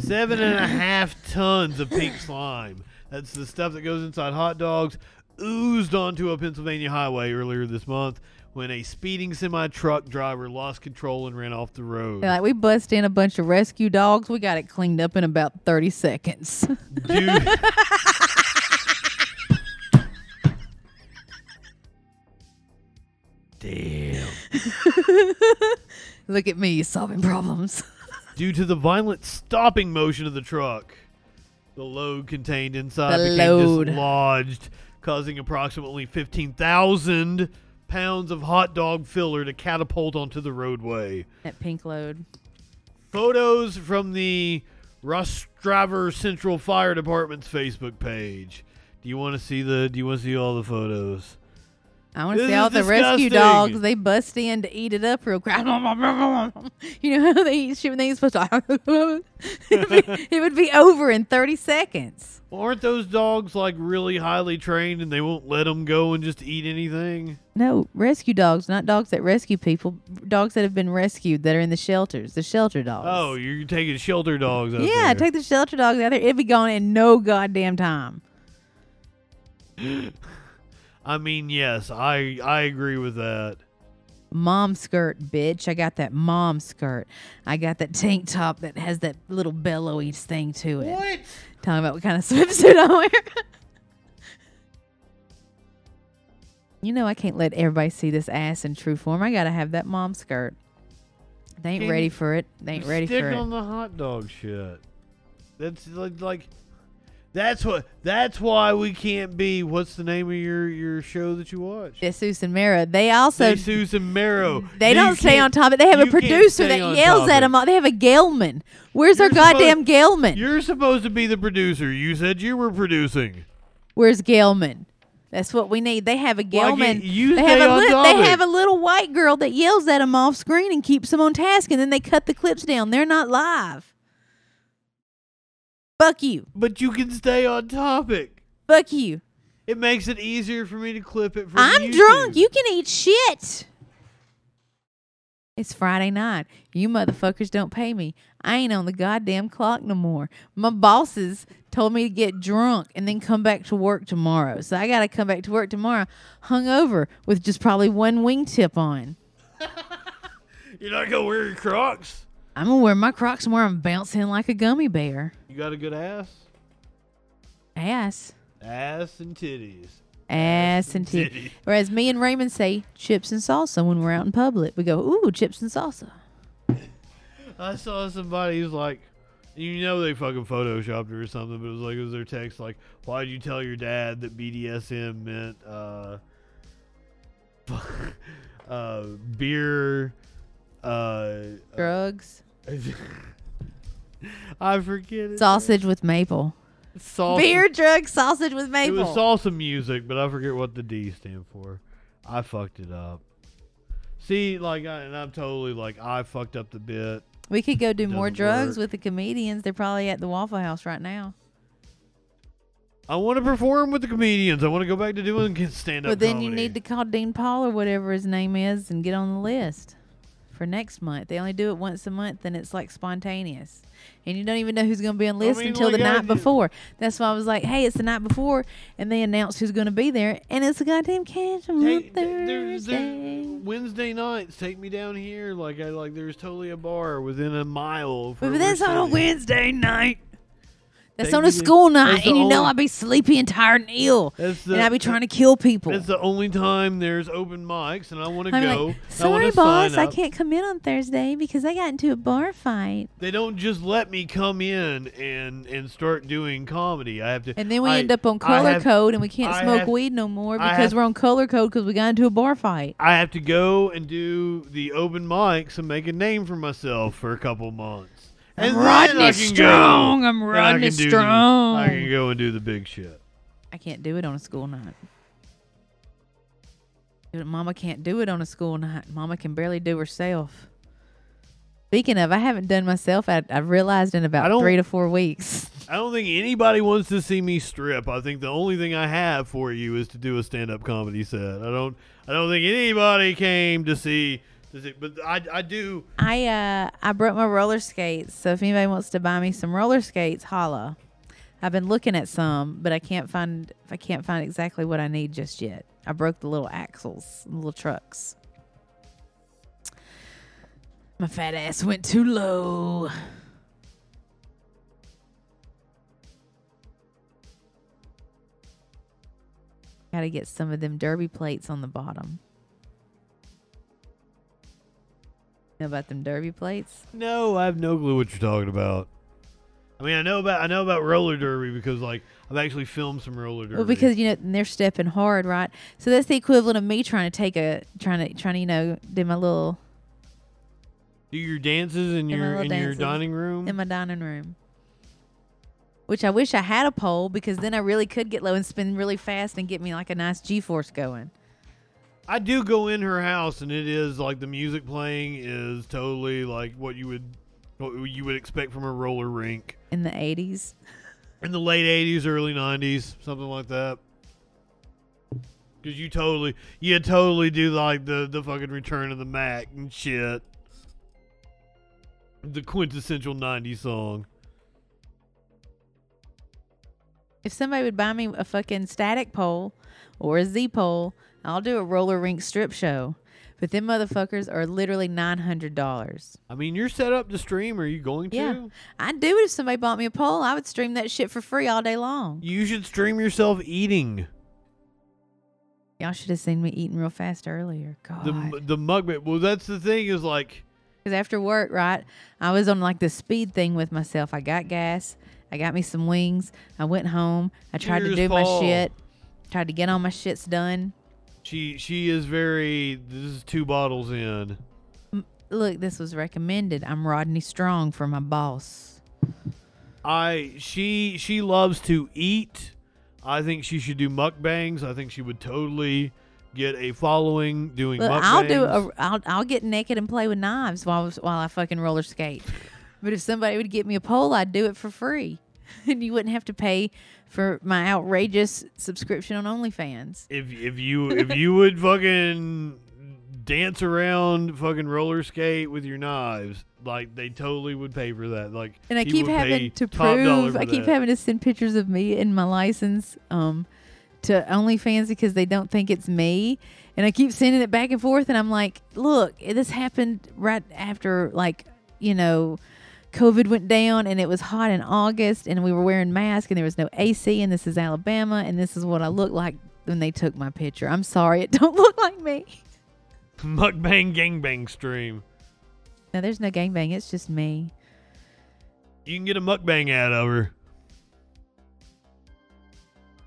Speaker 2: Seven and a half tons of pink slime. That's the stuff that goes inside hot dogs, oozed onto a Pennsylvania highway earlier this month when a speeding semi truck driver lost control and ran off the road.
Speaker 3: They're like, we bust in a bunch of rescue dogs. We got it cleaned up in about 30 seconds.
Speaker 2: Dude. Damn.
Speaker 3: Look at me solving problems.
Speaker 2: Due to the violent stopping motion of the truck, the load contained inside
Speaker 3: The
Speaker 2: became
Speaker 3: load.
Speaker 2: dislodged, causing approximately 15,000 pounds of hot dog filler to catapult onto the roadway.
Speaker 3: that pink load.
Speaker 2: Photos from the Rostraver Central Fire Department's Facebook page. Do you want to see the? Do you want to see all the photos?
Speaker 3: I want to
Speaker 2: This
Speaker 3: see
Speaker 2: is
Speaker 3: all the rescue
Speaker 2: disgusting.
Speaker 3: dogs. They bust in to eat it up real quick. You know how they eat shit when they ain't supposed to. it, would be, it would be over in 30 seconds.
Speaker 2: Well, aren't those dogs like really highly trained and they won't let them go and just eat anything?
Speaker 3: No, rescue dogs, not dogs that rescue people. Dogs that have been rescued that are in the shelters, the shelter dogs.
Speaker 2: Oh, you're taking shelter dogs out there.
Speaker 3: yeah, take the shelter dogs out there. It'd be gone in no goddamn time.
Speaker 2: I mean, yes, I I agree with that.
Speaker 3: mom skirt, bitch. I got that mom skirt. I got that tank top that has that little bellowy thing to it. What? Talking about what kind of swimsuit I wear. you know, I can't let everybody see this ass in true form. I gotta have that mom skirt. They ain't
Speaker 2: Can
Speaker 3: ready
Speaker 2: you
Speaker 3: for it. They ain't ready
Speaker 2: Stick
Speaker 3: for
Speaker 2: on
Speaker 3: it.
Speaker 2: the hot dog shit. That's like like that's what that's why we can't be. What's the name of your your show that you watch?
Speaker 3: Jesus and Mara. They also
Speaker 2: Jesus and Mero.
Speaker 3: they
Speaker 2: You
Speaker 3: don't stay
Speaker 2: can't-
Speaker 3: on top of it. They have a
Speaker 2: you can't
Speaker 3: producer
Speaker 2: stay
Speaker 3: that
Speaker 2: on
Speaker 3: yells
Speaker 2: top
Speaker 3: at
Speaker 2: of
Speaker 3: them. All. They have a Gelman. Where's our
Speaker 2: You're supposed-
Speaker 3: goddamn Gelman?
Speaker 2: You're supposed to be the producer. You said you were producing.
Speaker 3: Where's Gelman? That's what we need. They have a
Speaker 2: Why
Speaker 3: Gelman.
Speaker 2: can't you
Speaker 3: they,
Speaker 2: stay
Speaker 3: have a
Speaker 2: on
Speaker 3: lit- they
Speaker 2: topic?
Speaker 3: have a little white girl that yells at them off screen and keeps them on task, and then they cut the clips down. They're not live. Fuck you.
Speaker 2: But you can stay on topic.
Speaker 3: Fuck you.
Speaker 2: It makes it easier for me to clip it for
Speaker 3: I'm
Speaker 2: YouTube.
Speaker 3: drunk. You can eat shit. It's Friday night. You motherfuckers don't pay me. I ain't on the goddamn clock no more. My bosses told me to get drunk and then come back to work tomorrow. So I got to come back to work tomorrow hungover with just probably one wingtip on.
Speaker 2: You're not gonna wear your Crocs.
Speaker 3: I'm going to wear my Crocs where I'm bouncing like a gummy bear.
Speaker 2: You got a good ass,
Speaker 3: Ass.
Speaker 2: ass and titties.
Speaker 3: Ass and titty. Whereas me and Raymond say chips and salsa when we're out in public. We go, ooh, chips and salsa.
Speaker 2: I saw somebody who's like, you know, they fucking photoshopped it or something, but it was like it was their text like, why did you tell your dad that BDSM meant uh, uh beer, uh,
Speaker 3: Drugs.
Speaker 2: I forget it.
Speaker 3: Sausage with maple.
Speaker 2: Salsa.
Speaker 3: Beer, drugs, sausage with
Speaker 2: It
Speaker 3: maple.
Speaker 2: was salsa music, but I forget what the D stand for. I fucked it up. See, like, I, and I'm totally like, I fucked up the bit.
Speaker 3: we could go do more
Speaker 2: Doesn't
Speaker 3: drugs
Speaker 2: work.
Speaker 3: with the comedians. They're probably at the Waffle House right now.
Speaker 2: I want to perform with the comedians. I want to go back to doing stand up.
Speaker 3: but then you need to call Dean Paul or whatever his name is and get on the list for next month. They only do it once a month and it's like spontaneous. And you don't even know who's going to be on the list
Speaker 2: mean,
Speaker 3: until
Speaker 2: like,
Speaker 3: the
Speaker 2: I
Speaker 3: night
Speaker 2: did-
Speaker 3: before. That's why I was like, hey, it's the night before. And they announce who's going to be there. And it's a goddamn casual
Speaker 2: Hey, there- there's-
Speaker 3: Thursday.
Speaker 2: there's Wednesday nights, take me down here. Like I like, there's totally a bar within a mile. of where we're
Speaker 3: But that's on a
Speaker 2: sitting.
Speaker 3: Wednesday night. That's
Speaker 2: They
Speaker 3: on a
Speaker 2: did-
Speaker 3: school night.
Speaker 2: that's the
Speaker 3: And you know
Speaker 2: only-
Speaker 3: I'd be sleepy and tired and ill.
Speaker 2: That's
Speaker 3: and
Speaker 2: the-
Speaker 3: I'd be trying to kill people.
Speaker 2: That's the only time there's open mics, and I want to
Speaker 3: I'm
Speaker 2: go.
Speaker 3: like,
Speaker 2: and I wanna
Speaker 3: sorry, boss,
Speaker 2: sign
Speaker 3: I
Speaker 2: up."
Speaker 3: can't come in on Thursday because I got into a bar fight.
Speaker 2: They don't just let me come in and and start doing comedy. I have to.
Speaker 3: And then we
Speaker 2: I-
Speaker 3: end up on
Speaker 2: I
Speaker 3: color
Speaker 2: have-
Speaker 3: code and we can't
Speaker 2: I
Speaker 3: smoke
Speaker 2: have-
Speaker 3: weed no more
Speaker 2: I
Speaker 3: because
Speaker 2: have-
Speaker 3: we're on color code because we got into a bar fight.
Speaker 2: I have to go and do the open mics and make a name for myself for a couple months. And then I
Speaker 3: Rodney
Speaker 2: can go.
Speaker 3: Strong. I'm
Speaker 2: And I
Speaker 3: Rodney
Speaker 2: can do the- I
Speaker 3: Strong.
Speaker 2: can go and do the big shit.
Speaker 3: I can't do it on a school night. Dude, Mama can't do it on a school night. Mama can barely do herself. Speaking of, I haven't done myself. I, I've realized in
Speaker 2: I
Speaker 3: about
Speaker 2: don't-
Speaker 3: three to four weeks.
Speaker 2: I don't think anybody wants to see me strip. I think the only thing I have for you is to do a stand-up comedy set. I don't. I don't think anybody came to see. To see but I, I do.
Speaker 3: I uh I broke my roller skates, so if anybody wants to buy me some roller skates, holla. I've been looking at some, but I can't find I can't find exactly what I need just yet. I broke the little axles, the little trucks. My fat ass went too low. Gotta get some of them derby plates on the bottom. Know about them derby plates?
Speaker 2: No, I have no clue what you're talking about. I mean, I know about I know about roller derby because like I've actually filmed some roller derby.
Speaker 3: Well, because you know and they're stepping hard, right? So that's the equivalent of me trying to take a trying to trying to you know do my little
Speaker 2: do your dances in
Speaker 3: do my
Speaker 2: your
Speaker 3: little
Speaker 2: in your
Speaker 3: dances
Speaker 2: dining room.
Speaker 3: in my dining room. Which I wish I had a pole because then I really could get low and spin really fast and get me like a nice G force going.
Speaker 2: I do go in her house, and it is like the music playing is totally like what you would what you would expect from a roller rink
Speaker 3: In the eighties,
Speaker 2: in the late '80s, early '90s, something like that. Because you totally, you totally do like the the fucking Return of the Mac and shit, the quintessential '90s song.
Speaker 3: if somebody would buy me a fucking static pole or a Z pole, I'll do a roller rink strip show. But them motherfuckers are literally nine hundred dollars.
Speaker 2: I mean, you're set up to stream. Are you going to?
Speaker 3: Yeah, I'd do it if somebody bought me a pole. I would stream that shit for free all day long.
Speaker 2: You should stream yourself eating.
Speaker 3: Y'all should have seen me eating real fast earlier. God.
Speaker 2: The m- the mukbang. Well, that's the thing is like.
Speaker 3: Because after work, right, I was on like the speed thing with myself. I got gas. I got me some wings. I went home. I tried
Speaker 2: Here's
Speaker 3: to do
Speaker 2: Paul.
Speaker 3: my shit. Tried to get all my shits done.
Speaker 2: She she is very. This is two bottles in.
Speaker 3: Look, this was recommended. I'm Rodney Strong for my boss.
Speaker 2: I she she loves to eat. I think she should do mukbangs. I think she would totally get a following doing
Speaker 3: Look,
Speaker 2: mukbangs.
Speaker 3: I'll do. A, I'll I'll get naked and play with knives while I was- while I fucking roller skate. But if somebody would get me a pole, I'd do it for free, and you wouldn't have to pay for my outrageous subscription on OnlyFans.
Speaker 2: if if you if you would fucking dance around, fucking roller skate with your knives. Like they totally would pay for that. Like
Speaker 3: And I
Speaker 2: he
Speaker 3: keep
Speaker 2: would pay
Speaker 3: having to
Speaker 2: top dollar
Speaker 3: prove.
Speaker 2: for
Speaker 3: I keep
Speaker 2: that.
Speaker 3: having to send pictures of me and my license um, to OnlyFans because they don't think it's me, and I keep sending it back and forth. And I'm like, look, this happened right after like you know. COVID went down and it was hot in August and we were wearing masks and there was no AC and this is Alabama and this is what I look like when they took my picture. I'm sorry, it don't look like me.
Speaker 2: mukbang gangbang stream.
Speaker 3: No, there's no gangbang. It's just me.
Speaker 2: You can get a mukbang ad of her.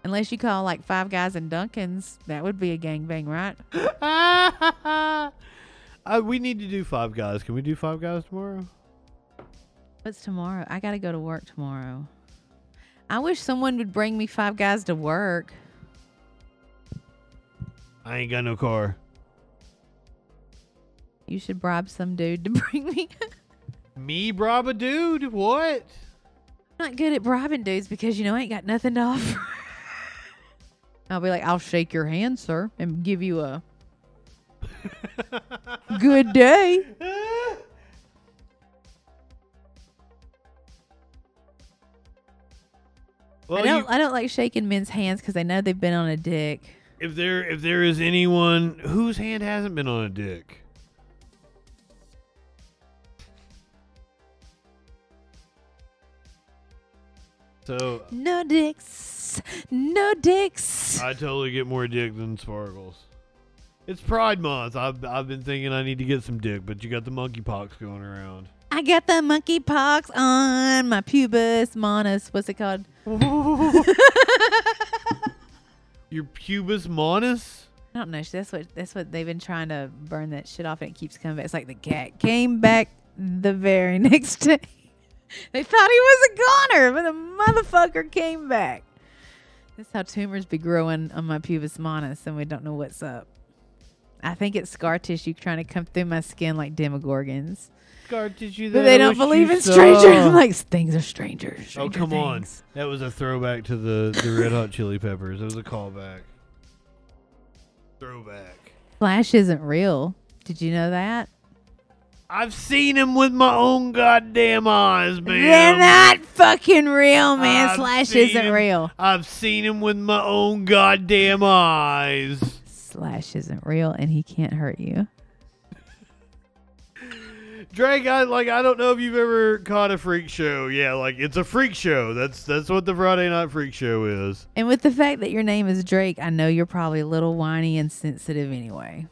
Speaker 3: Unless you call like Five Guys and Dunkin's, that would be a gangbang, right?
Speaker 2: Uh, we need to do Five Guys. Can we do Five Guys tomorrow?
Speaker 3: What's tomorrow? I gotta go to work tomorrow. I wish someone would bring me Five Guys to work.
Speaker 2: I ain't got no car.
Speaker 3: You should bribe some dude to bring me.
Speaker 2: Me bribe a dude? What?
Speaker 3: I'm not good at bribing dudes because you know I ain't got nothing to offer. I'll be like, I'll shake your hand, sir, and give you a good day.
Speaker 2: Well,
Speaker 3: I don't.
Speaker 2: you-
Speaker 3: I don't like shaking men's hands because they know they've been on a dick.
Speaker 2: if there if there is anyone whose hand hasn't been on a dick, so
Speaker 3: No dicks. No dicks.
Speaker 2: I totally get more dick than sparkles. It's Pride Month. I've I've been thinking I need to get some dick, but you got the monkeypox going around.
Speaker 3: I got the monkey pox on my pubis manus. What's it called?
Speaker 2: Your pubis manus.
Speaker 3: I don't know. That's what that's what they've been trying to burn that shit off, and it keeps coming back. It's like the cat came back the very next day. they thought he was a goner, but the motherfucker came back. That's how tumors be growing on my pubis manus, and we don't know what's up. I think it's scar tissue trying to come through my skin like demogorgons.
Speaker 2: Guard tissue.
Speaker 3: But
Speaker 2: that
Speaker 3: they
Speaker 2: I wish
Speaker 3: don't
Speaker 2: you
Speaker 3: believe in
Speaker 2: saw.
Speaker 3: strangers. I'm like things are strangers.
Speaker 2: Oh
Speaker 3: stranger
Speaker 2: come on!
Speaker 3: things.
Speaker 2: That was a throwback to the the Red Hot Chili Peppers. It was a callback. Throwback.
Speaker 3: Flash isn't real. Did you know that?
Speaker 2: I've seen him with my own goddamn eyes, man.
Speaker 3: They're not fucking real, man.
Speaker 2: I've
Speaker 3: Slash
Speaker 2: seen
Speaker 3: isn't
Speaker 2: him-
Speaker 3: real.
Speaker 2: I've seen him with my own goddamn eyes.
Speaker 3: Slash isn't real, and he can't hurt you.
Speaker 2: Drake, I like I don't know if you've ever caught a freak show. Yeah, like it's a freak show. That's that's what the Friday night freak show is.
Speaker 3: And with the fact that your name is Drake, I know you're probably a little whiny and sensitive anyway.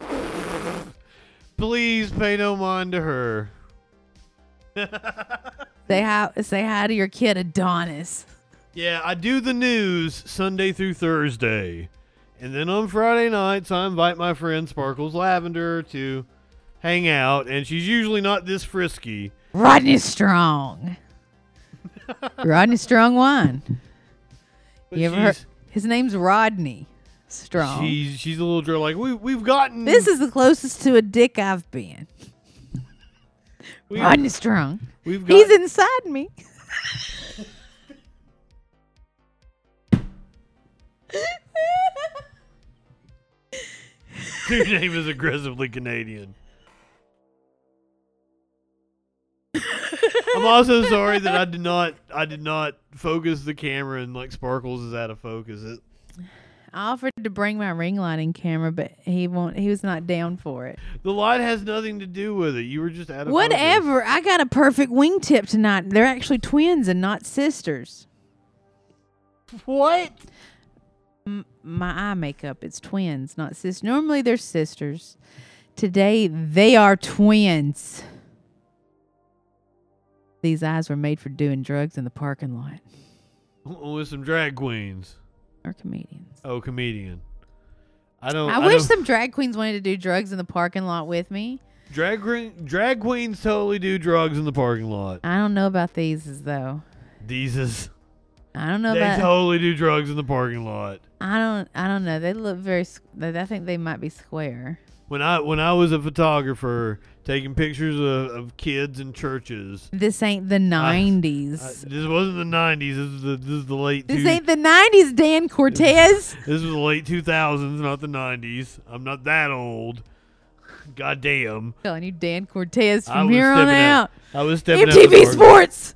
Speaker 2: Please pay no mind to her.
Speaker 3: Say hi, say hi to your kid Adonis.
Speaker 2: Yeah, I do the news Sunday through Thursday. And then on Friday nights, I invite my friend Sparkles Lavender to hang out. And she's usually not this frisky.
Speaker 3: Rodney Strong. Rodney Strong one.
Speaker 2: But
Speaker 3: You ever heard?
Speaker 2: she's,
Speaker 3: His name's Rodney Strong.
Speaker 2: she's, she's a little girl like, we, we've gotten.
Speaker 3: This is the closest to a dick I've been.
Speaker 2: we,
Speaker 3: Rodney Strong.
Speaker 2: we've got,
Speaker 3: He's inside me.
Speaker 2: Your name is aggressively Canadian. I'm also sorry that I did not I did not focus the camera and like Sparkles is out of focus. It,
Speaker 3: I offered to bring my ring lighting camera, but he won't. He was not down for it.
Speaker 2: the light has nothing to do with it. You were just out of focus.
Speaker 3: Whatever. I got a perfect wingtip tonight. They're actually twins and not sisters.
Speaker 2: What?
Speaker 3: M- my eye makeup. It's twins, not sisters. Normally they're sisters. Today they are twins. These eyes were made for doing drugs in the parking lot
Speaker 2: With some drag queens.
Speaker 3: or comedians.
Speaker 2: Oh, comedian. I don't.
Speaker 3: I, wish
Speaker 2: don't-
Speaker 3: some drag queens wanted to do drugs in the parking lot with me.
Speaker 2: drag queen- drag queens totally do drugs in the parking lot.
Speaker 3: I don't know about these as though.
Speaker 2: These is
Speaker 3: I don't know
Speaker 2: they
Speaker 3: about.
Speaker 2: totally do drugs in the parking lot.
Speaker 3: I don't. I don't know. They look very. s- I think they might be square.
Speaker 2: When I when I was a photographer taking pictures of, of kids in churches,
Speaker 3: This ain't the
Speaker 2: I-
Speaker 3: nineties.
Speaker 2: this wasn't the '90s. This is the this is the late
Speaker 3: This
Speaker 2: two-
Speaker 3: ain't the nineties, Dan Cortez.
Speaker 2: this was the late 2000s, not the '90s. I'm not that old. Goddamn.
Speaker 3: Telling you, Dan Cortez
Speaker 2: I
Speaker 3: from
Speaker 2: was
Speaker 3: here on
Speaker 2: stepping
Speaker 3: out.
Speaker 2: up. I was stepping up to
Speaker 3: MTV
Speaker 2: the market.
Speaker 3: Sports.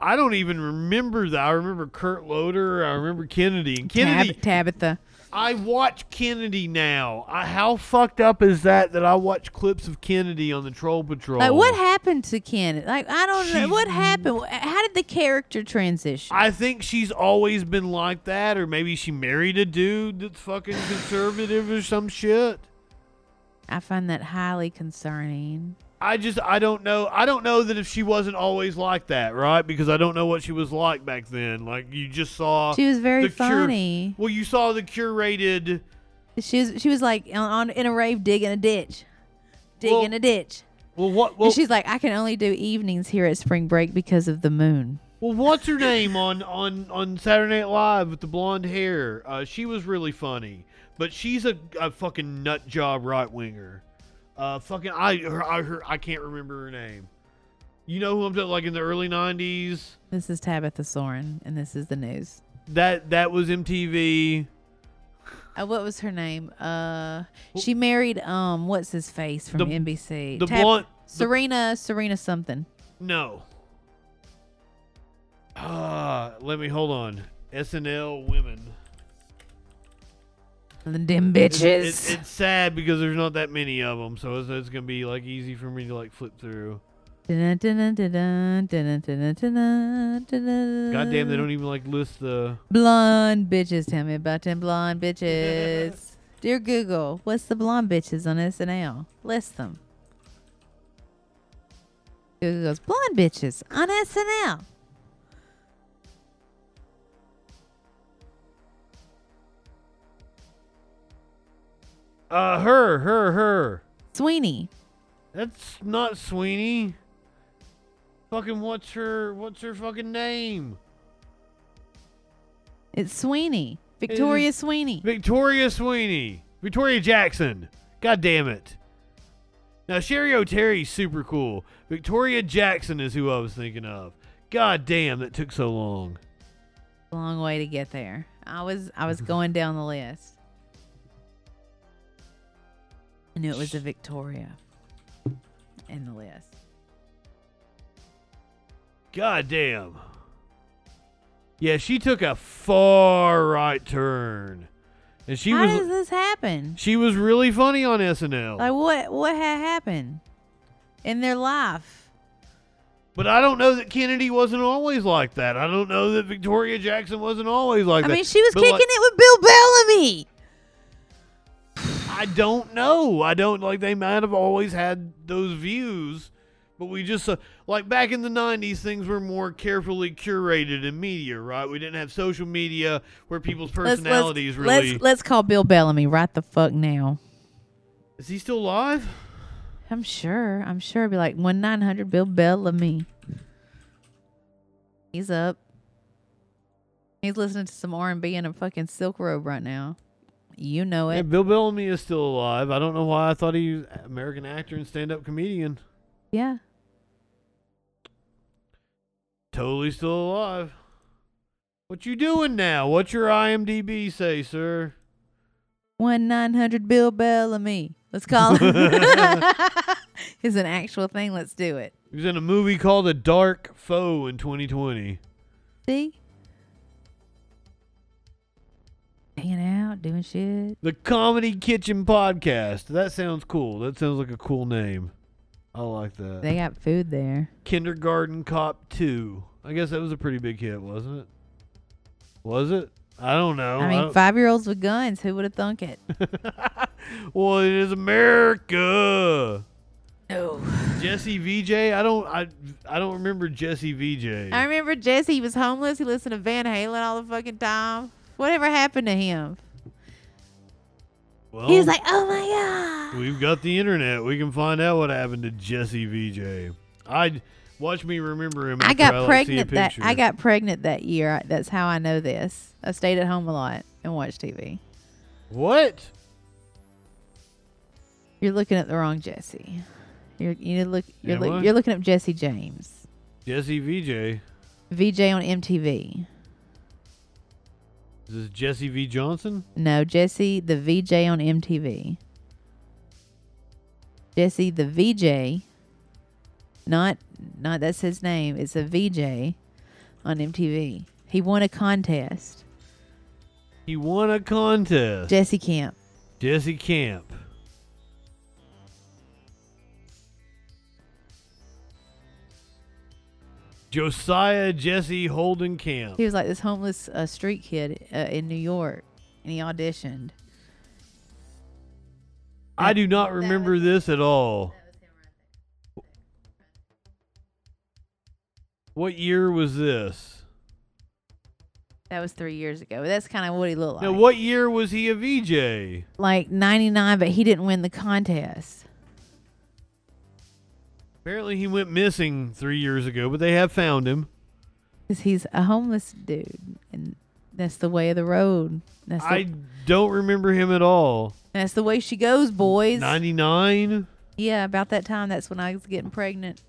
Speaker 2: I don't even remember that. I remember Kurt Loder. I remember Kennedy. And Kennedy,
Speaker 3: Tab- Tabitha.
Speaker 2: I watch Kennedy now. I, how fucked up is that that I watch clips of Kennedy on the Troll Patrol?
Speaker 3: Like, what happened to Ken? Like, I don't know.
Speaker 2: She's-
Speaker 3: What happened? How did the character transition?
Speaker 2: I think she's always been like that, or maybe she married a dude that's fucking conservative or some shit.
Speaker 3: I find that highly concerning.
Speaker 2: I just I don't know I don't know that if she wasn't always like that right because I don't know what she was like back then like you just saw
Speaker 3: She was very
Speaker 2: the cur-
Speaker 3: funny.
Speaker 2: well you saw the curated
Speaker 3: She was, she was like on, on in a rave digging a ditch, digging
Speaker 2: Well,
Speaker 3: a ditch.
Speaker 2: well what well,
Speaker 3: and she's like, I can only do evenings here at spring break because of the moon.
Speaker 2: well what's her name on on on Saturday Night Live with the blonde hair uh, she was really funny but she's a, a fucking nut job right winger uh fucking I her, I her I can't remember her name you know who I'm talking like in the early nineties.
Speaker 3: This is Tabitha Soren, and this is the news.
Speaker 2: That that was MTV.
Speaker 3: Uh, what was her name? Uh, she married um, what's his face from
Speaker 2: The-
Speaker 3: NBC?
Speaker 2: the blonde- the-
Speaker 3: Serena, Serena something.
Speaker 2: No. Ah, let me hold on. SNL women.
Speaker 3: Them bitches.
Speaker 2: It's, it's sad because there's not that many of them, so it's, it's gonna be like easy for me to like flip through.
Speaker 3: God damn,
Speaker 2: Goddamn, they
Speaker 3: Mm.
Speaker 2: don't even like list the.
Speaker 3: Blonde bitches, tell me about them blonde bitches. Dear Google, what's the blonde bitches on SNL? List them. Google goes, blonde bitches on SNL.
Speaker 2: Uh, her, her, her.
Speaker 3: Sweeney.
Speaker 2: That's not Sweeney. Fucking what's her? What's her fucking name?
Speaker 3: It's Sweeney. Victoria
Speaker 2: is-
Speaker 3: Sweeney.
Speaker 2: Victoria Sweeney. Victoria Jackson. God damn it. Now Sherry O'Terry's super cool. Victoria Jackson is who I was thinking of. God damn, that took so long.
Speaker 3: Long way to get there. I was I was going down the list. I knew it was a Victoria in the list.
Speaker 2: God damn. Yeah, she took a far right turn. And she
Speaker 3: How
Speaker 2: was
Speaker 3: does this happen?
Speaker 2: she was really funny on SNL.
Speaker 3: Like what what had happened in their life?
Speaker 2: but I don't know that Kennedy wasn't always like that. I don't know that Victoria Jackson wasn't always like
Speaker 3: I
Speaker 2: that.
Speaker 3: mean, she was
Speaker 2: But,
Speaker 3: kicking
Speaker 2: like,
Speaker 3: it with Bill Bellamy.
Speaker 2: I don't know. I don't like they might have always had those views, but we just uh, like back in the 90s things were more carefully curated in media, right? We didn't have social media where people's
Speaker 3: Let's-
Speaker 2: personalities
Speaker 3: let's,
Speaker 2: really
Speaker 3: Let's let's call Bill Bellamy right the fuck now.
Speaker 2: Is he still alive?
Speaker 3: I'm sure. I'm sure. It'd be like one nine hundred Bill Bellamy. He's up. He's listening to some R and B in a fucking silk robe right now. You know
Speaker 2: Yeah,
Speaker 3: Oh, it.
Speaker 2: Bill Bellamy is still alive. I don't know why I thought he was an American actor and stand-up comedian.
Speaker 3: Yeah.
Speaker 2: Totally still alive. What you doing now? What's your IMDb say, sir?
Speaker 3: One nine hundred Bill Bellamy. Let's call him. Is an actual thing. Let's do it.
Speaker 2: He was in a movie called A Dark Foe in 2020.
Speaker 3: See? Hanging out, doing shit.
Speaker 2: The Comedy Kitchen Podcast. That sounds cool. That sounds like a cool name. I like that.
Speaker 3: They got food there.
Speaker 2: Kindergarten Cop 2. I guess that was a pretty big hit, wasn't it? Was it? I don't know.
Speaker 3: I mean,
Speaker 2: don't-
Speaker 3: five year olds with guns. Who would have thunk it?
Speaker 2: well, it is America.
Speaker 3: No.
Speaker 2: Jesse VJ. I don't. I. I don't remember Jesse VJ.
Speaker 3: I remember Jesse. He was homeless. He listened to Van Halen all the fucking time. Whatever happened to him?
Speaker 2: well,
Speaker 3: He was like, oh my God.
Speaker 2: we've got the internet. We can find out what happened to Jesse VJ. I watch me remember him.
Speaker 3: I
Speaker 2: after
Speaker 3: got
Speaker 2: like, see a
Speaker 3: pregnant that
Speaker 2: picture.
Speaker 3: I got pregnant that year. I- That's how I know this. I stayed at home a lot and watched TV.
Speaker 2: what?
Speaker 3: You're looking at the wrong Jesse. You're you look you're
Speaker 2: Am
Speaker 3: look,
Speaker 2: I?
Speaker 3: you're looking up Jesse James.
Speaker 2: Jesse VJ.
Speaker 3: VJ on MTV.
Speaker 2: Is this Jesse V Johnson?
Speaker 3: No, Jesse, the VJ on MTV. Jesse the VJ, not not that's his name. It's a VJ on MTV. He won a contest.
Speaker 2: He won a contest.
Speaker 3: Jesse Camp.
Speaker 2: Jesse Camp. Josiah Jesse Holden Camp.
Speaker 3: He was like this homeless uh, street kid uh, in New York, and he auditioned.
Speaker 2: I do not remember this at all. What year was this?
Speaker 3: That was three years ago. But that's kind of what he looked like.
Speaker 2: Now, what year was he a VJ?
Speaker 3: Like 99, but he didn't win the contest.
Speaker 2: Apparently, he went missing three years ago, but they have found him.
Speaker 3: Because he's a homeless dude, and that's the way of the road. That's the,
Speaker 2: I don't remember him at all.
Speaker 3: that's the way she goes, boys.
Speaker 2: 99?
Speaker 3: Yeah, about that time, that's when I was getting pregnant.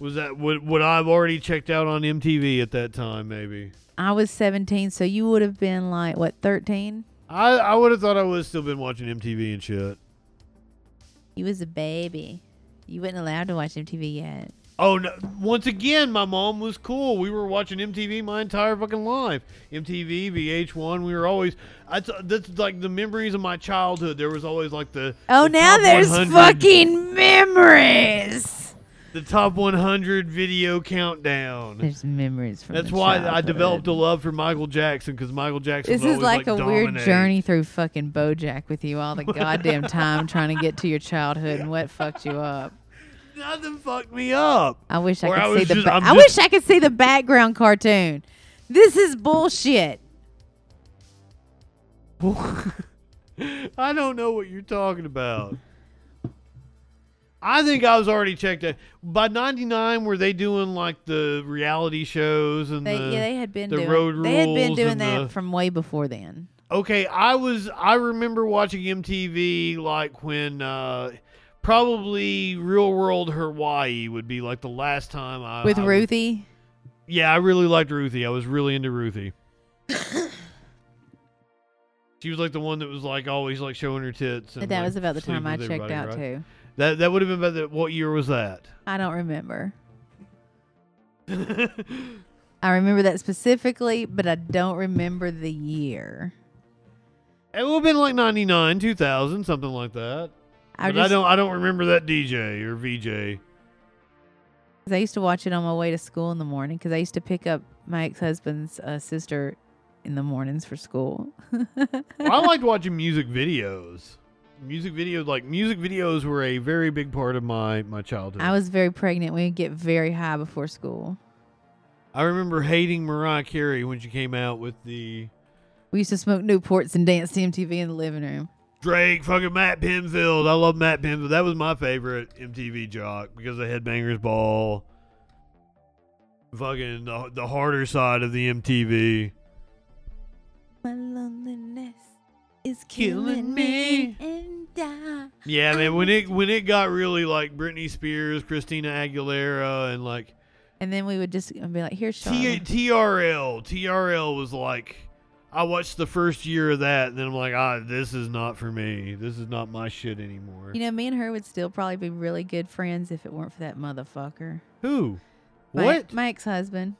Speaker 2: Was that would would I've already checked out on MTV at that time? Maybe
Speaker 3: I was 17, so you would have been like, what, 13?
Speaker 2: I I would have thought I would have still been watching MTV and shit.
Speaker 3: You was a baby. You weren't allowed to watch MTV yet.
Speaker 2: Oh no! Once again, my mom was cool. We were watching MTV my entire fucking life. MTV, VH1. We were always. I t- that's like the memories of my childhood. There was always like the.
Speaker 3: Oh,
Speaker 2: the
Speaker 3: now
Speaker 2: top
Speaker 3: there's
Speaker 2: 100
Speaker 3: fucking memories.
Speaker 2: the top 100 video countdown.
Speaker 3: There's memories from
Speaker 2: That's
Speaker 3: the
Speaker 2: why I
Speaker 3: childhood.
Speaker 2: developed a love for Michael Jackson because Michael Jackson.
Speaker 3: This
Speaker 2: was
Speaker 3: is
Speaker 2: always,
Speaker 3: like, a weird
Speaker 2: dominating.
Speaker 3: journey through fucking BoJack with you all the goddamn time trying to get to your childhood and what fucked you up.
Speaker 2: Nothing fucked me up.
Speaker 3: I wish I
Speaker 2: Or
Speaker 3: could
Speaker 2: was
Speaker 3: see the.
Speaker 2: just-
Speaker 3: ba-
Speaker 2: I'm
Speaker 3: I
Speaker 2: just-
Speaker 3: wish I could see the background cartoon. This is bullshit.
Speaker 2: I don't know what you're talking about. I think I was already checked out. By 99, were they doing like the reality shows and
Speaker 3: They,
Speaker 2: the,
Speaker 3: yeah, they had been
Speaker 2: the
Speaker 3: doing.
Speaker 2: road rules?
Speaker 3: they had been doing
Speaker 2: and
Speaker 3: that
Speaker 2: the-
Speaker 3: from way before then.
Speaker 2: okay, I was. I remember watching MTV like when uh, probably Real World Hawaii would be like the last time I.
Speaker 3: with
Speaker 2: I would-
Speaker 3: Ruthie,
Speaker 2: yeah, I really liked Ruthie. I was really into Ruthie. she was like the one that was like always like showing her tits. And,
Speaker 3: that
Speaker 2: like,
Speaker 3: was about the
Speaker 2: sleeping
Speaker 3: time I
Speaker 2: with
Speaker 3: checked
Speaker 2: everybody,
Speaker 3: out
Speaker 2: right?
Speaker 3: too.
Speaker 2: That that would have been about the, what year was that?
Speaker 3: I don't remember. I remember that specifically, but I don't remember the year.
Speaker 2: It would have been like ninety nine, two thousand, something like that.
Speaker 3: I
Speaker 2: but
Speaker 3: just
Speaker 2: I don't I don't remember that DJ or VJ.
Speaker 3: 'cause I used to watch it on my way to school in the morning because I used to pick up my ex husband's uh, sister in the mornings for school.
Speaker 2: Well, I liked watching music videos. Music videos like music videos were a very big part of my my childhood.
Speaker 3: I was very pregnant. We would get very high before school.
Speaker 2: I remember hating Mariah Carey when she came out with the
Speaker 3: We used to smoke Newports and dance to MTV in the living room.
Speaker 2: Drake, fucking Matt Penfield. I love Matt Penfield. That was my favorite MTV jock because of Headbangers Ball. Fucking the, the harder side of the MTV.
Speaker 3: My loneliness is
Speaker 2: Killing me.
Speaker 3: and I
Speaker 2: Yeah, man. When it when it got really like Britney Spears, Christina Aguilera, and like
Speaker 3: And then we would just be like, here's
Speaker 2: T-
Speaker 3: Charlotte.
Speaker 2: TRL. TRL was like, I watched the first year of that, and then I'm like, ah, this is not for me. This is not my shit anymore.
Speaker 3: You know, me and her would still probably be really good friends if it weren't for that motherfucker.
Speaker 2: Who?
Speaker 3: My-
Speaker 2: What?
Speaker 3: My ex husband.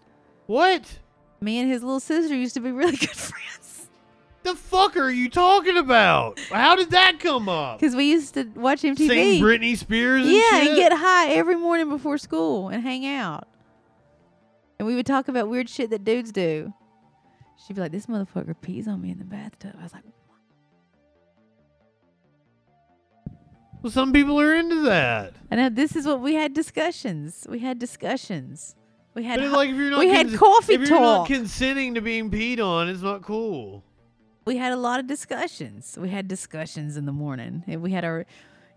Speaker 2: what?
Speaker 3: Me and his little sister used to be really good friends.
Speaker 2: The fuck are you talking about? How did that come up?
Speaker 3: Because we used to watch MTV.
Speaker 2: Sing Britney Spears. Oh. And
Speaker 3: yeah, and
Speaker 2: shit?
Speaker 3: get high every morning before school and hang out. And we would talk about weird shit that dudes do. She'd be like, this motherfucker pees on me in the bathtub. I was like,
Speaker 2: Well, some people are into that.
Speaker 3: I know this is what we had discussions. We had discussions. We had
Speaker 2: But
Speaker 3: hot-
Speaker 2: like, if you're not
Speaker 3: we had
Speaker 2: cons-
Speaker 3: coffee
Speaker 2: if you're not
Speaker 3: talk.
Speaker 2: consenting to being peed on, it's not cool.
Speaker 3: we had a lot of discussions. We had discussions in the morning, and we had our,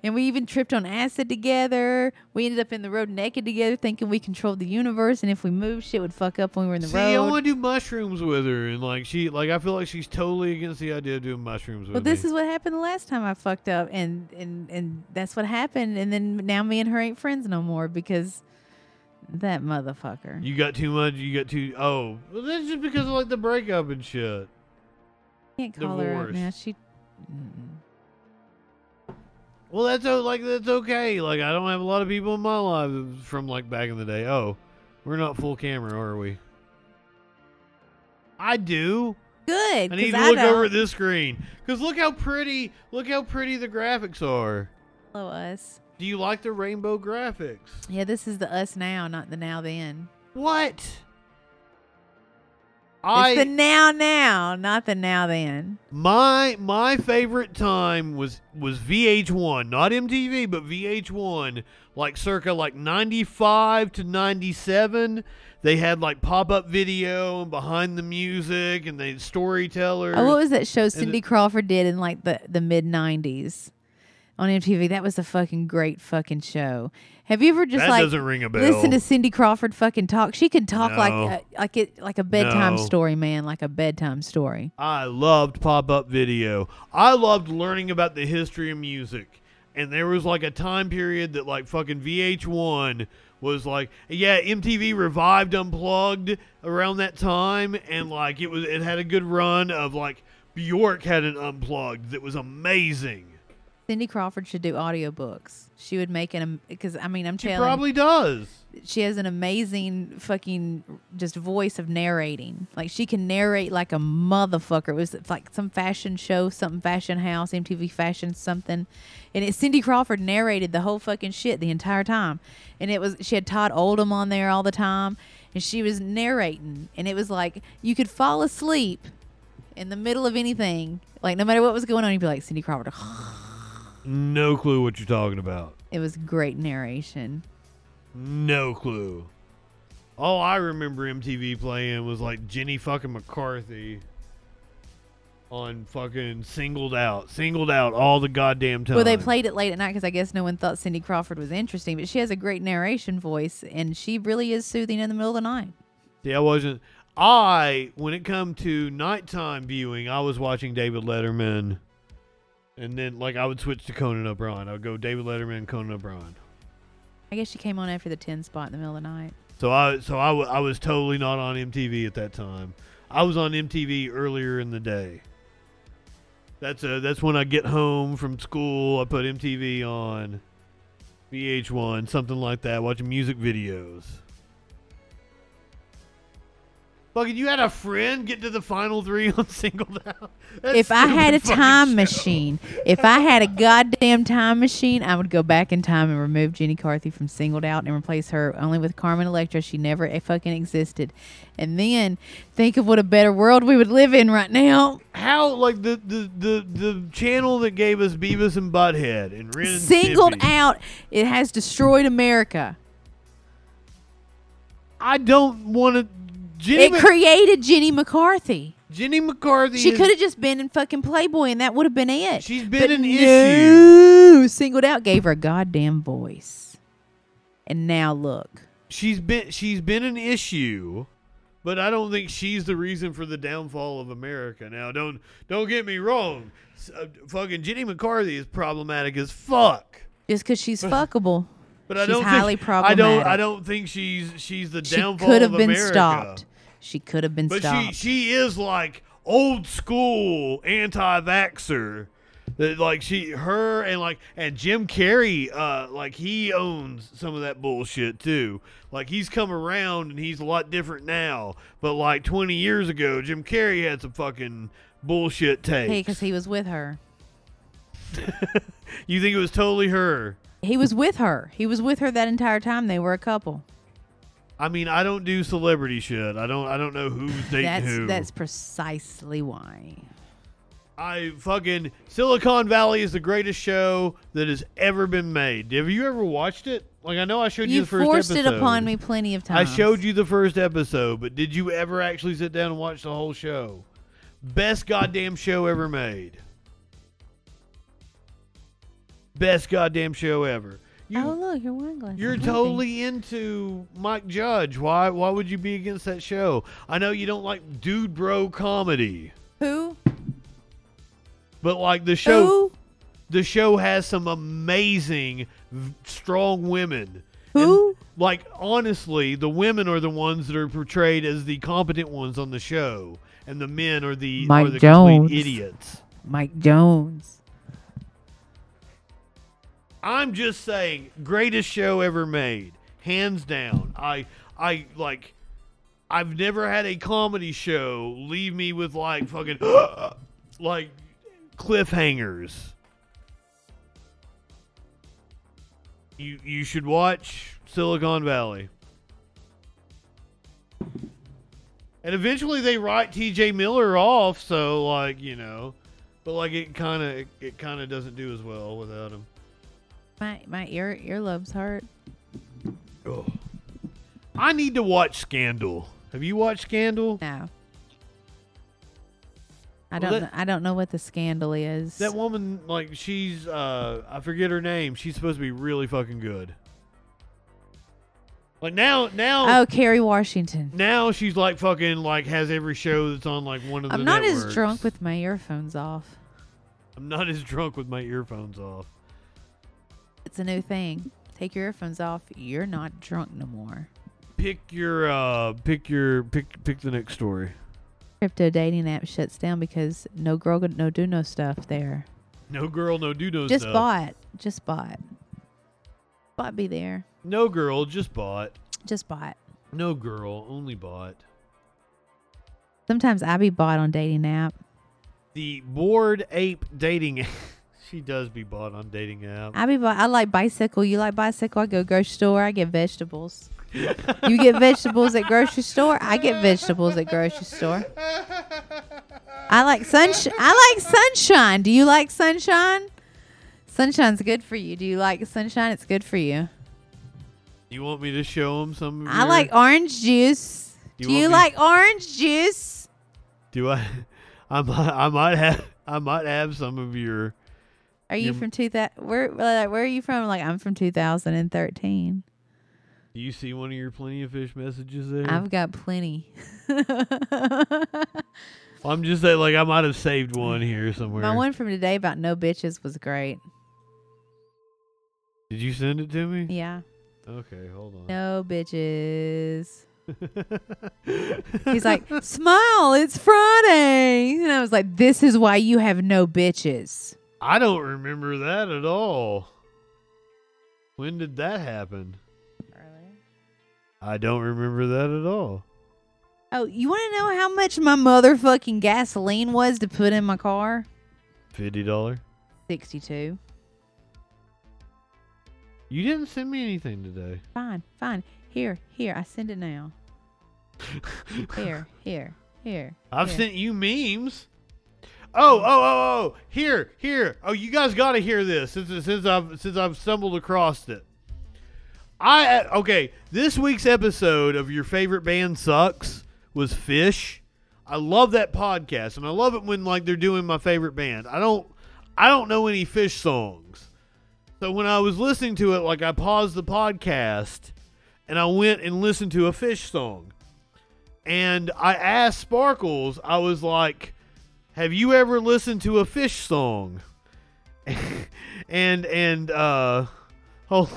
Speaker 3: and we even tripped on acid together. We ended up in the road naked together, thinking we controlled the universe, and if we moved, shit would fuck up when we were in the
Speaker 2: See, I
Speaker 3: road.
Speaker 2: want to do mushrooms with her, and like she, like I feel like she's totally against the idea of doing mushrooms
Speaker 3: well,
Speaker 2: with
Speaker 3: this
Speaker 2: me.
Speaker 3: is what happened the last time I fucked up, and and and that's what happened. And then now me and her ain't friends no more because that motherfucker.
Speaker 2: you got too much. You got too. Oh, well, that's just because of like the breakup and shit.
Speaker 3: can't call her up now.
Speaker 2: divorced.
Speaker 3: She. Mm-mm.
Speaker 2: well, that's o- like that's okay. Like I don't have a lot of people in my life from like back in the day. Oh, we're not full camera, are we? I do.
Speaker 3: Good.
Speaker 2: I need
Speaker 3: 'cause
Speaker 2: to look
Speaker 3: don't.
Speaker 2: over at this screen because look how pretty, look how pretty the graphics are.
Speaker 3: Follow us.
Speaker 2: Do you like the rainbow graphics?
Speaker 3: Yeah, this is the us now, not the now then.
Speaker 2: What?
Speaker 3: it's the
Speaker 2: I
Speaker 3: now now, not the now then.
Speaker 2: my my favorite time was was VH1, not MTV, but VH1, like circa like 95 to 97. They had like pop-up video and behind the music and they storytellers.
Speaker 3: Oh, what was that show
Speaker 2: it-
Speaker 3: Cindy Crawford did in like the, the mid '90s on MTV? That was a fucking great fucking show. Have you ever just
Speaker 2: That
Speaker 3: like
Speaker 2: doesn't ring a
Speaker 3: Listen
Speaker 2: bell.
Speaker 3: to Cindy Crawford fucking talk. She can talk like
Speaker 2: No.
Speaker 3: a, like it like a bedtime
Speaker 2: No.
Speaker 3: story, man, like a bedtime story.
Speaker 2: I loved pop up video. I loved learning about the history of music. And there was like a time period that like fucking VH1 was like, yeah, MTV revived Unplugged around that time, and like it was it had a good run of like Bjork had an Unplugged that was amazing.
Speaker 3: Cindy Crawford should do audiobooks. She would make an because I mean I'm
Speaker 2: She
Speaker 3: telling
Speaker 2: probably does.
Speaker 3: she has an amazing fucking just voice of narrating. Like she can narrate like a motherfucker. It was like some fashion show, something fashion house, MTV fashion something, and it Cindy Crawford narrated the whole fucking shit the entire time. And it was she had Todd Oldham on there all the time, and she was narrating, and it was like you could fall asleep in the middle of anything, like no matter what was going on, you'd be like Cindy Crawford.
Speaker 2: No clue what you're talking about.
Speaker 3: It was great narration.
Speaker 2: No clue. All I remember MTV playing was like Jenny fucking McCarthy on fucking singled out, singled out all the goddamn time.
Speaker 3: Well, they played it late at night because I guess no one thought Cindy Crawford was interesting, but she has a great narration voice, and she really is soothing in the middle of the night.
Speaker 2: See, I wasn't. I when it come to nighttime viewing, I was watching David Letterman, and then like I would switch to Conan O'Brien. I would go David Letterman, Conan O'Brien.
Speaker 3: I guess she came on after the ten spot in the middle of the night.
Speaker 2: So I so I wa- I was totally not on MTV at that time. I was on MTV earlier in the day. That's uh that's when I get home from school. I put MTV on, VH1, something like that, watching music videos. Fucking, you had a friend get to the final three on Singled Out. That
Speaker 3: if I had a
Speaker 2: stupid fucking
Speaker 3: time
Speaker 2: show.
Speaker 3: machine, if I had a goddamn time machine, I would go back in time and remove Jenny Carthy from Singled Out and replace her only with Carmen Electra. She never eh, fucking existed. And then think of what a better world we would live in right now.
Speaker 2: how like the the the, the channel that gave us Beavis and Butthead and Ren and
Speaker 3: Singled
Speaker 2: Stimpy.
Speaker 3: Out, it has destroyed America.
Speaker 2: I don't want to. Jenny,
Speaker 3: It
Speaker 2: Mc-
Speaker 3: created Jenny McCarthy.
Speaker 2: Jenny McCarthy.
Speaker 3: She
Speaker 2: is-
Speaker 3: could have just been in fucking Playboy, and that would have been it.
Speaker 2: She's been
Speaker 3: but
Speaker 2: an
Speaker 3: no,
Speaker 2: issue.
Speaker 3: Singled out, gave her a goddamn voice, and now look.
Speaker 2: She's been. She's been an issue, but I don't think she's the reason for the downfall of America. Now, don't don't get me wrong. S- uh, fucking Jenny McCarthy is problematic as fuck.
Speaker 3: Just because she's fuckable,
Speaker 2: But I
Speaker 3: She's
Speaker 2: don't
Speaker 3: highly
Speaker 2: think, I don't. I
Speaker 3: problematic.
Speaker 2: don't think she's she's the
Speaker 3: she
Speaker 2: downfall
Speaker 3: could have
Speaker 2: of
Speaker 3: been
Speaker 2: America.
Speaker 3: stopped. She could have been
Speaker 2: But she
Speaker 3: stopped.
Speaker 2: she is like old school anti-vaxer. That like she her and like and Jim Carrey uh like he owns some of that bullshit too. Like he's come around and he's a lot different now. But like 20 years ago Jim Carrey had some fucking bullshit takes.
Speaker 3: hey, because he was with her.
Speaker 2: you think it was totally her?
Speaker 3: He was with her. He was with her that entire time. They were a couple.
Speaker 2: I mean, I don't do celebrity shit. I don't I don't know who's dating
Speaker 3: That's
Speaker 2: who.
Speaker 3: that's precisely why.
Speaker 2: I fucking Silicon Valley is the greatest show that has ever been made. Have you ever watched it? Like I know I showed you,
Speaker 3: You
Speaker 2: the first
Speaker 3: forced
Speaker 2: episode.
Speaker 3: it upon me plenty of
Speaker 2: I
Speaker 3: times.
Speaker 2: showed you the first episode, but did you ever actually sit down and watch the whole show? Best goddamn show ever made. Best goddamn show ever. You,
Speaker 3: Oh look, your wine glass.
Speaker 2: you're
Speaker 3: is empty.
Speaker 2: totally into Mike Judge. Why? Why would you be against that show? I know you don't like dude bro comedy,
Speaker 3: who
Speaker 2: but like the show.
Speaker 3: who
Speaker 2: the show has some amazing v- strong women
Speaker 3: Who?
Speaker 2: And, like honestly the women are the ones that are portrayed as the competent ones on the show and the men are the are
Speaker 3: Mike
Speaker 2: the
Speaker 3: Jones.
Speaker 2: complete idiots
Speaker 3: Mike Jones.
Speaker 2: I'm just saying, greatest show ever made, hands down. I I like. I've never had a comedy show leave me with like fucking like cliffhangers. You you should watch Silicon Valley. And eventually they write TJ Miller off, so like, you know, but like it kind of it, it kind of doesn't do as well without him.
Speaker 3: My my ear earlobes hurt.
Speaker 2: I need to watch Scandal. Have you watched Scandal?
Speaker 3: No. I
Speaker 2: Well,
Speaker 3: don't.
Speaker 2: that-
Speaker 3: kn- I don't know what the scandal is.
Speaker 2: That woman, like, she's uh I forget her name. She's supposed to be really fucking good. Like now now
Speaker 3: oh, Carrie Washington.
Speaker 2: now she's like fucking like has every show that's on like one of the
Speaker 3: I'm not as
Speaker 2: networks.
Speaker 3: drunk with my earphones off.
Speaker 2: I'm not as drunk with my earphones off.
Speaker 3: It's a new thing. Take your earphones off. You're not drunk no more.
Speaker 2: Pick your uh pick your pick pick the next story.
Speaker 3: Crypto dating app shuts down because no girl, could- no do no stuff there.
Speaker 2: No girl, no do no
Speaker 3: Just
Speaker 2: stuff.
Speaker 3: bought. Just bought. Bought be there.
Speaker 2: No girl, just bought.
Speaker 3: Just bought.
Speaker 2: No girl, only bought.
Speaker 3: Sometimes I be bought on dating app.
Speaker 2: The bored ape dating she does be bought on dating app.
Speaker 3: I be bi- I like bicycle. You like bicycle. I go grocery store. I get vegetables. you get vegetables at grocery store. I get vegetables at grocery store. I like sunshine. I like sunshine. Do you like sunshine? Sunshine's good for you. Do you like sunshine? It's good for you.
Speaker 2: You want me to show him some of
Speaker 3: I
Speaker 2: your-
Speaker 3: like orange juice.
Speaker 2: You
Speaker 3: Do you
Speaker 2: want
Speaker 3: like orange juice?
Speaker 2: Do I I might I might have I might have some of your
Speaker 3: Are you
Speaker 2: You're-
Speaker 3: from two thousand? Where like, where are you from? Like I'm from 2013.
Speaker 2: Do you see one of your plenty of fish messages there?
Speaker 3: I've got plenty.
Speaker 2: I'm just saying like I might have saved one here somewhere.
Speaker 3: My one from today about no bitches was great.
Speaker 2: Did you send it to me?
Speaker 3: Yeah.
Speaker 2: Okay, hold on.
Speaker 3: No bitches. He's like, smile, it's Friday. And I was like, this is why you have no bitches.
Speaker 2: I don't remember that at all. When did that happen? I don't remember that at all.
Speaker 3: Oh, you want to know how much my motherfucking gasoline was to put in my car?
Speaker 2: Fifty dollar.
Speaker 3: 62.
Speaker 2: You didn't send me anything today.
Speaker 3: Fine, fine. Here, here, I send it now. Here, here, here.
Speaker 2: I've
Speaker 3: here.
Speaker 2: sent you memes. Oh, oh, oh, oh! Here, here! Oh, you guys got to hear this since since I've since I've stumbled across it. I uh, okay. This week's episode of your favorite band sucks was Fish. I love that podcast, and I love it when like they're doing my favorite band. I don't I don't know any Fish songs, so when I was listening to it, like I paused the podcast and I went and listened to a Fish song and I asked Sparkles, I was like, "Have you ever listened to a fish song?" and and uh, hold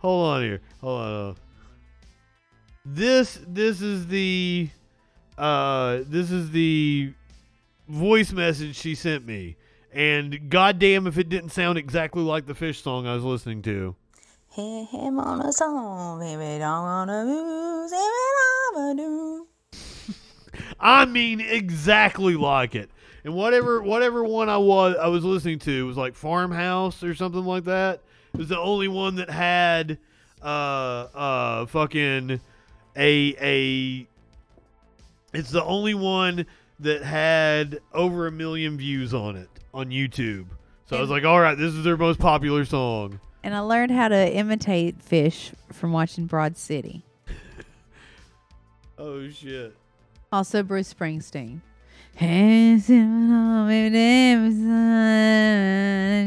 Speaker 2: hold on here, hold on. hold on. This this is the uh this is the voice message she sent me, and goddamn if it didn't sound exactly like the fish song I was listening to.
Speaker 9: Hit him on a song, baby, don't wanna lose, baby, don't wanna do.
Speaker 2: I mean exactly like it. And whatever whatever one I was I was listening to was like Farmhouse or something like that. It was the only one that had uh uh fucking a a it's the only one that had over a million views on it on YouTube. So I was like, all right, this is their most popular song.
Speaker 3: And I learned how to imitate fish from watching Broad City.
Speaker 2: Oh shit.
Speaker 3: Also, Bruce Springsteen. I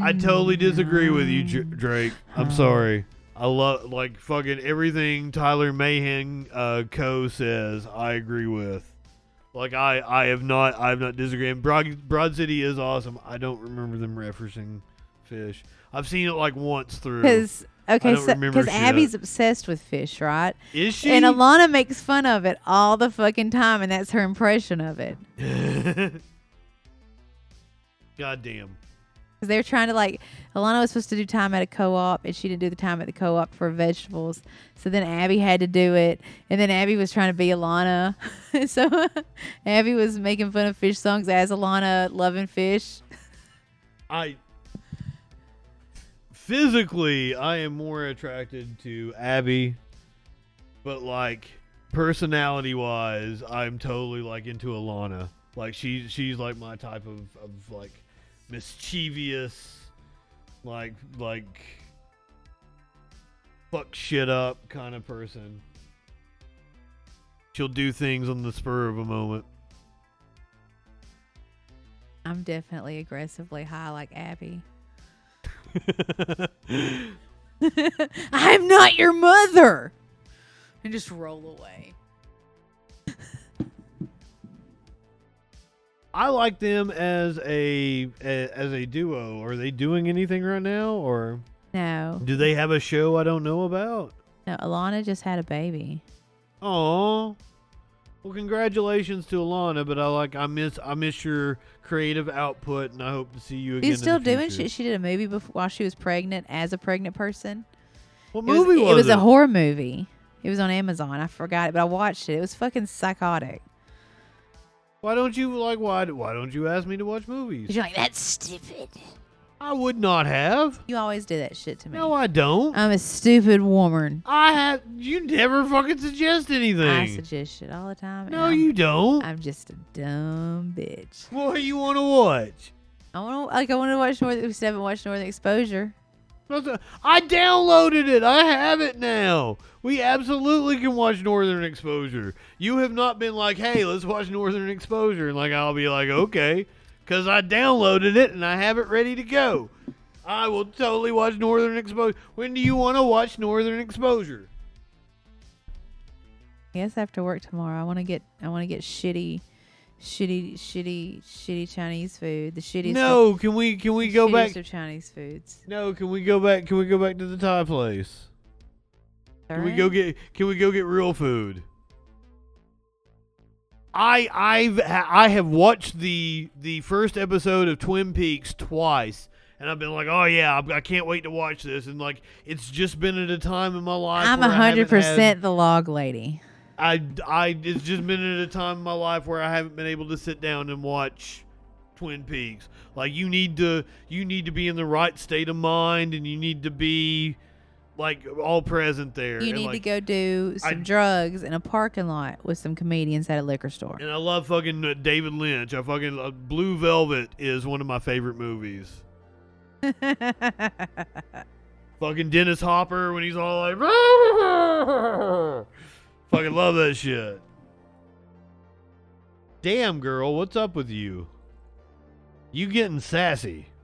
Speaker 2: I totally disagree with you, Dr- Drake. I'm sorry. I love like fucking everything Tyler Mahan uh, co says. I agree with. Like I, I have not, I have not disagreed. And Broad, Broad City is awesome. I don't remember them referencing fish. I've seen it like once through.
Speaker 3: Because okay,
Speaker 2: don't
Speaker 3: so
Speaker 2: remember
Speaker 3: because
Speaker 2: shit.
Speaker 3: Abby's obsessed with fish, right?
Speaker 2: Is she?
Speaker 3: And Alana makes fun of it all the fucking time, and that's her impression of it.
Speaker 2: God damn.
Speaker 3: Because they were trying to like, Alana was supposed to do time at a co-op, and she didn't do the time at the co-op for vegetables. So then Abby had to do it, and then Abby was trying to be Alana. so Abby was making fun of fish songs as Alana loving fish.
Speaker 2: I physically I am more attracted to Abby, but like personality wise, I'm totally like into Alana. Like she she's like my type of, of like mischievous like like fuck shit up kind of person. She'll do things on the spur of a moment.
Speaker 3: I'm definitely aggressively high like Abby. I'm not your mother. And just roll away.
Speaker 2: I like them as a, a as a duo. Are they doing anything right now or
Speaker 3: No,
Speaker 2: do they have a show I don't know about?
Speaker 3: no. Alana just had a baby.
Speaker 2: Oh. Well, congratulations to Alana, but I like I miss I miss your creative output and I hope to see you again.
Speaker 3: She's still
Speaker 2: in the
Speaker 3: doing
Speaker 2: future.
Speaker 3: shit. She did a movie before while she was pregnant as a pregnant person.
Speaker 2: What
Speaker 3: it was,
Speaker 2: movie
Speaker 3: it
Speaker 2: was,
Speaker 3: was a horror movie. It was on Amazon. I forgot it, but I watched it. It was fucking psychotic.
Speaker 2: Why don't you like why why don't you ask me to watch movies?
Speaker 3: You're like, that's stupid.
Speaker 2: I would not have.
Speaker 3: You always do that shit to me.
Speaker 2: No, I don't.
Speaker 3: I'm a stupid woman.
Speaker 2: I have you never fucking suggest anything.
Speaker 3: I suggest shit all the time. and
Speaker 2: no,
Speaker 3: I'm-
Speaker 2: you don't.
Speaker 3: I'm just a dumb bitch.
Speaker 2: what you want to watch?
Speaker 3: I want to like I want to watch Northern. We still haven't watched Northern Exposure.
Speaker 2: That's a- I downloaded it. I have it now. We absolutely can watch Northern Exposure. You have not been like, hey, let's watch Northern Exposure. And like, I'll be like, okay, because I downloaded it and I have it ready to go. I will totally watch Northern Exposure. When do you want to watch Northern Exposure?
Speaker 3: I guess after work tomorrow, I want to get I want to get shitty, shitty, shitty, shitty Chinese food. The shittiest. of,
Speaker 2: No, can we can we
Speaker 3: the
Speaker 2: go
Speaker 3: shittiest
Speaker 2: back?
Speaker 3: of Chinese foods.
Speaker 2: No, can we go back? Can we go back to the Thai place? Can we go get
Speaker 3: Alright?
Speaker 2: can we go get real food? I I've I have watched the the first episode of Twin Peaks twice and I've been like, "Oh yeah, I, I can't wait to watch this." And like it's just been at a time in my life
Speaker 3: I'm
Speaker 2: where I haven't had-
Speaker 3: hundred percent the log lady.
Speaker 2: I I it's just been at a time in my life where I haven't been able to sit down and watch Twin Peaks. Like you need to you need to be in the right state of mind and you need to be like all present there.
Speaker 3: You
Speaker 2: and,
Speaker 3: need to
Speaker 2: like,
Speaker 3: go do some
Speaker 2: I-
Speaker 3: drugs in a parking lot with some comedians at a liquor store.
Speaker 2: And I love fucking uh, David Lynch. I fucking uh, Blue Velvet is one of my favorite movies. Fucking Dennis Hopper when he's all like, fucking love that shit. Damn girl, what's up with you? You getting sassy?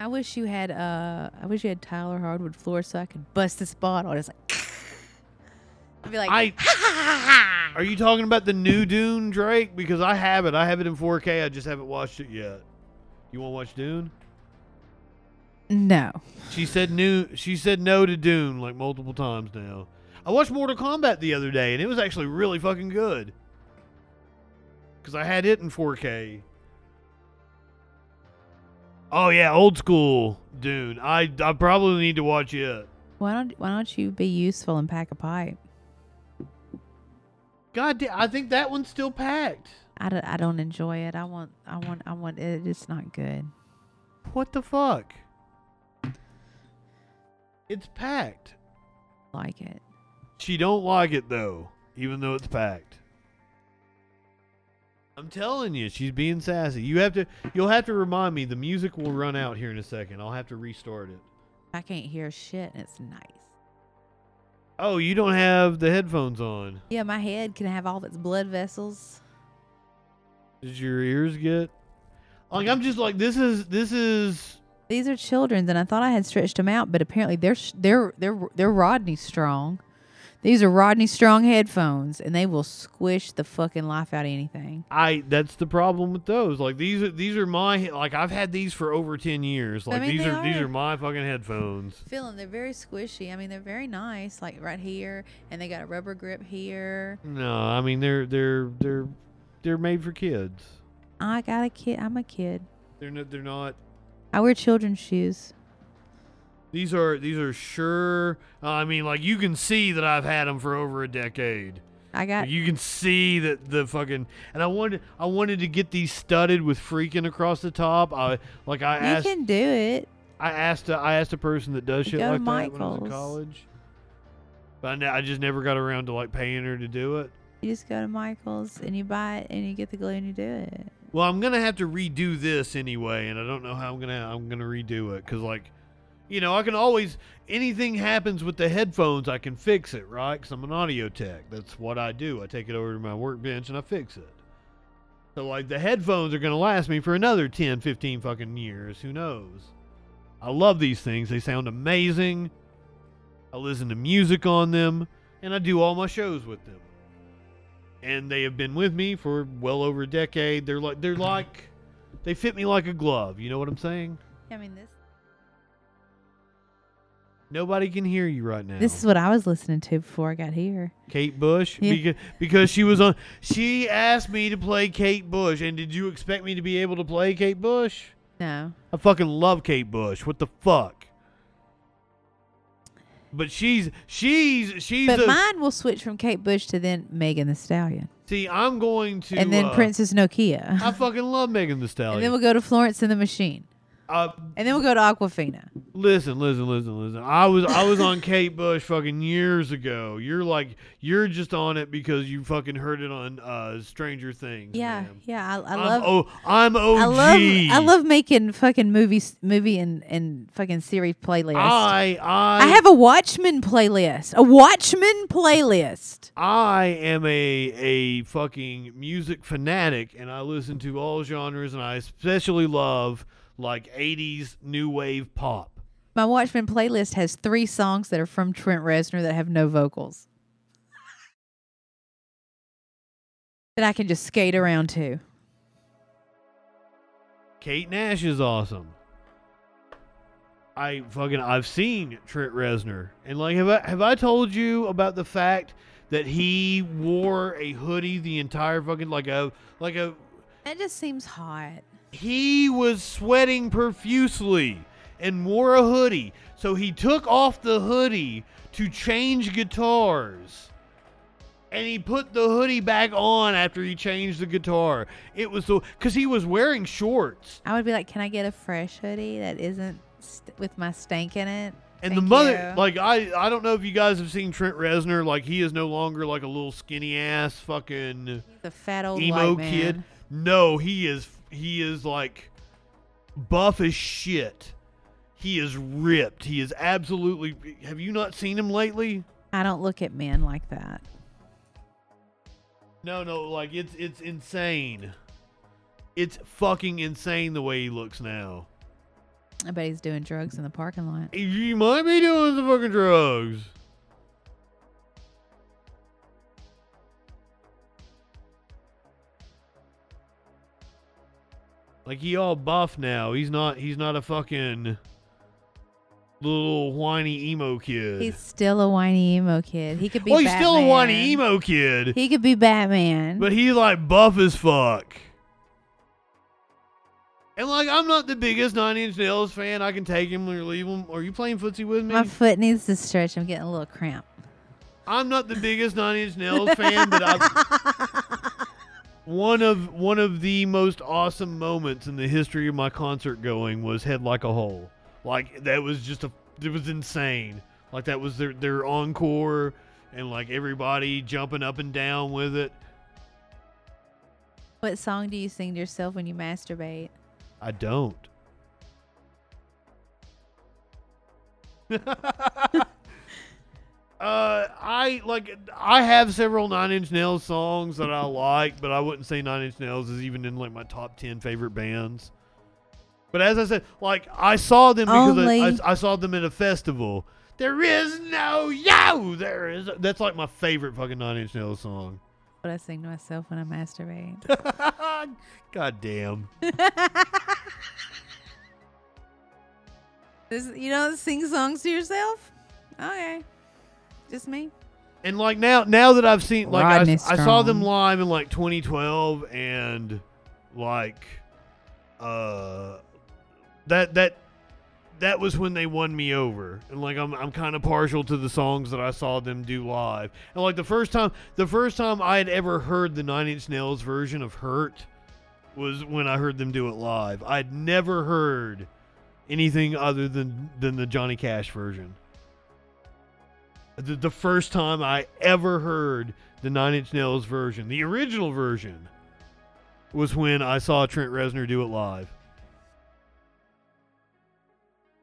Speaker 3: I wish you had uh I wish you had Tyler Hardwood floor so I could bust this bottle. It's like I'd be like
Speaker 2: I. Are you talking about the new Dune Drake? Because I have it. I have it in 4K. I just haven't watched it yet. You want to watch Dune?
Speaker 3: No.
Speaker 2: She said new. She said no to Dune like multiple times now. I watched Mortal Kombat the other day, and it was actually really fucking good. Cause I had it in 4K. Oh yeah, old school Dune. I I probably need to watch it.
Speaker 3: Why don't why don't you be useful and pack a pipe?
Speaker 2: God damn, I think that one's still packed.
Speaker 3: I don't, I don't enjoy it. I want I want I want it. It's not good.
Speaker 2: What the fuck? It's packed.
Speaker 3: Like it.
Speaker 2: She don't like it though, even though it's packed. I'm telling you, she's being sassy. You have to you'll have to remind me the music will run out here in a second. I'll have to restart it.
Speaker 3: I can't hear shit and it's nice.
Speaker 2: Oh, you don't have the headphones on.
Speaker 3: Yeah, my head can have all of its blood vessels.
Speaker 2: Did your ears get Like I'm just like this is this is
Speaker 3: These are children's and I thought I had stretched them out, but apparently they're sh- they're they're they're Rodney Strong. These are Rodney Strong headphones and they will squish the fucking life out of anything.
Speaker 2: I that's the problem with those. Like these are these are my like I've had these for over 10 years.
Speaker 3: I
Speaker 2: Like
Speaker 3: mean,
Speaker 2: these
Speaker 3: they
Speaker 2: are, these
Speaker 3: are.
Speaker 2: are my fucking headphones.
Speaker 3: Feel 'em, They're very squishy. I mean, they're very nice, like right here, and they got a rubber grip here.
Speaker 2: No, I mean they're they're they're they're made for kids.
Speaker 3: I got a kid. I'm a kid.
Speaker 2: They're no, they're not.
Speaker 3: I wear children's shoes.
Speaker 2: These are these are sure. uh, I mean, like you can see that I've had them for over a decade.
Speaker 3: I got
Speaker 2: You can see that the fucking and I wanted I wanted to get these studded with freaking across the top. I like I
Speaker 3: You
Speaker 2: asked
Speaker 3: can do it.
Speaker 2: I asked a, I asked a person that does
Speaker 3: You
Speaker 2: shit
Speaker 3: go to
Speaker 2: like that when I was in
Speaker 3: Michael's.
Speaker 2: college. But I, ne- I just never got around to like paying her to do it.
Speaker 3: You just go to Michael's and you buy it and you get the glue and you do it.
Speaker 2: Well, I'm gonna have to redo this anyway, and I don't know how I'm gonna I'm gonna redo it because like, you know, I can always anything happens with the headphones, I can fix it, right? Because I'm an audio tech. That's what I do. I take it over to my workbench and I fix it. So like the headphones are gonna last me for another 10, 15 fucking years. Who knows? I love these things. They sound amazing. I listen to music on them, and I do all my shows with them and they have been with me for well over a decade. They're like they're like they fit me like a glove. You know what I'm saying?
Speaker 3: I mean this
Speaker 2: Nobody can hear you right now.
Speaker 3: This is what I was listening to before I got here.
Speaker 2: Kate Bush
Speaker 3: Yeah.
Speaker 2: because because she was on she asked me to play Kate Bush and did you expect me to be able to play Kate Bush?
Speaker 3: No.
Speaker 2: I fucking love Kate Bush. What the fuck? But she's she's she's
Speaker 3: But
Speaker 2: a,
Speaker 3: mine will switch from Kate Bush to then Megan the Stallion.
Speaker 2: see I'm going to
Speaker 3: and then
Speaker 2: uh,
Speaker 3: Princess Nokia.
Speaker 2: I fucking love Megan the Stallion.
Speaker 3: and then we'll go to Florence and the Machine.
Speaker 2: uh,
Speaker 3: And then we'll go to Aquafina.
Speaker 2: Oh, Listen, listen, listen, listen. I was I was on Kate Bush fucking years ago. You're like you're just on it because you fucking heard it on uh Stranger Things.
Speaker 3: Yeah,
Speaker 2: man.
Speaker 3: yeah. I, I
Speaker 2: I'm
Speaker 3: love
Speaker 2: Oh, I'm OG.
Speaker 3: I love I love making fucking movies movie and, and fucking series playlists.
Speaker 2: I I
Speaker 3: I have a Watchmen playlist. A Watchmen playlist.
Speaker 2: I am a a fucking music fanatic, and I listen to all genres, and I especially love like '80s new wave pop.
Speaker 3: My Watchmen playlist has three songs that are from Trent Reznor that have no vocals. that I can just skate around to.
Speaker 2: Kate Nash is awesome. I fucking I've seen Trent Reznor, and like have I have I told you about the fact that he wore a hoodie the entire fucking like a like a
Speaker 3: That just seems hot.
Speaker 2: he was sweating profusely and wore a hoodie, so he took off the hoodie to change guitars. And he put the hoodie back on after he changed the guitar. It was the because he was wearing shorts.
Speaker 3: I would be like, can I get a fresh hoodie that isn't st- with my stank in it?
Speaker 2: And the
Speaker 3: Thank
Speaker 2: mother,
Speaker 3: you."
Speaker 2: like I, I don't know if you guys have seen Trent Reznor. Like he is no longer like a little skinny ass fucking
Speaker 3: the fat old
Speaker 2: emo
Speaker 3: white
Speaker 2: kid.
Speaker 3: man.
Speaker 2: No, he is, he is like buff as shit. He is ripped. He is absolutely. Have you not seen him lately?
Speaker 3: I don't look at men like that.
Speaker 2: No, no. Like it's, it's insane. It's fucking insane the way he looks now.
Speaker 3: I bet he's doing drugs in the parking lot.
Speaker 2: You might be doing some fucking drugs. Like he all buff now. He's not. He's not a fucking little whiny emo kid.
Speaker 3: He's still a whiny emo kid. He could be.
Speaker 2: well, he's still a
Speaker 3: Batman.
Speaker 2: whiny emo kid,
Speaker 3: He could be Batman.
Speaker 2: but he's like buff as fuck. And like, I'm not the biggest Nine Inch Nails fan. I can take him or leave him. Are you playing footsie with me?
Speaker 3: my foot needs to stretch. I'm getting a little cramp.
Speaker 2: I'm not the biggest Nine Inch Nails fan, but I one of one of the most awesome moments in the history of my concert going was Head Like a Hole. Like that was just a it was insane. Like that was their their encore and like everybody jumping up and down with it.
Speaker 3: What song do you sing to yourself when you masturbate?
Speaker 2: I don't. uh, I like. I have several Nine Inch Nails songs that I like, but I wouldn't say Nine Inch Nails is even in like my top ten favorite bands. But as I said, like I saw them because I,
Speaker 3: Only-
Speaker 2: I, I saw them at a festival. There is no yo. There is. That's like my favorite fucking Nine Inch Nails song.
Speaker 3: What I sing to myself when I masturbate.
Speaker 2: God damn.
Speaker 3: This, you don't sing songs to yourself? Okay, just me.
Speaker 2: And like now, now that I've seen, like I,
Speaker 3: Rodney
Speaker 2: I saw them
Speaker 3: Strong.
Speaker 2: live in like 2012, and like uh, that that that was when they won me over. And like I'm I'm kind of partial to the songs that I saw them do live. And like the first time the first time I had ever heard the 9 Inch Nails version of Hurt was when I heard them do it live. I'd never heard anything other than than the Johnny Cash version. The, the first time I ever heard the Nine Inch Nails version, the original version, was when I saw Trent Reznor do it live.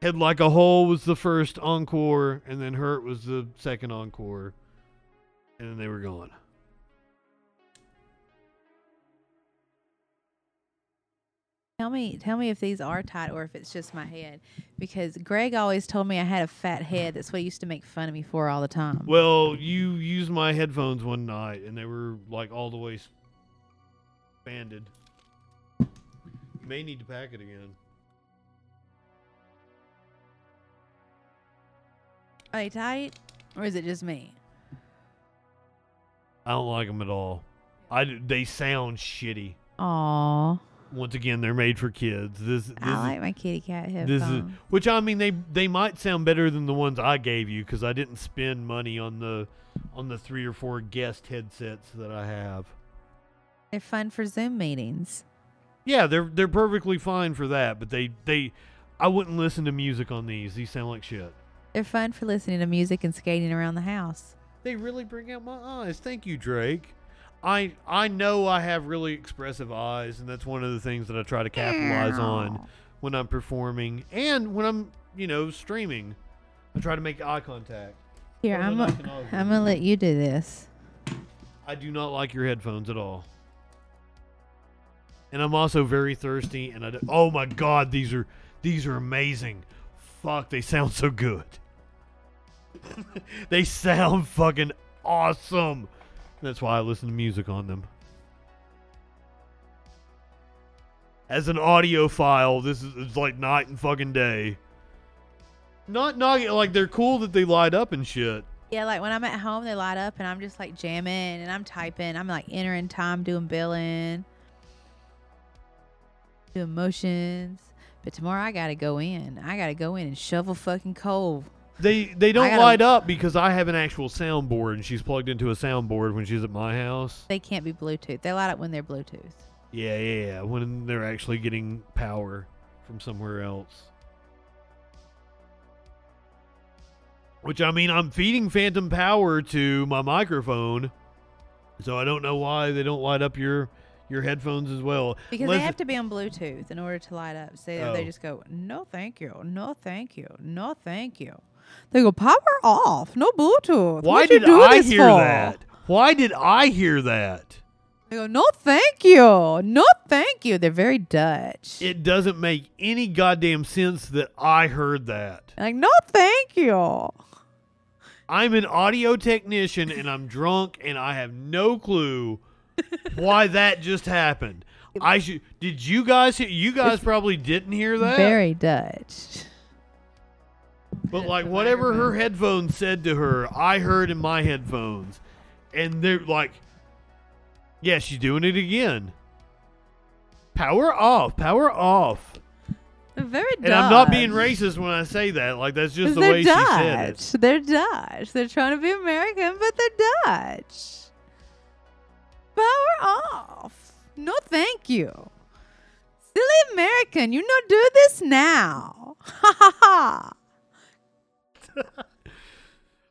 Speaker 2: Head Like a Hole was the first encore, and then Hurt was the second encore, and then they were gone.
Speaker 3: Tell me, tell me if these are tight or if it's just my head, because Greg always told me I had a fat head. That's what he used to make fun of me for all the time.
Speaker 2: Well, you used my headphones one night, and they were like all the way s- banded. You may need to pack it again.
Speaker 3: Are they tight, or is it just me?
Speaker 2: I don't like them at all. I d- they sound shitty.
Speaker 3: Aw,
Speaker 2: Once again, they're made for kids. This this
Speaker 3: I
Speaker 2: is-
Speaker 3: like my kitty cat headphones.
Speaker 2: This is, which I mean, they they might sound better than the ones I gave you because I didn't spend money on the on the three or four guest headsets that I have.
Speaker 3: They're fun for Zoom meetings.
Speaker 2: Yeah, they're they're perfectly fine for that, but they they I wouldn't listen to music on these. These sound like shit.
Speaker 3: They're fun for listening to music and skating around the house.
Speaker 2: They really bring out my eyes. Thank you, Drake. I I know I have really expressive eyes, and that's one of the things that I try to capitalize on when I'm performing and when I'm you know streaming. I try to make eye contact.
Speaker 3: Here,
Speaker 2: Well,
Speaker 3: I'm.
Speaker 2: then I
Speaker 3: i
Speaker 2: can always
Speaker 3: I'm
Speaker 2: do
Speaker 3: gonna let you do this.
Speaker 2: I do not like your headphones at all. And I'm also very thirsty. And I d- oh my god, these are these are amazing. Fuck, they sound so good. they sound fucking awesome. That's why I listen to music on them. As an audiophile, this is it's like night and fucking day. Not knocking like they're cool that they light up and shit.
Speaker 3: Yeah, like when I'm at home, they light up, and I'm just like jamming, and I'm typing. I'm like entering time, doing billing, doing motions. But tomorrow, I gotta go in. I gotta go in and shovel fucking coal.
Speaker 2: They they don't
Speaker 3: gotta-
Speaker 2: light up because I have an actual soundboard and she's plugged into a soundboard when she's at my house.
Speaker 3: They can't be Bluetooth. They light up when they're Bluetooth.
Speaker 2: Yeah, yeah, yeah. When they're actually getting power from somewhere else. Which I mean, I'm feeding phantom power to my microphone, so I don't know why they don't light up your your headphones as well.
Speaker 3: Because
Speaker 2: Unless-
Speaker 3: they have to be on Bluetooth in order to light up. So
Speaker 2: Oh.
Speaker 3: they just go, no, thank you. No, thank you. No, thank you. They go, power off. No Bluetooth.
Speaker 2: Why
Speaker 3: What'd
Speaker 2: did
Speaker 3: you do
Speaker 2: I
Speaker 3: this
Speaker 2: hear
Speaker 3: for?"
Speaker 2: that? Why did I hear that?
Speaker 3: They go, no, thank you. No, thank you. They're very Dutch.
Speaker 2: It doesn't make any goddamn sense that I heard that.
Speaker 3: like, no, thank you.
Speaker 2: I'm an audio technician and I'm drunk and I have no clue why that just happened. I should. Did you guys? hear- You guys probably didn't hear that.
Speaker 3: Very Dutch.
Speaker 2: but like whatever her headphones said to her, I heard in my headphones, and they're like, "Yeah, she's doing it again." Power off. Power off.
Speaker 3: They're very Dutch.
Speaker 2: And I'm not being racist when I say that. Like that's just the
Speaker 3: they're
Speaker 2: way
Speaker 3: Dutch.
Speaker 2: she said it.
Speaker 3: They're Dutch. They're trying to be American, but they're Dutch. Power off. No, thank you. Silly American, you not do this now. Ha ha ha.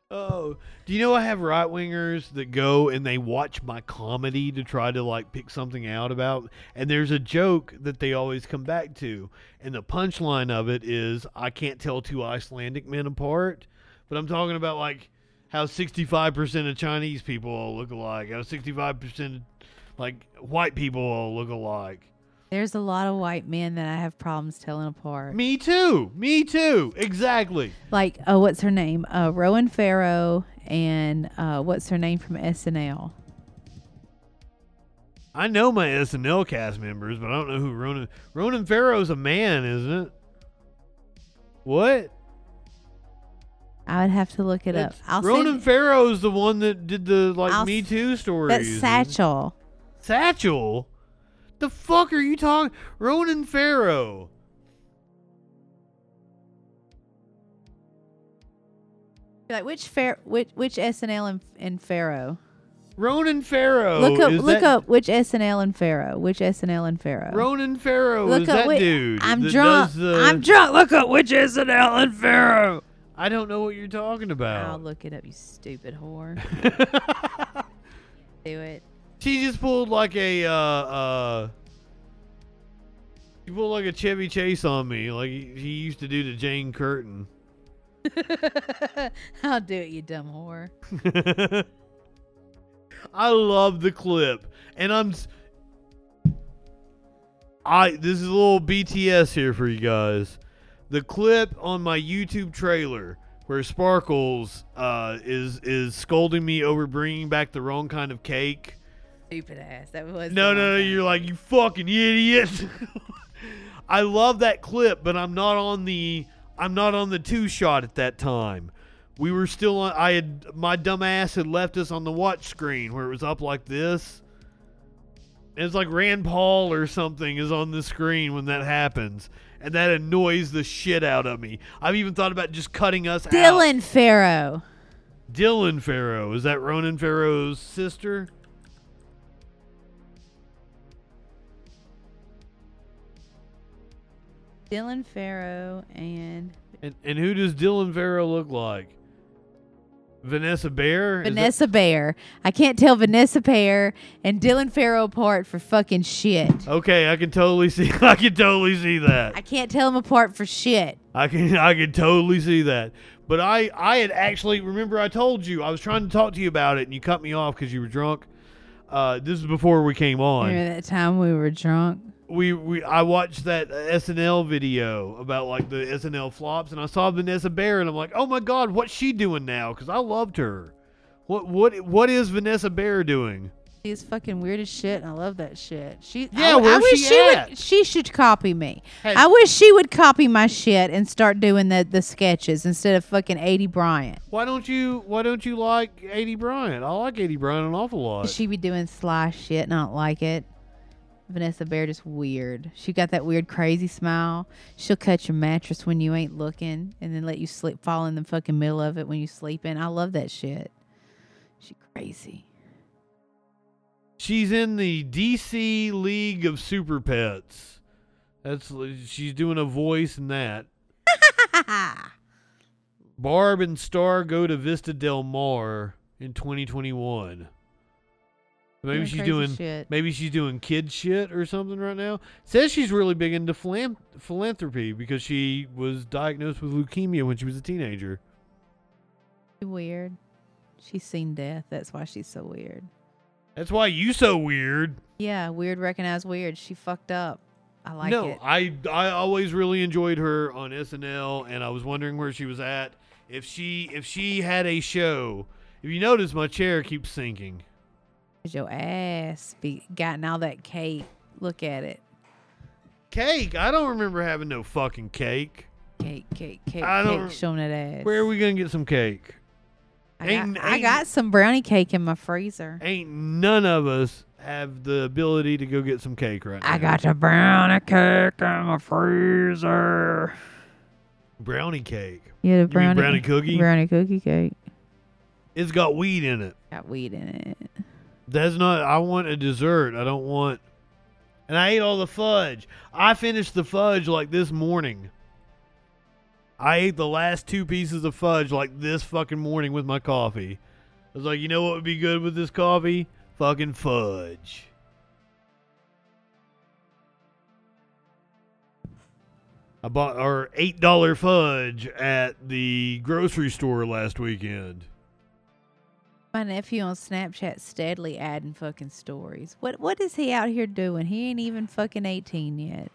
Speaker 2: Oh, do you know I have right wingers that go and they watch my comedy to try to like pick something out about? And there's a joke that they always come back to. And the punchline of it is I can't tell two Icelandic men apart. But I'm talking about like how 65% of Chinese people all look alike, how 65% of, like white people all look alike.
Speaker 3: There's a lot of white men that I have problems telling apart.
Speaker 2: Me too. Me too. Exactly.
Speaker 3: Like, oh, what's her name? Uh, Rowan Farrow and uh, what's her name from SNL?
Speaker 2: I know my SNL cast members, but I don't know who Ronan Ronan Farrow's a man, isn't it? What?
Speaker 3: I would have to look it up.
Speaker 2: That's-
Speaker 3: I'll
Speaker 2: Ronan
Speaker 3: send-
Speaker 2: Farrow's the one that did the like
Speaker 3: I'll
Speaker 2: Me
Speaker 3: s-
Speaker 2: Too stories.
Speaker 3: That's
Speaker 2: and-
Speaker 3: Satchel.
Speaker 2: Satchel. The fuck are you talking? Ronan Farrow.
Speaker 3: Like which fair, which which SNL and and Pharaoh?
Speaker 2: Ronan Farrow.
Speaker 3: look up,
Speaker 2: is
Speaker 3: look
Speaker 2: that-
Speaker 3: up which SNL and Pharaoh, which SNL and Pharaoh.
Speaker 2: Ronan Farrow
Speaker 3: look
Speaker 2: is
Speaker 3: up,
Speaker 2: that
Speaker 3: wait,
Speaker 2: dude.
Speaker 3: I'm
Speaker 2: that
Speaker 3: drunk.
Speaker 2: does the-
Speaker 3: I'm drunk. Look up which SNL and Pharaoh.
Speaker 2: I don't know what you're talking
Speaker 3: I'll
Speaker 2: about.
Speaker 3: look it up, you stupid whore. Do it.
Speaker 2: She just pulled like a uh uh she pulled like a Chevy Chase on me, like he he used to do to Jane Curtin.
Speaker 3: I'll do it, you dumb whore.
Speaker 2: I love the clip, and I'm s- I this is a little BTS here for you guys. The clip on my YouTube trailer where Sparkles uh, is is scolding me over bringing back the wrong kind of cake.
Speaker 3: Stupid ass. That was
Speaker 2: No, no,
Speaker 3: the
Speaker 2: no.
Speaker 3: wrong
Speaker 2: You're like, you fucking idiot. I love that clip, but I'm not on the I'm not on the two shot at that time. We were still on I had my dumb ass had left us on the watch screen where it was up like this. And it's like Rand Paul or something is on the screen when that happens. And that annoys the shit out of me. I've even thought about just cutting us
Speaker 3: thing.
Speaker 2: out.
Speaker 3: Dylan Pharaoh.
Speaker 2: Dylan Farrow. Is that Ronan Farrow's sister?
Speaker 3: Dylan Pharaoh and
Speaker 2: And, and who does Dylan Vera look like? Vanessa Bear? Is that-
Speaker 3: Vanessa Bear. I can't tell Vanessa Bear and Dylan Farrow apart for fucking shit.
Speaker 2: okay, I can totally see. I can totally see
Speaker 3: I
Speaker 2: that.
Speaker 3: can't tell them apart for shit.
Speaker 2: I can. I can totally see that. But I, I had actually remember I told you I was trying to talk to you about it, and you cut me off because you were drunk. Uh, this is before we came on.
Speaker 3: Remember that time we were drunk?
Speaker 2: we, we I watched that uh, SNL video about like the SNL flops, and I saw Vanessa Bear, and I'm like, oh my god, what's she doing now? Because I loved her. What what what is Vanessa Bear doing?
Speaker 3: She's fucking weird as shit, and I love that shit. She,
Speaker 2: Yeah,
Speaker 3: I, I
Speaker 2: where's
Speaker 3: wish
Speaker 2: she at?
Speaker 3: would. She should copy me.
Speaker 2: Hey.
Speaker 3: I wish she would copy my shit and start doing the the sketches instead of fucking 80 Bryant.
Speaker 2: Why don't you Why don't you like AD Bryant? I like AD Bryant an awful lot.
Speaker 3: She be doing sly shit, and I don't like it. Vanessa Bear just weird. She got that weird crazy smile. She'll cut your mattress when you ain't looking, and then let you sleep fall in the fucking middle of it when you sleeping. I love that shit. She crazy.
Speaker 2: She's in the DC League of Super Pets. That's she's doing a voice in that. Barb and Star go to Vista Del Mar in 2021. Maybe
Speaker 3: Doing
Speaker 2: she's
Speaker 3: crazy
Speaker 2: doing
Speaker 3: shit.
Speaker 2: maybe she's doing kid shit or something right now. Says she's really big into philan- philanthropy because she was diagnosed with leukemia when she was a teenager.
Speaker 3: She Weird. She's seen death. That's why she's so weird.
Speaker 2: That's why you so weird.
Speaker 3: Yeah, weird recognized weird. She fucked up. I like
Speaker 2: no,
Speaker 3: it.
Speaker 2: I I always really enjoyed her on SNL, and I was wondering where she was at. If she if she had a show, if you notice, my chair keeps sinking.
Speaker 3: 'Cause your ass be gotten all that cake. Look at it.
Speaker 2: Cake? I don't remember having no fucking cake.
Speaker 3: Cake, cake, cake,
Speaker 2: I
Speaker 3: cake.
Speaker 2: don't-
Speaker 3: Showing that ass.
Speaker 2: Where are we gonna get some cake?
Speaker 3: I got,
Speaker 2: Ain't-
Speaker 3: I
Speaker 2: ain't-
Speaker 3: got some brownie cake in my freezer.
Speaker 2: Ain't none of us have the ability to go get some cake right now.
Speaker 3: I got a brownie cake in my freezer.
Speaker 2: brownie cake.
Speaker 3: Yeah, the
Speaker 2: You mean
Speaker 3: brownie,
Speaker 2: brownie cookie?
Speaker 3: Brownie cookie cake.
Speaker 2: It's got weed in it.
Speaker 3: Got weed in it.
Speaker 2: That's not. I want a dessert. I don't want. And I ate all the fudge. I finished the fudge like this morning. I ate the last two pieces of fudge like this fucking morning with my coffee. I was like, you know what would be good with this coffee? Fucking fudge. I bought our $8 fudge at the grocery store last weekend.
Speaker 3: My nephew on Snapchat steadily adding fucking stories. What what is he out here doing? He ain't even fucking eighteen yet.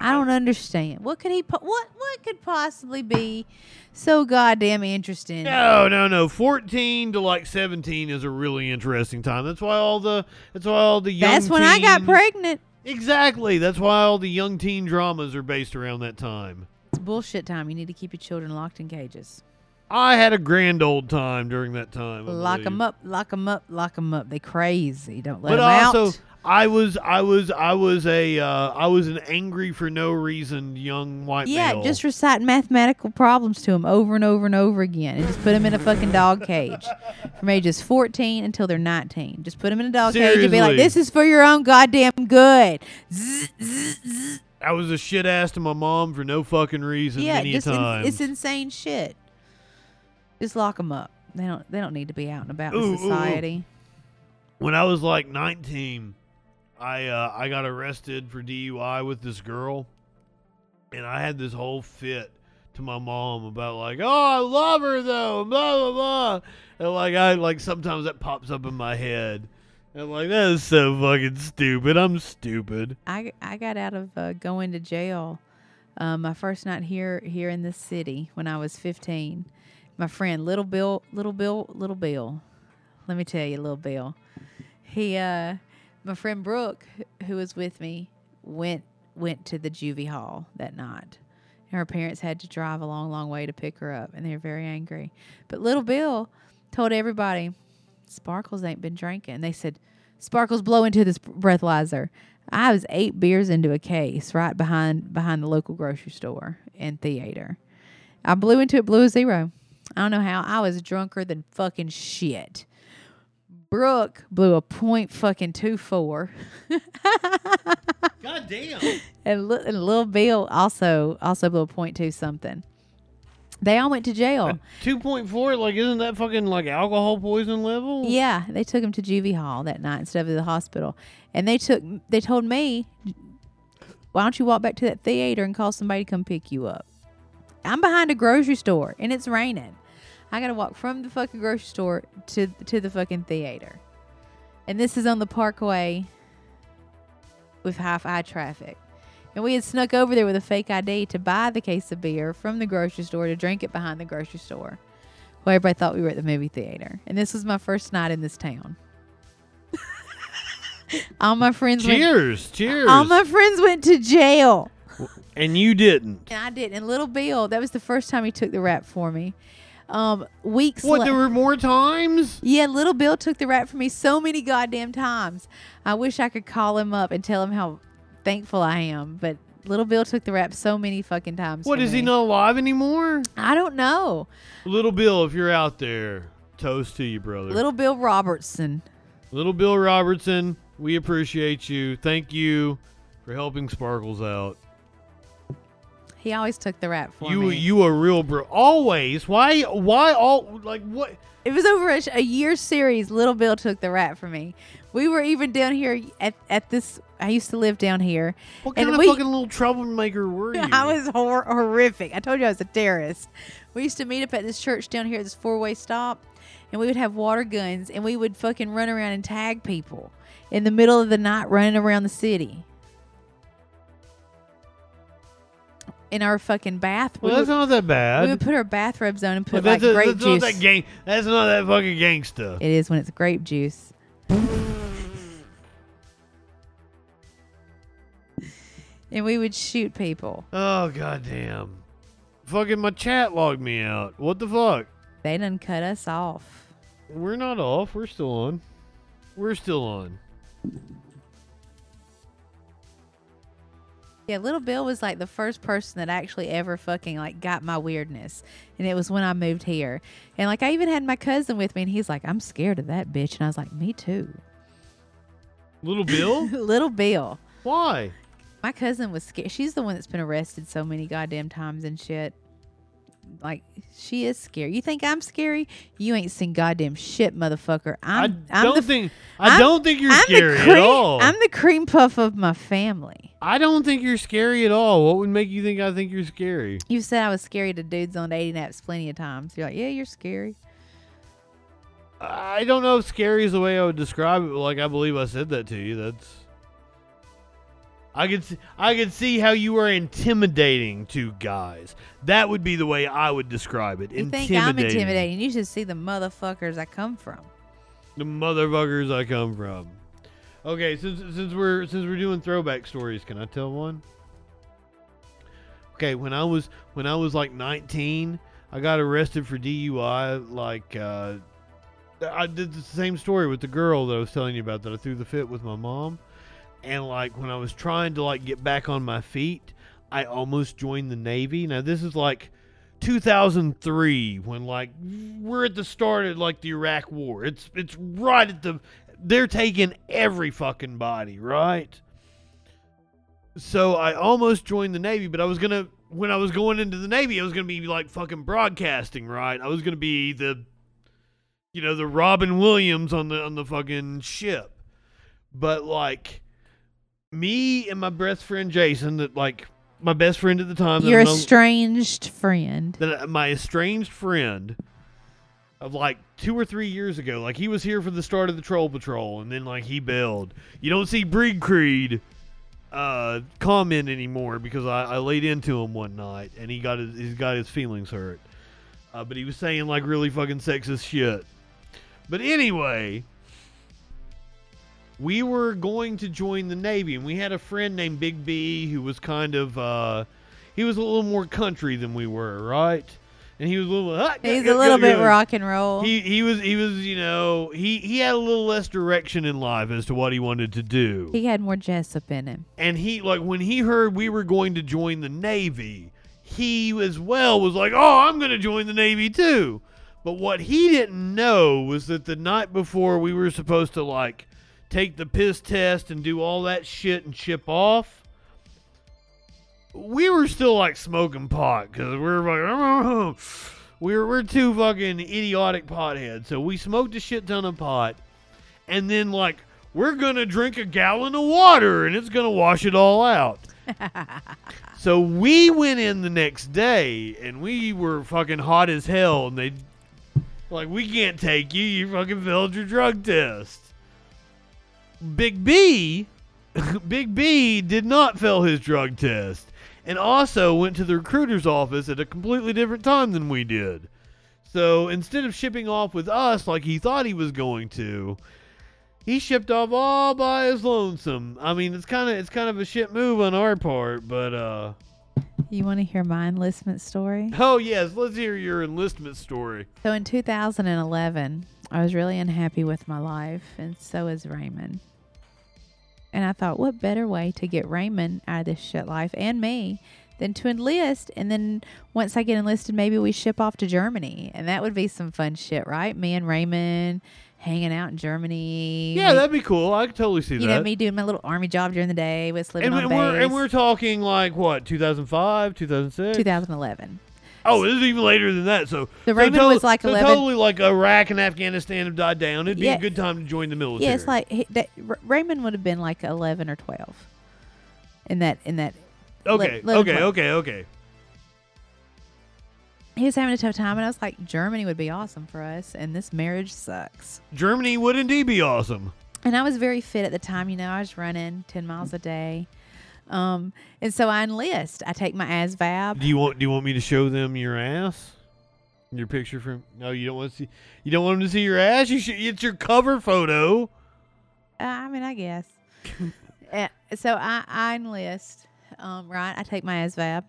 Speaker 3: I don't understand. What could he? Po- what what could possibly be so goddamn interesting?
Speaker 2: No, no, no. Fourteen to like seventeen is a really interesting time. That's why all the that's why all the young.
Speaker 3: That's when I got
Speaker 2: teen-
Speaker 3: pregnant.
Speaker 2: Exactly. That's why all the young teen dramas are based around that time.
Speaker 3: It's bullshit time. You need to keep your children locked in cages.
Speaker 2: I had a grand old time during that time. I
Speaker 3: Lock 'em
Speaker 2: believe.
Speaker 3: up. Lock 'em up. Lock 'em up. They crazy. Don't let
Speaker 2: but
Speaker 3: 'em
Speaker 2: I also,
Speaker 3: out.
Speaker 2: I was, I was, I was a, uh, I was an angry for no reason young white
Speaker 3: Yeah,
Speaker 2: male.
Speaker 3: just recite mathematical problems to them over and over and over again, and just put them in a fucking dog cage from ages 14 until they're 19. Just put them in a dog cage and be like,
Speaker 2: Seriously.
Speaker 3: "This is for your own goddamn good."
Speaker 2: I was a shit ass to my mom for no fucking reason
Speaker 3: yeah,
Speaker 2: many a
Speaker 3: just in-
Speaker 2: time.
Speaker 3: it's insane shit. Just lock them up. They don't. They don't need to be out and about
Speaker 2: Ooh, ooh, ooh.
Speaker 3: in society.
Speaker 2: when I was like 19, I uh, I got arrested for DUI with this girl, and I had this whole fit to my mom about like, oh, I love her though, blah blah blah, and like I like sometimes that pops up in my head, and like that is so fucking stupid. I'm stupid.
Speaker 3: I I got out of uh, going to jail. Um, my first night here here in this city when I was 15. My friend Little Bill, Little Bill, Little Bill. Let me tell you, Little Bill. He uh, my friend Brooke, who was with me, went went to the juvie hall that night. And her parents had to drive a long, long way to pick her up, and they were very angry. But Little Bill told everybody, Sparkles ain't been drinking. They said, Sparkles blow into this breathalyzer. I was eight beers into a case right behind behind the local grocery store and theater. I blew into it, blew a zero. I don't know how. I was drunker than fucking shit. Brooke blew a point fucking two four.
Speaker 2: God damn.
Speaker 3: and, Li- and Lil Bill also also blew a point two something. They all went to jail.
Speaker 2: Two point four, like isn't that fucking like alcohol poison level?
Speaker 3: Yeah, they took him to juvie hall that night instead of the hospital, and they took they told me, "Why don't you walk back to that theater and call somebody to come pick you up?" I'm behind a grocery store and it's raining. I gotta walk from the fucking grocery store to to the fucking theater, and this is on the Parkway with high high traffic. And we had snuck over there with a fake ID to buy the case of beer from the grocery store to drink it behind the grocery store. Well, everybody thought we were at the movie theater. And this was my first night in this town. all my friends went,
Speaker 2: Cheers, cheers.
Speaker 3: all my friends went to jail.
Speaker 2: and you didn't.
Speaker 3: And I did. And little Bill, that was the first time he took the rap for me. Um, weeks
Speaker 2: What?
Speaker 3: la-
Speaker 2: There were more times.
Speaker 3: yeah, little Bill took the rap for me so many goddamn times. I wish I could call him up and tell him how thankful I am, but little Bill took the rap so many fucking times.
Speaker 2: What
Speaker 3: for
Speaker 2: is he
Speaker 3: me.
Speaker 2: not alive anymore?
Speaker 3: I don't know.
Speaker 2: Little Bill, if you're out there, toast to you, brother. Little,
Speaker 3: Little Bill Robertson.
Speaker 2: Bill Robertson, we appreciate you. Thank you for helping Sparkles out.
Speaker 3: He always took the rap for
Speaker 2: you
Speaker 3: me.
Speaker 2: you a real bro. Always. Why why all like what?
Speaker 3: It was over a, sh- a year series. Little Bill took the rap for me. We were even down here at, at this. I used to live down here.
Speaker 2: What
Speaker 3: and
Speaker 2: kind of
Speaker 3: we-
Speaker 2: fucking little troublemaker were you?
Speaker 3: I was hor- horrific. I told you I was a terrorist. We used to meet up at this church down here at this four way stop, and we would have water guns, and we would fucking run around and tag people in the middle of the night running around the city. In our fucking bath,
Speaker 2: well,
Speaker 3: we,
Speaker 2: that's
Speaker 3: would,
Speaker 2: not that bad.
Speaker 3: we would put our bathrobes on and
Speaker 2: But
Speaker 3: put like
Speaker 2: that's a-
Speaker 3: grape
Speaker 2: that's
Speaker 3: juice.
Speaker 2: not that gang. That's not that fucking gang stuff.
Speaker 3: It is when it's grape juice. and we would shoot people.
Speaker 2: Oh goddamn! Fucking my chat logged me out. What the fuck?
Speaker 3: They done cut us off.
Speaker 2: We're not off. We're still on. We're still on.
Speaker 3: Yeah, little Bill was like the first person that actually ever fucking like got my weirdness, and it was when I moved here. And like I even had my cousin with me, and he's like, "I'm scared of that bitch," and I was like, "Me too."
Speaker 2: Little Bill?
Speaker 3: little Bill,
Speaker 2: Why?
Speaker 3: my cousin was scared. She's the one that's been arrested so many goddamn times and shit. Like she is scary. You think I'm scary? You ain't seen goddamn shit, motherfucker. I'm,
Speaker 2: I
Speaker 3: am
Speaker 2: don't
Speaker 3: the,
Speaker 2: think I
Speaker 3: I'm-
Speaker 2: don't think you're
Speaker 3: I'm the
Speaker 2: scary
Speaker 3: cream-
Speaker 2: at all.
Speaker 3: I'm the cream puff of my family.
Speaker 2: I don't think you're scary at all. What would make you think I think you're scary?
Speaker 3: You said I was scary to dudes on dating apps plenty of times. You're like, yeah, you're scary.
Speaker 2: I don't know if scary is the way I would describe it, but like I believe I said that to you. That's I could see, I could see how you are intimidating to guys. That would be the way I would describe it.
Speaker 3: You think
Speaker 2: intimidating.
Speaker 3: I'm intimidating? You should see the motherfuckers I come from.
Speaker 2: The motherfuckers I come from. Okay, since since we're since we're doing throwback stories, can I tell one? Okay, when I was when I was like 19, I got arrested for DUI. Like, uh, I did the same story with the girl that I was telling you about that I threw the fit with my mom. and like when I was trying to like get back on my feet, I almost joined the Navy. Now this is like 2003 when like we're at the start of like the Iraq War. It's it's right at the they're taking every fucking body, right? So I almost joined the Navy, but I was gonna when I was going into the Navy, I was gonna be like fucking broadcasting, right? I was gonna be the you know, the Robin Williams on the on the fucking ship. But like me and my best friend Jason, that like my best friend at the time, that
Speaker 3: Your
Speaker 2: I'm no-
Speaker 3: estranged friend.
Speaker 2: that I- my estranged friend of like two or three years ago, like he was here for the start of the Troll Patrol, and then like he bailed. You don't see Breed Creed uh, comment anymore because I, I laid into him one night, and he got his, he's got his feelings hurt. Uh, but he was saying like really fucking sexist shit. But anyway, we were going to join the Navy, and we had a friend named Big B who was kind of uh, he was a little more country than we were, right? And he was a little ah,
Speaker 3: He's
Speaker 2: yeah,
Speaker 3: a little
Speaker 2: yeah,
Speaker 3: bit
Speaker 2: yeah.
Speaker 3: rock and roll.
Speaker 2: He he was he was you know he he had a little less direction in life as to what he wanted to do.
Speaker 3: He had more Jessup in him.
Speaker 2: and he like when he heard we were going to join the navy he as well was like oh i'm going to join the navy too but what he didn't know was that the night before we were supposed to like take the piss test and do all that shit and ship off we were still like smoking pot because we were like we were, we're two fucking idiotic potheads so we smoked a shit ton of pot and then like we're gonna drink a gallon of water and it's gonna wash it all out so we went in the next day and we were fucking hot as hell and they like we can't take you you fucking failed your drug test big b big b did not fail his drug test and also went to the recruiter's office at a completely different time than we did so instead of shipping off with us like he thought he was going to, he shipped off all by his lonesome. I mean, it's kind of it's kind of a shit move on our part, but uh
Speaker 3: You want to hear my enlistment story?
Speaker 2: oh yes, let's hear your enlistment story.
Speaker 3: So in 2011, I was really unhappy with my life, and so is Raymond. And I thought, what better way to get Raymond out of this shit life and me than to enlist? And then once I get enlisted, maybe we ship off to Germany, and that would be some fun shit, right? Me and Raymond hanging out in Germany.
Speaker 2: Yeah,
Speaker 3: Me-
Speaker 2: that'd be cool. I could totally see
Speaker 3: you
Speaker 2: that.
Speaker 3: know me doing my little army job during the day with living
Speaker 2: and,
Speaker 3: on
Speaker 2: we- we're, and
Speaker 3: base.
Speaker 2: we're talking like what 2005, 2006.
Speaker 3: 2011.
Speaker 2: Oh, this is even later than that. So so
Speaker 3: The Raymond
Speaker 2: totally-
Speaker 3: was like
Speaker 2: so
Speaker 3: 11.
Speaker 2: Totally like Iraq and Afghanistan have died down. It'd be
Speaker 3: Yeah.
Speaker 2: a good time to join the military.
Speaker 3: Yeah, it's like he, that, R- Raymond would have been like eleven or twelve, in that in that. le-
Speaker 2: okay,
Speaker 3: 11,
Speaker 2: okay,
Speaker 3: 12.
Speaker 2: okay, okay.
Speaker 3: He was having a tough time, and I was like, Germany would be awesome for us, and this marriage sucks.
Speaker 2: Germany would indeed be awesome.
Speaker 3: And I was very fit at the time, you know, I was running ten miles a day, um, and so I enlist. I take my ASVAB.
Speaker 2: Do you want Do you want me to show them your ass? Your picture from? No, you don't want to see. You don't want them to see your ass. You should. It's your cover photo.
Speaker 3: Uh, I mean, I guess. Uh, so I, I enlist, um, right? I take my ASVAB.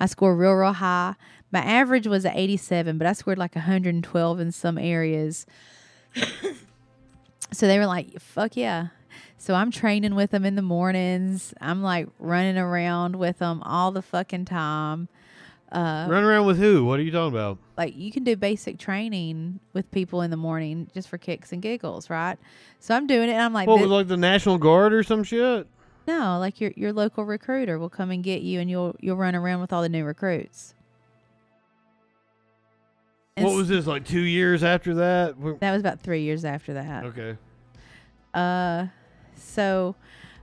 Speaker 3: I score real, real high. My average was at 87, but I scored like 112 in some areas. so they were like, fuck yeah. So I'm training with them in the mornings. I'm like running around with them all the fucking time. Uh, Oh.
Speaker 2: Run around with who? What are you talking about?
Speaker 3: Like you can do basic training with people in the morning just for kicks and giggles, right? So I'm doing it and I'm like,
Speaker 2: What
Speaker 3: "This-
Speaker 2: was like the National Guard or some shit?
Speaker 3: No, like your your local recruiter will come and get you, and you'll you'll run around with all the new recruits. And
Speaker 2: What
Speaker 3: s-
Speaker 2: was this like two years after that? Wh-
Speaker 3: that? Was about three years after that.
Speaker 2: Okay.
Speaker 3: Uh, so,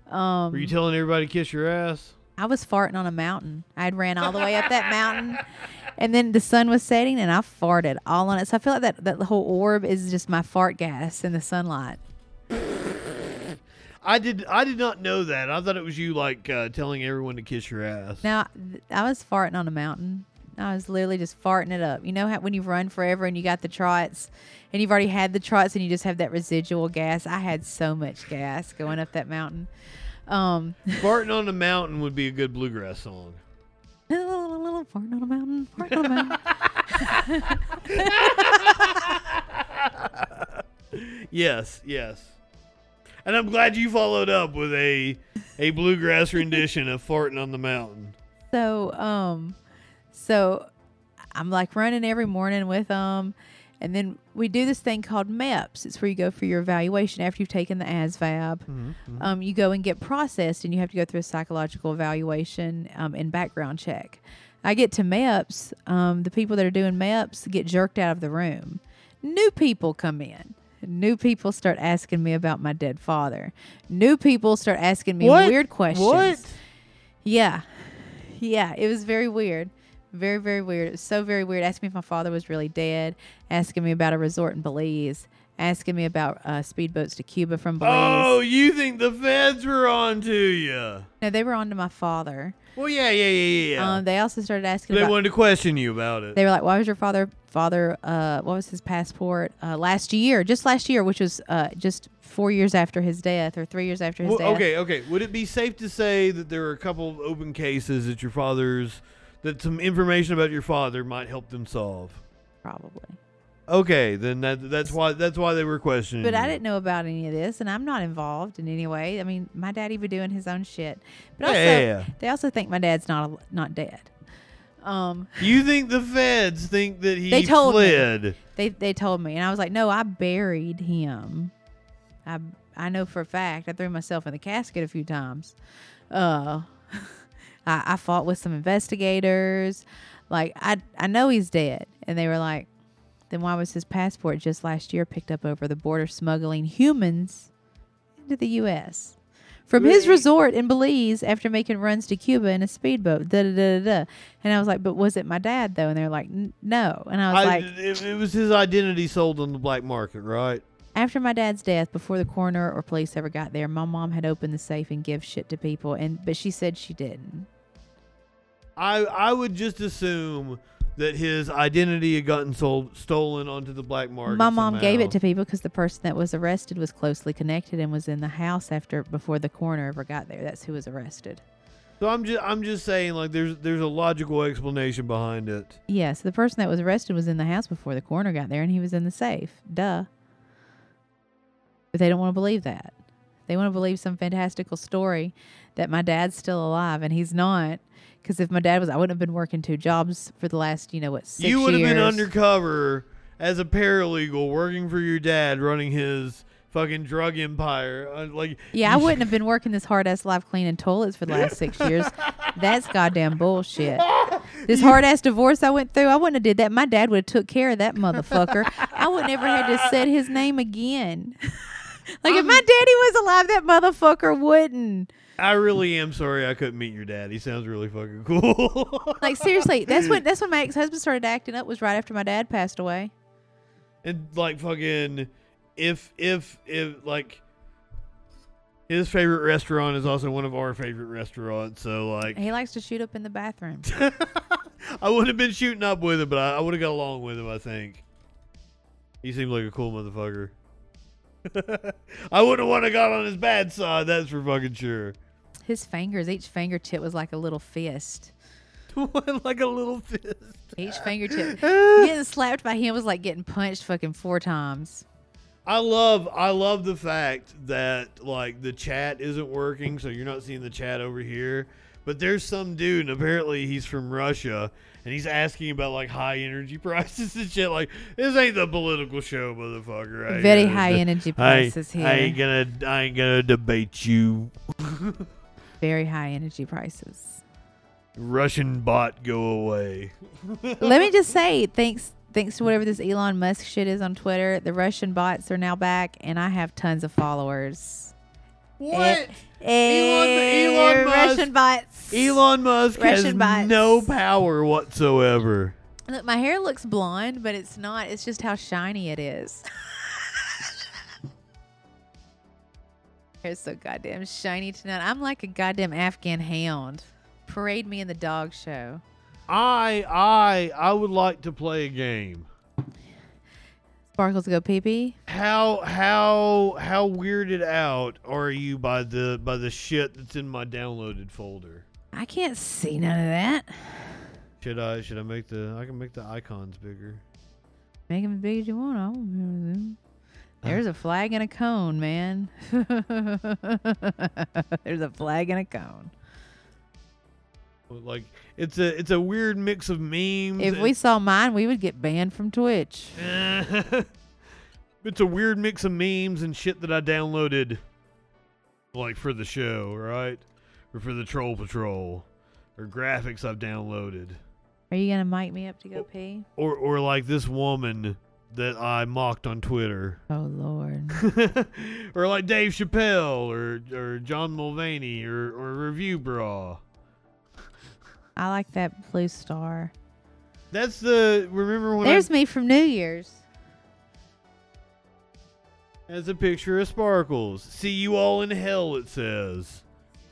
Speaker 3: um,
Speaker 2: Were you telling everybody to kiss your ass?
Speaker 3: I was farting on a mountain. I had ran all the way up that mountain, and then the sun was setting, and I farted all on it. So I feel like that that whole orb is just my fart gas in the sunlight.
Speaker 2: I did. I did not know that. I thought it was you like uh, telling everyone to kiss your ass.
Speaker 3: Now, th- I was farting on a mountain. I was literally just farting it up. You know how when you've run forever and you got the trots and you've already had the trots and you just have that residual gas? I had so much gas going up that mountain. Um,
Speaker 2: Farting on the mountain would be a good bluegrass song.
Speaker 3: farting on a mountain, farting on a mountain.
Speaker 2: Yes, yes. And I'm glad you followed up with a a bluegrass rendition of Farting on the Mountain.
Speaker 3: So, um, so I'm like running every morning with them. And then we do this thing called MEPS. It's where you go for your evaluation after you've taken the ASVAB.
Speaker 2: Mm-hmm,
Speaker 3: Um, you go and get processed, and you have to go through a psychological evaluation um, and background check. I get to MEPS. Um, the people that are doing MEPS get jerked out of the room. New people come in. New people start asking me about my dead father. New people start asking me
Speaker 2: What?
Speaker 3: weird questions.
Speaker 2: What?
Speaker 3: Yeah. Yeah, it was very weird. Very, very weird. It was so very weird. Asking me if my father was really dead, asking me about a resort in Belize, asking me about uh, speedboats to Cuba from Belize.
Speaker 2: Oh, you think the feds were on to you?
Speaker 3: No, they were on to my father.
Speaker 2: Well, yeah, yeah, yeah, yeah.
Speaker 3: Um, they also started asking
Speaker 2: they
Speaker 3: about.
Speaker 2: wanted to question you about it.
Speaker 3: they were like, "Why was your father father? Uh, what was his passport uh, last year? Just last year, which was uh, just four years after his death, or three years after his
Speaker 2: Well,
Speaker 3: death."
Speaker 2: okay, okay. Would it be safe to say that there are a couple of open cases that your father's that some information about your father might help them solve?
Speaker 3: probably.
Speaker 2: Okay, then that that's why that's why they were questioning.
Speaker 3: But I
Speaker 2: you.
Speaker 3: didn't know about any of this, and I'm not involved in any way. I mean, my daddy be doing his own shit. But also,
Speaker 2: Yeah.
Speaker 3: they also think my dad's not al- not dead. Um,
Speaker 2: You think the feds think that he
Speaker 3: They told me.
Speaker 2: fled?
Speaker 3: they they told me, and I was like, no, I buried him. I I know for a fact. I threw myself in the casket a few times. Uh, I, I fought with some investigators. Like I I know he's dead, and they were like, then why was his passport just last year picked up over the border smuggling humans into the U.S. from his resort in Belize after making runs to Cuba in a speedboat? Da da da da. da. And I was like, but was it my dad though? And they're like, "N- no. And I was
Speaker 2: I-
Speaker 3: like,
Speaker 2: it, it was his identity sold on the black market, right?
Speaker 3: After my dad's death, before the coroner or police ever got there, my mom had opened the safe and give shit to people, and but she said she didn't.
Speaker 2: I I would just assume that his identity had gotten sold stolen onto the black market.
Speaker 3: my mom gave it
Speaker 2: somehow.
Speaker 3: to people because the person that was arrested was closely connected and was in the house after before the coroner ever got there. That's who was arrested.
Speaker 2: So I'm just I'm just saying like there's there's a logical explanation behind it.
Speaker 3: Yeah, so the person that was arrested was in the house before the coroner got there, and he was in the safe. Duh. But they don't want to believe that. They want to believe some fantastical story that my dad's still alive and he's not. Because if my dad was, I wouldn't have been working two jobs for the last, you know, what six
Speaker 2: you would have been
Speaker 3: years.
Speaker 2: undercover as a paralegal working for your dad running his fucking drug empire. Uh, like
Speaker 3: Yeah, I wouldn't have been working this hard ass life cleaning toilets for the last six years. That's goddamn bullshit. This hard ass divorce I went through, I wouldn't have did that. My dad would have took care of that motherfucker. I would never had to said his name again. like if my daddy was alive, that motherfucker wouldn't.
Speaker 2: I really am sorry I couldn't meet your dad. He sounds really fucking cool.
Speaker 3: Like seriously, that's when that's when my ex husband started acting up was right after my dad passed away.
Speaker 2: and like fucking if if if like his favorite restaurant is also one of our favorite restaurants, so like
Speaker 3: He likes to shoot up in the bathroom.
Speaker 2: I would have been shooting up with him, but I, I would have got along with him. I think he seemed like a cool motherfucker. I wouldn't want to got on his bad side. That's for fucking sure.
Speaker 3: His fingers, each fingertip was like a little fist.
Speaker 2: like a little fist.
Speaker 3: Each fingertip. getting slapped by him was like getting punched fucking four times.
Speaker 2: I love I love the fact that like the chat isn't working, so you're not seeing the chat over here. But there's some dude, and apparently he's from Russia, and he's asking about like high energy prices and shit. Like this ain't the political show, motherfucker. I
Speaker 3: Very
Speaker 2: ain't
Speaker 3: high
Speaker 2: gonna-
Speaker 3: energy
Speaker 2: I ain't-
Speaker 3: prices
Speaker 2: I
Speaker 3: here.
Speaker 2: ain't gonna I ain't gonna debate you.
Speaker 3: Very high energy prices.
Speaker 2: Russian bot, go away.
Speaker 3: Let me just say, thanks thanks to whatever this Elon Musk shit is on Twitter, the Russian bots are now back and I have tons of followers.
Speaker 2: What?
Speaker 3: Eh,
Speaker 2: Elon- Elon
Speaker 3: Russian bots.
Speaker 2: Elon Musk has
Speaker 3: Russian bots.
Speaker 2: no power whatsoever.
Speaker 3: Look, my hair looks blonde, but it's not. It's just how shiny it is. Hair's so goddamn shiny tonight. I'm like a goddamn Afghan hound. Parade me in the dog show.
Speaker 2: I I I would like to play a game.
Speaker 3: Sparkles go pee pee.
Speaker 2: how how how weirded out are you by the by the shit that's in my downloaded folder?
Speaker 3: I can't see none of that.
Speaker 2: Should I should I make the I can make the icons bigger.
Speaker 3: Make them as big as you want. I don't give a There's a flag and a cone, man. There's a flag and a cone.
Speaker 2: Like it's a it's a weird mix of memes.
Speaker 3: If we
Speaker 2: and-
Speaker 3: saw mine, we would get banned from Twitch.
Speaker 2: it's a weird mix of memes and shit that I downloaded, like for the show, right, or for the Troll Patrol, or graphics I've downloaded,
Speaker 3: Are you gonna mic me up to go pee?
Speaker 2: or or like this woman that I mocked on Twitter,
Speaker 3: Oh Lord.
Speaker 2: or like Dave Chappelle, or or John Mulvaney, or or Review Bra.
Speaker 3: I like that blue star.
Speaker 2: That's the remember when I-
Speaker 3: There's me from New Year's.
Speaker 2: That's a picture of Sparkles. See you all in hell, it says.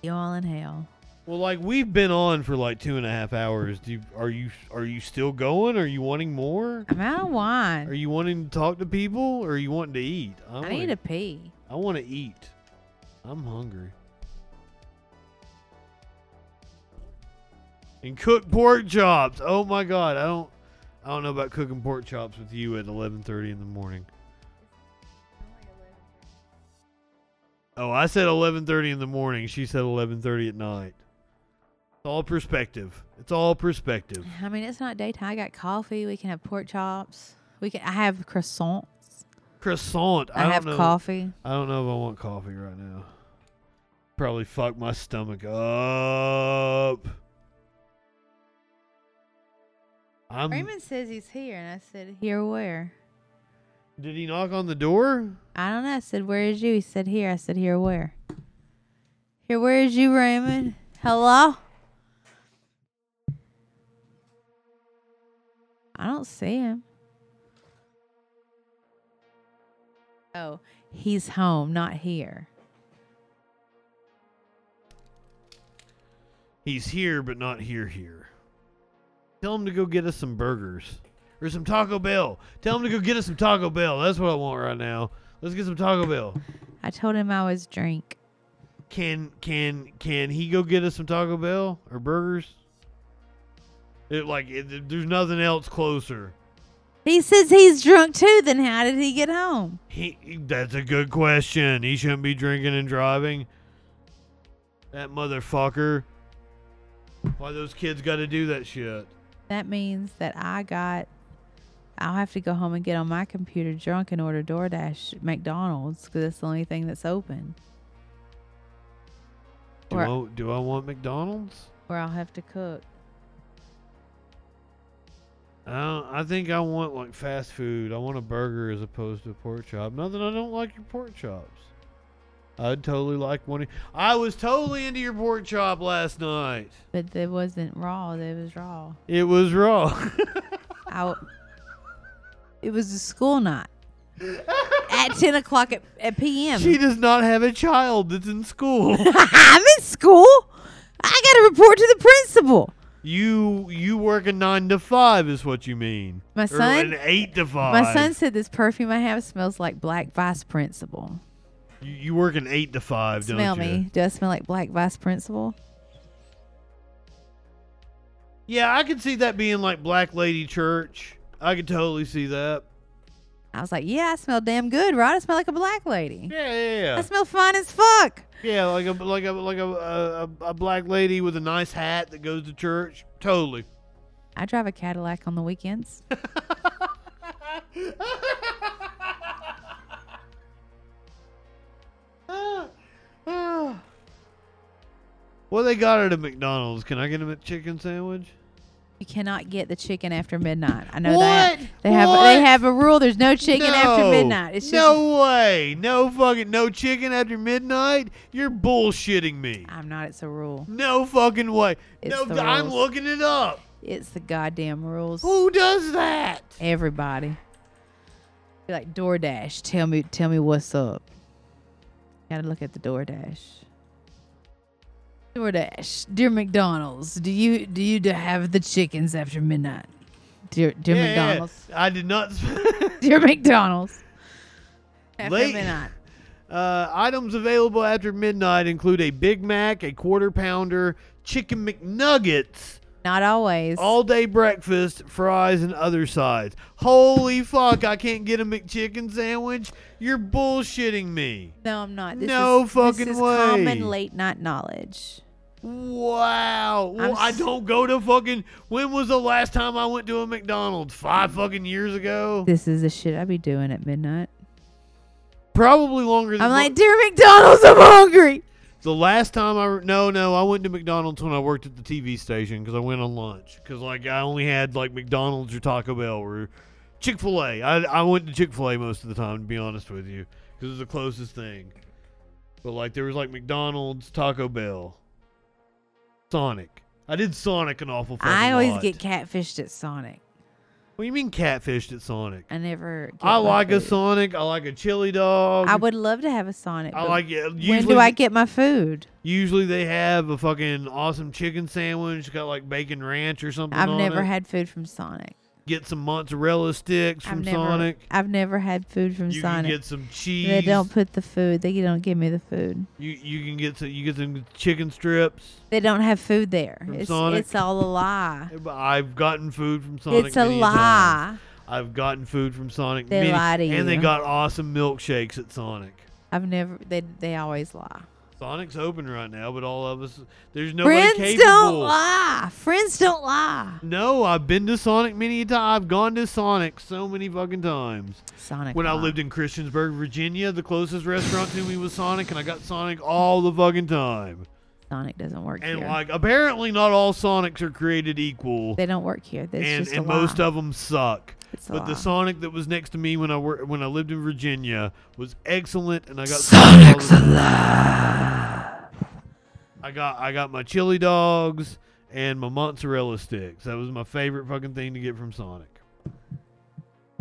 Speaker 3: You all in hell.
Speaker 2: Well, like we've been on for like two and a half hours. Do you, are you are you still going? Are you wanting more?
Speaker 3: I'm out of
Speaker 2: Are
Speaker 3: wine.
Speaker 2: you wanting to talk to people? Or are you wanting to eat? I,
Speaker 3: I
Speaker 2: wanna,
Speaker 3: need to pee.
Speaker 2: I want to eat. I'm hungry. And cook pork chops. Oh my god, I don't I don't know about cooking pork chops with you at 11:30 in the morning. Oh, I said 11:30 in the morning. She said 11:30 at night. It's all perspective. It's all perspective.
Speaker 3: I mean, it's not daytime. I got coffee. We can have pork chops. We can. I have croissants.
Speaker 2: Croissant. I,
Speaker 3: I,
Speaker 2: don't
Speaker 3: have
Speaker 2: know.
Speaker 3: coffee.
Speaker 2: I don't know if I want coffee right now. Probably fuck my stomach up. I'm,
Speaker 3: Raymond says he's here, and I said, "Here where?"
Speaker 2: did he knock on the door?
Speaker 3: I don't know. I said, "Where is you?" He said, "Here." I said, "Here where?" Here where is you, Raymond? Hello. I don't see him. Oh, he's home, not here.
Speaker 2: He's here, but not here. Here. Tell him to go get us some burgers or some Taco Bell. Tell him to go get us some Taco Bell. That's what I want right now. Let's get some Taco Bell.
Speaker 3: I told him I was drink.
Speaker 2: Can can can he go get us some Taco Bell or burgers? It like it, there's nothing else closer.
Speaker 3: He says he's drunk too. Then how did he get home?
Speaker 2: He, that's a good question. He shouldn't be drinking and driving. That motherfucker. Why those kids got to do that shit?
Speaker 3: That means that I got. I'll have to go home and get on my computer drunk and order DoorDash at McDonald's because that's the only thing that's open.
Speaker 2: Do
Speaker 3: Or-
Speaker 2: I, do I want McDonald's?
Speaker 3: Or I'll have to cook.
Speaker 2: I, don't, I think I want like fast food. I want a burger as opposed to a pork chop. Not that I don't like your pork chops. I'd totally like one. of- I was totally into your pork chop last night.
Speaker 3: But it wasn't raw. It was raw.
Speaker 2: It was raw.
Speaker 3: I. It was a school night. at ten o'clock at, at p.m.
Speaker 2: she does not have a child that's in school.
Speaker 3: I'm in school. I got to report to the principal.
Speaker 2: You you work a nine to five is what you mean.
Speaker 3: My
Speaker 2: Or
Speaker 3: son-
Speaker 2: an eight to five.
Speaker 3: My son said this perfume I have smells like black vice principal.
Speaker 2: You, you work an eight to five,
Speaker 3: smell
Speaker 2: don't you?
Speaker 3: me. Do I smell like black vice principal?
Speaker 2: Yeah, I could see that being like Black Lady Church. I could totally see that.
Speaker 3: I was like, yeah, I smell damn good, right? I smell like a black lady.
Speaker 2: Yeah, yeah, yeah.
Speaker 3: I smell fine as fuck.
Speaker 2: yeah, like a like a like a, a a- a black lady with a nice hat that goes to church. Totally.
Speaker 3: I drive a Cadillac on the weekends.
Speaker 2: Well, they got it at McDonald's. Can I get a chicken sandwich?
Speaker 3: You cannot get the chicken after midnight. I know
Speaker 2: What?
Speaker 3: that. They have
Speaker 2: What?
Speaker 3: they have a rule. There's no chicken after
Speaker 2: No.
Speaker 3: midnight. It's just
Speaker 2: no way. No fucking no chicken after midnight. You're bullshitting me.
Speaker 3: I'm not. It's a rule.
Speaker 2: No fucking way.
Speaker 3: It's
Speaker 2: no,
Speaker 3: the
Speaker 2: I'm
Speaker 3: rules.
Speaker 2: looking it up.
Speaker 3: It's the goddamn rules.
Speaker 2: Who does that?
Speaker 3: Everybody. Be like DoorDash. Tell me tell me what's up. Gotta look at the DoorDash. DoorDash. Dear McDonald's, do you do you d- have the chickens after midnight? Dear dear
Speaker 2: Yeah, yeah,
Speaker 3: McDonald's.
Speaker 2: I did not.
Speaker 3: Dear McDonald's. After
Speaker 2: Late-
Speaker 3: midnight.
Speaker 2: uh, items available after midnight include a Big Mac, a quarter pounder, chicken McNuggets,
Speaker 3: Not always.
Speaker 2: All day breakfast, fries, and other sides. Holy fuck, I can't get a McChicken sandwich? You're bullshitting me.
Speaker 3: no, I'm not. This
Speaker 2: No
Speaker 3: is,
Speaker 2: fucking
Speaker 3: this is
Speaker 2: way.
Speaker 3: Common late night knowledge.
Speaker 2: Wow. Well,
Speaker 3: I'm
Speaker 2: I
Speaker 3: s-
Speaker 2: don't go to fucking. When was the last time I went to a McDonald's? Five fucking years ago?
Speaker 3: This is the shit I be doing at midnight.
Speaker 2: Probably longer than.
Speaker 3: I'm like,
Speaker 2: what-
Speaker 3: dear McDonald's, I'm hungry.
Speaker 2: The last time I no no I went to McDonald's when I worked at the TV station because I went on lunch because like I only had like McDonald's or Taco Bell or Chick Fil A. I I went to Chick Fil A most of the time to be honest with you because it was the closest thing. But like there was like McDonald's, Taco Bell, Sonic. I did Sonic an awful. fucking
Speaker 3: I always
Speaker 2: lot.
Speaker 3: get catfished at Sonic.
Speaker 2: What do you mean catfished at Sonic?
Speaker 3: I never. Get
Speaker 2: I
Speaker 3: my
Speaker 2: like a
Speaker 3: food.
Speaker 2: Sonic. I like a chili dog.
Speaker 3: I would love to have a Sonic.
Speaker 2: I
Speaker 3: but
Speaker 2: like it.
Speaker 3: When do I get my food?
Speaker 2: Usually they have a fucking awesome chicken sandwich, got like bacon ranch or something.
Speaker 3: I've
Speaker 2: on
Speaker 3: never
Speaker 2: it.
Speaker 3: had food from Sonic.
Speaker 2: Get some mozzarella sticks from
Speaker 3: I've never,
Speaker 2: Sonic.
Speaker 3: I've never had food from
Speaker 2: you
Speaker 3: Sonic.
Speaker 2: can get some cheese.
Speaker 3: they don't put the food. They don't give me the food.
Speaker 2: You you can get some you get some chicken strips.
Speaker 3: They don't have food there.
Speaker 2: From
Speaker 3: It's
Speaker 2: Sonic?
Speaker 3: it's all a lie.
Speaker 2: I've gotten food from Sonic.
Speaker 3: it's a
Speaker 2: many
Speaker 3: lie.
Speaker 2: times. I've gotten food from Sonic.
Speaker 3: They
Speaker 2: many,
Speaker 3: lie to
Speaker 2: and they
Speaker 3: you.
Speaker 2: got awesome milkshakes at Sonic.
Speaker 3: I've never. They they always lie.
Speaker 2: Sonic's open right now, but all of us there's nobody
Speaker 3: Friends
Speaker 2: capable.
Speaker 3: don't lie. Friends don't lie.
Speaker 2: No, I've been to Sonic many times. I've gone to Sonic so many fucking times.
Speaker 3: Sonic.
Speaker 2: When I
Speaker 3: lie.
Speaker 2: lived in Christiansburg, Virginia, the closest restaurant to me was Sonic, and I got Sonic all the fucking time.
Speaker 3: Sonic doesn't work
Speaker 2: And
Speaker 3: here.
Speaker 2: like, apparently, not all Sonics are created equal,
Speaker 3: they don't work here. That's
Speaker 2: and
Speaker 3: just
Speaker 2: and
Speaker 3: a lie.
Speaker 2: most of them suck.
Speaker 3: It's a
Speaker 2: But the
Speaker 3: lie.
Speaker 2: Sonic that was next to me when I wor- when I lived in Virginia was excellent, and I got Sonic's I got I got my chili dogs and my mozzarella sticks. That was my favorite fucking thing to get from Sonic.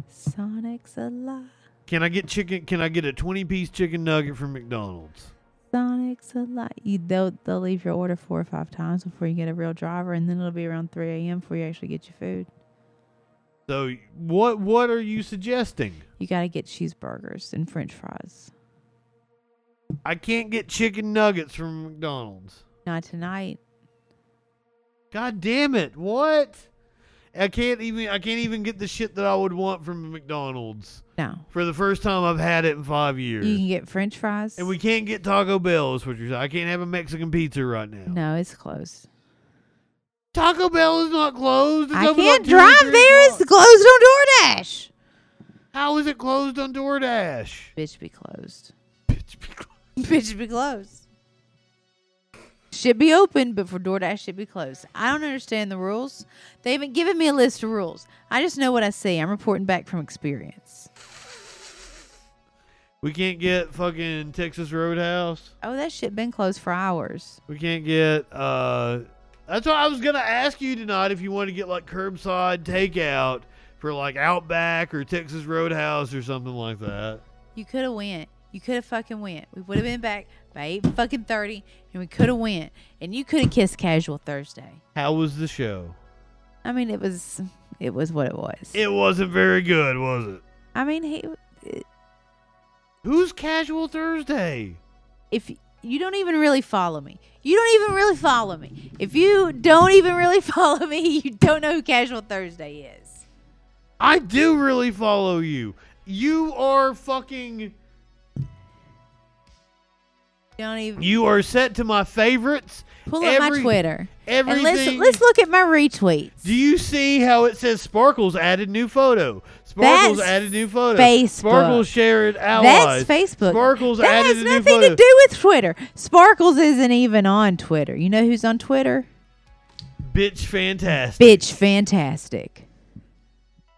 Speaker 3: Sonic's a lie.
Speaker 2: Can I get chicken? Can I get a twenty-piece chicken nugget from McDonald's?
Speaker 3: Sonic's a lot. You they'll they'll leave your order four or five times before you get a real driver, and then it'll be around three a.m. before you actually get your food.
Speaker 2: So what what are you suggesting?
Speaker 3: You got to get cheeseburgers and French fries.
Speaker 2: I can't get chicken nuggets from McDonald's.
Speaker 3: Not tonight.
Speaker 2: God damn it! What? I can't even I can't even get the shit that I would want from McDonald's
Speaker 3: No,
Speaker 2: for the first time I've had it in five years.
Speaker 3: you can get French fries.
Speaker 2: and we can't get Taco Bell. Is what you're saying? I can't have a Mexican pizza right now.
Speaker 3: no, it's closed.
Speaker 2: Taco Bell is not closed. It's
Speaker 3: I
Speaker 2: open
Speaker 3: can't
Speaker 2: like two or
Speaker 3: drive
Speaker 2: three
Speaker 3: there. It's
Speaker 2: o'clock.
Speaker 3: closed on DoorDash.
Speaker 2: How is it closed on DoorDash?
Speaker 3: Bitch, be closed.
Speaker 2: Bitch, be closed.
Speaker 3: Bitch, be closed. Should be open, but for DoorDash, should be closed. I don't understand the rules. They haven't given me a list of rules. I just know what I see. I'm reporting back from experience.
Speaker 2: We can't get fucking Texas Roadhouse.
Speaker 3: Oh, that shit been closed for hours.
Speaker 2: We can't get. uh That's what I was gonna ask you tonight. If you want to get like curbside takeout for like Outback or Texas Roadhouse or something like that.
Speaker 3: You could have went. You could have fucking went. We would have been back by eight fucking thirty, and we could have went. And you could have kissed casual Thursday.
Speaker 2: How was the show?
Speaker 3: I mean, it was, it was what it was.
Speaker 2: It wasn't very good, was it?
Speaker 3: I mean, he,
Speaker 2: Who's Casual Thursday?
Speaker 3: if you don't even really follow me, you don't even really follow me. If you don't even really follow me, you don't know who Casual Thursday is.
Speaker 2: I do really follow you. You are fucking.
Speaker 3: You don't even
Speaker 2: You are set to my favorites.
Speaker 3: pull up my
Speaker 2: Every-
Speaker 3: Twitter and let's
Speaker 2: everything-
Speaker 3: let's look at my retweets.
Speaker 2: Do you see how it says Sparkles added new photo? Sparkles
Speaker 3: That's
Speaker 2: added new photo.
Speaker 3: Facebook.
Speaker 2: Sparkles shared allies.
Speaker 3: That's Facebook.
Speaker 2: Sparkles
Speaker 3: that
Speaker 2: added
Speaker 3: has
Speaker 2: a new
Speaker 3: nothing
Speaker 2: photo.
Speaker 3: to do with Twitter. Sparkles isn't even on Twitter. You know who's on Twitter?
Speaker 2: Bitch, fantastic.
Speaker 3: Bitch, fantastic.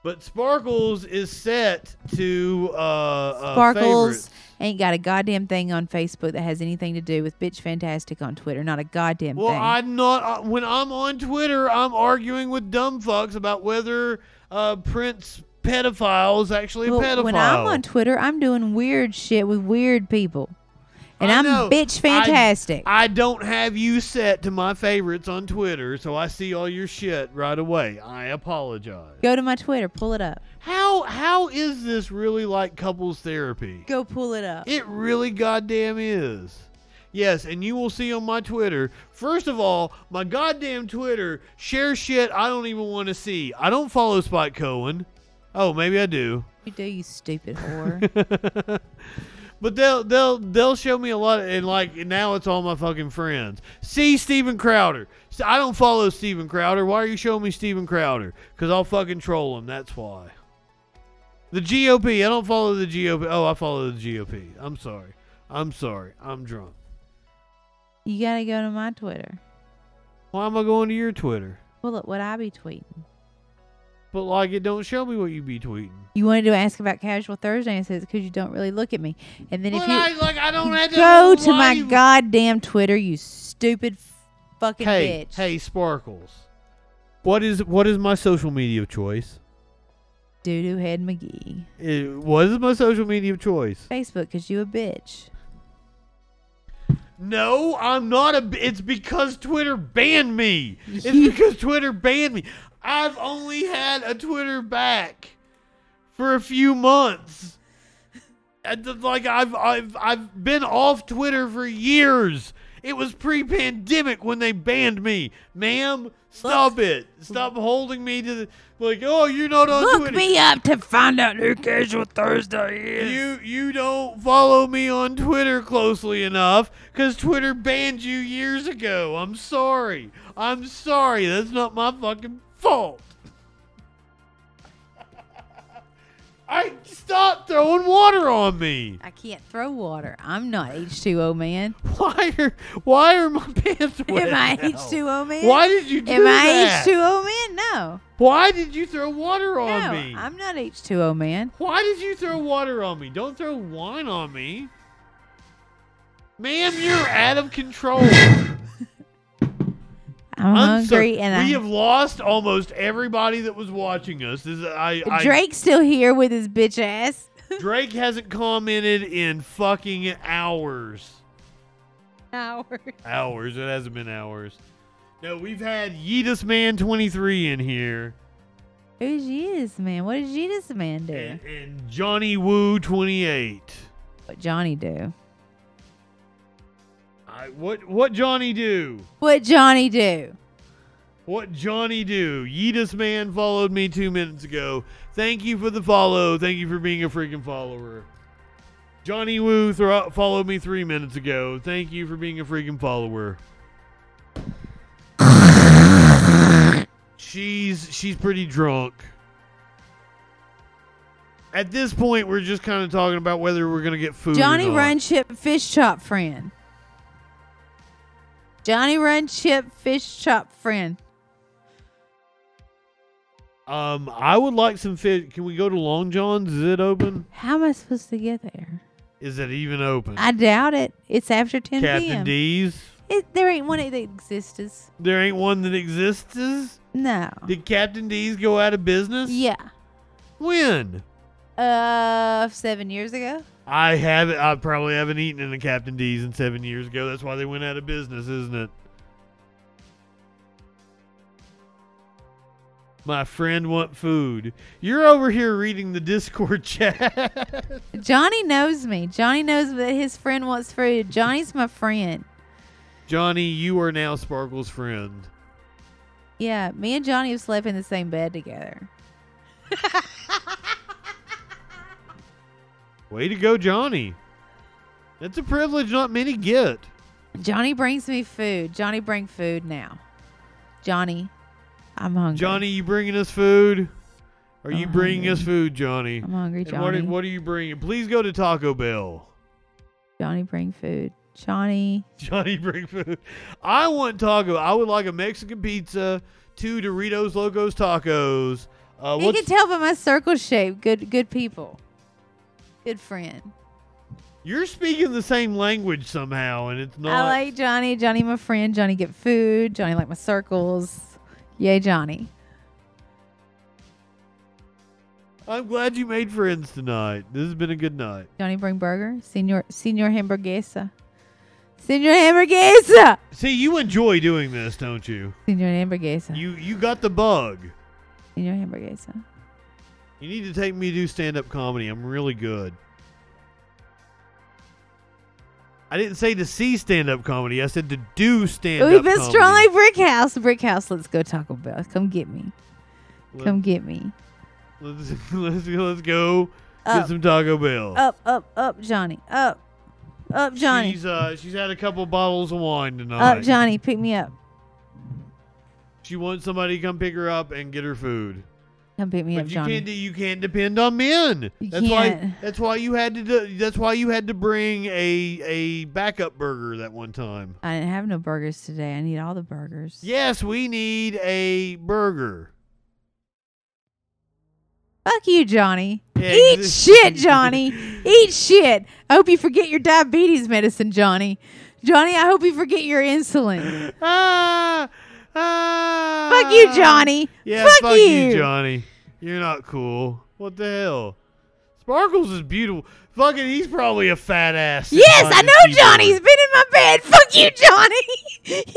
Speaker 2: But Sparkles is set to uh, uh
Speaker 3: Sparkles
Speaker 2: favorites.
Speaker 3: ain't got a goddamn thing on Facebook that has anything to do with Bitch Fantastic on Twitter. Not a goddamn
Speaker 2: Well,
Speaker 3: thing.
Speaker 2: I'm not. Uh, when I'm on Twitter, I'm arguing with dumb fucks about whether uh, Prince pedophile is actually
Speaker 3: Well,
Speaker 2: a pedophile.
Speaker 3: When I'm on Twitter, I'm doing weird shit with weird people. And
Speaker 2: I
Speaker 3: I'm
Speaker 2: know.
Speaker 3: bitch fantastic.
Speaker 2: I, I don't have you set to my favorites on Twitter, so I see all your shit right away. I apologize.
Speaker 3: Go to my Twitter, pull it up.
Speaker 2: How how is this really like couples therapy?
Speaker 3: Go pull it up.
Speaker 2: It really goddamn is. Yes, and you will see on my Twitter. First of all, my goddamn Twitter shares shit I don't even want to see. I don't follow Spike Cohen. Oh, maybe I do.
Speaker 3: You do, you stupid whore.
Speaker 2: But they'll they'll they'll show me a lot, and like now it's all my fucking friends. See Steven Crowder. So I don't follow Steven Crowder. Why are you showing me Steven Crowder? Because I'll fucking troll him. That's why. The GOP. I don't follow the GOP. Oh, I follow the GOP. I'm sorry. I'm sorry. I'm drunk.
Speaker 3: you gotta go to my Twitter.
Speaker 2: Why am I going to your Twitter?
Speaker 3: Well, look what I be tweeting.
Speaker 2: But like, it don't show me what you be tweeting.
Speaker 3: You wanted to ask about Casual Thursday, and I said because you don't really look at me. And then
Speaker 2: But
Speaker 3: if you
Speaker 2: I, like, I don't have to
Speaker 3: go to my
Speaker 2: live-
Speaker 3: goddamn Twitter, you stupid fucking
Speaker 2: Hey,
Speaker 3: bitch.
Speaker 2: hey, Sparkles. What is what is my social media of choice?
Speaker 3: Doo doo head McGee.
Speaker 2: It, what is my social media of choice?
Speaker 3: Facebook, because you a bitch.
Speaker 2: No, I'm not a. b- It's because Twitter banned me. It's because Twitter banned me. I've only had a Twitter back for a few months. And th- Like I've I've I've been off Twitter for years. It was pre-pandemic when they banned me, ma'am. Stop it! Stop holding me to the like. Oh, you're not on
Speaker 3: Look
Speaker 2: Twitter.
Speaker 3: me up to find out who Casual Thursday is.
Speaker 2: You you don't follow me on Twitter closely enough because Twitter banned you years ago. I'm sorry. I'm sorry. That's not my fucking fault. I stop throwing water on me.
Speaker 3: I can't throw water. I'm not H2O man.
Speaker 2: Why are why are my pants wet?
Speaker 3: Am I
Speaker 2: now?
Speaker 3: H2O man?
Speaker 2: Why did you do
Speaker 3: Am I
Speaker 2: that?
Speaker 3: H2O man? No.
Speaker 2: Why did you throw water on
Speaker 3: no,
Speaker 2: me?
Speaker 3: I'm not H2O man.
Speaker 2: Why did you throw water on me? Don't throw wine on me. Ma'am, you're out of control.
Speaker 3: I'm,
Speaker 2: I'm
Speaker 3: hungry
Speaker 2: sorry.
Speaker 3: and
Speaker 2: we
Speaker 3: I.
Speaker 2: have lost almost everybody that was watching us. This is, I, I
Speaker 3: Drake's still here with his bitch ass.
Speaker 2: Drake hasn't commented in fucking hours.
Speaker 3: Hours.
Speaker 2: Hours. It hasn't been hours. No, we've had Yeetus Man 23 in here
Speaker 3: Who's Jesus man? What did Jesus man do?
Speaker 2: and, and Johnny Woo 28.
Speaker 3: What Johnny do?
Speaker 2: I, what what Johnny do?
Speaker 3: What Johnny do?
Speaker 2: What Johnny do? Yeetus man followed me two minutes ago. Thank you for the follow. Thank you for being a freaking follower. Johnny Woo thro- followed me three minutes ago. Thank you for being a freaking follower. She's she's pretty drunk. At this point, we're just kind of talking about whether we're gonna get food. or
Speaker 3: Johnny
Speaker 2: not.
Speaker 3: Run Chip Fish Chop Friend. Johnny Run Chip Fish Chop Friend.
Speaker 2: Um, I would like some fish. Can we go to Long John's? Is it open?
Speaker 3: How am I supposed to get there?
Speaker 2: Is it even open?
Speaker 3: I doubt it. It's after 10
Speaker 2: Captain
Speaker 3: p.m.
Speaker 2: D's.
Speaker 3: It, there ain't one that exists.
Speaker 2: There ain't one that exists.
Speaker 3: No.
Speaker 2: Did Captain D's go out of business?
Speaker 3: Yeah.
Speaker 2: When?
Speaker 3: Uh, seven years ago.
Speaker 2: I haven't. I probably haven't eaten in a Captain D's in seven years ago. That's why they went out of business, isn't it? My friend want food. You're over here reading the Discord chat.
Speaker 3: Johnny knows me. Johnny knows that his friend wants food. Johnny's my friend.
Speaker 2: Johnny, you are now Sparkle's friend.
Speaker 3: Yeah, me and Johnny have slept in the same bed together.
Speaker 2: Way to go, Johnny. That's a privilege not many get.
Speaker 3: Johnny brings me food. Johnny, bring food now. Johnny, I'm hungry.
Speaker 2: Johnny, you bringing us food? Are you
Speaker 3: I'm
Speaker 2: bringing
Speaker 3: hungry.
Speaker 2: us food, Johnny?
Speaker 3: I'm hungry,
Speaker 2: And what are-
Speaker 3: Oh, Johnny.
Speaker 2: What, are you bringing? Please go to Taco Bell.
Speaker 3: Johnny, bring food. Johnny,
Speaker 2: Johnny, bring food. I want taco. I would like a Mexican pizza, two Doritos Locos Tacos. Uh,
Speaker 3: you
Speaker 2: what's,
Speaker 3: can tell by my circle shape. Good, good people. Good friend.
Speaker 2: you're speaking the same language somehow, and it's not.
Speaker 3: I like Johnny. Johnny, my friend. Johnny, get food. Johnny, like my circles. Yay, Johnny.
Speaker 2: I'm glad you made friends tonight. This has been a good night.
Speaker 3: Johnny, bring burger. Senor, senor hamburguesa. Senor hamburguesa.
Speaker 2: See, you enjoy doing this, don't you?
Speaker 3: Senor hamburguesa.
Speaker 2: You you got the bug.
Speaker 3: senor hamburguesa.
Speaker 2: You need to take me to do stand up comedy. I'm really good. I didn't say to see stand up comedy. I said to do stand up
Speaker 3: We've
Speaker 2: comedy.
Speaker 3: been strongly brick house. Brick house. Let's go Taco Bell. Come get me.
Speaker 2: Let-
Speaker 3: Come get me.
Speaker 2: Let's, let's, go- let's go
Speaker 3: Up.
Speaker 2: get some Taco Bell.
Speaker 3: Up, up, up, Johnny. Up, up, Johnny.
Speaker 2: Oh. She's, uh, she's had a couple bottles of wine tonight.
Speaker 3: Up, Johnny. Pick me up.
Speaker 2: She wants somebody to come pick her up and get her food.
Speaker 3: Come pick me
Speaker 2: But
Speaker 3: up,
Speaker 2: you
Speaker 3: Johnny.
Speaker 2: can't. de- You can't depend on men.
Speaker 3: You
Speaker 2: That's why.
Speaker 3: can't.
Speaker 2: That's why you had to. Do, that's why you had to bring a a backup burger that one time.
Speaker 3: I didn't have no burgers today. I need all the burgers.
Speaker 2: Yes, we need a burger.
Speaker 3: Fuck you, Johnny.
Speaker 2: Yeah,
Speaker 3: Eat
Speaker 2: ex-
Speaker 3: shit, Johnny. Eat shit. I hope you forget your diabetes medicine, Johnny. Johnny, I hope you forget your insulin.
Speaker 2: Ah, ah.
Speaker 3: fuck you, Johnny.
Speaker 2: Yeah,
Speaker 3: fuck,
Speaker 2: you. Johnny. You're not cool. What the hell? Sparkles is beautiful. Fucking, he's probably a fat ass. sitting
Speaker 3: Yes,
Speaker 2: on
Speaker 3: I
Speaker 2: his
Speaker 3: know
Speaker 2: keyboard.
Speaker 3: Johnny's been in my bed. Fuck you, Johnny.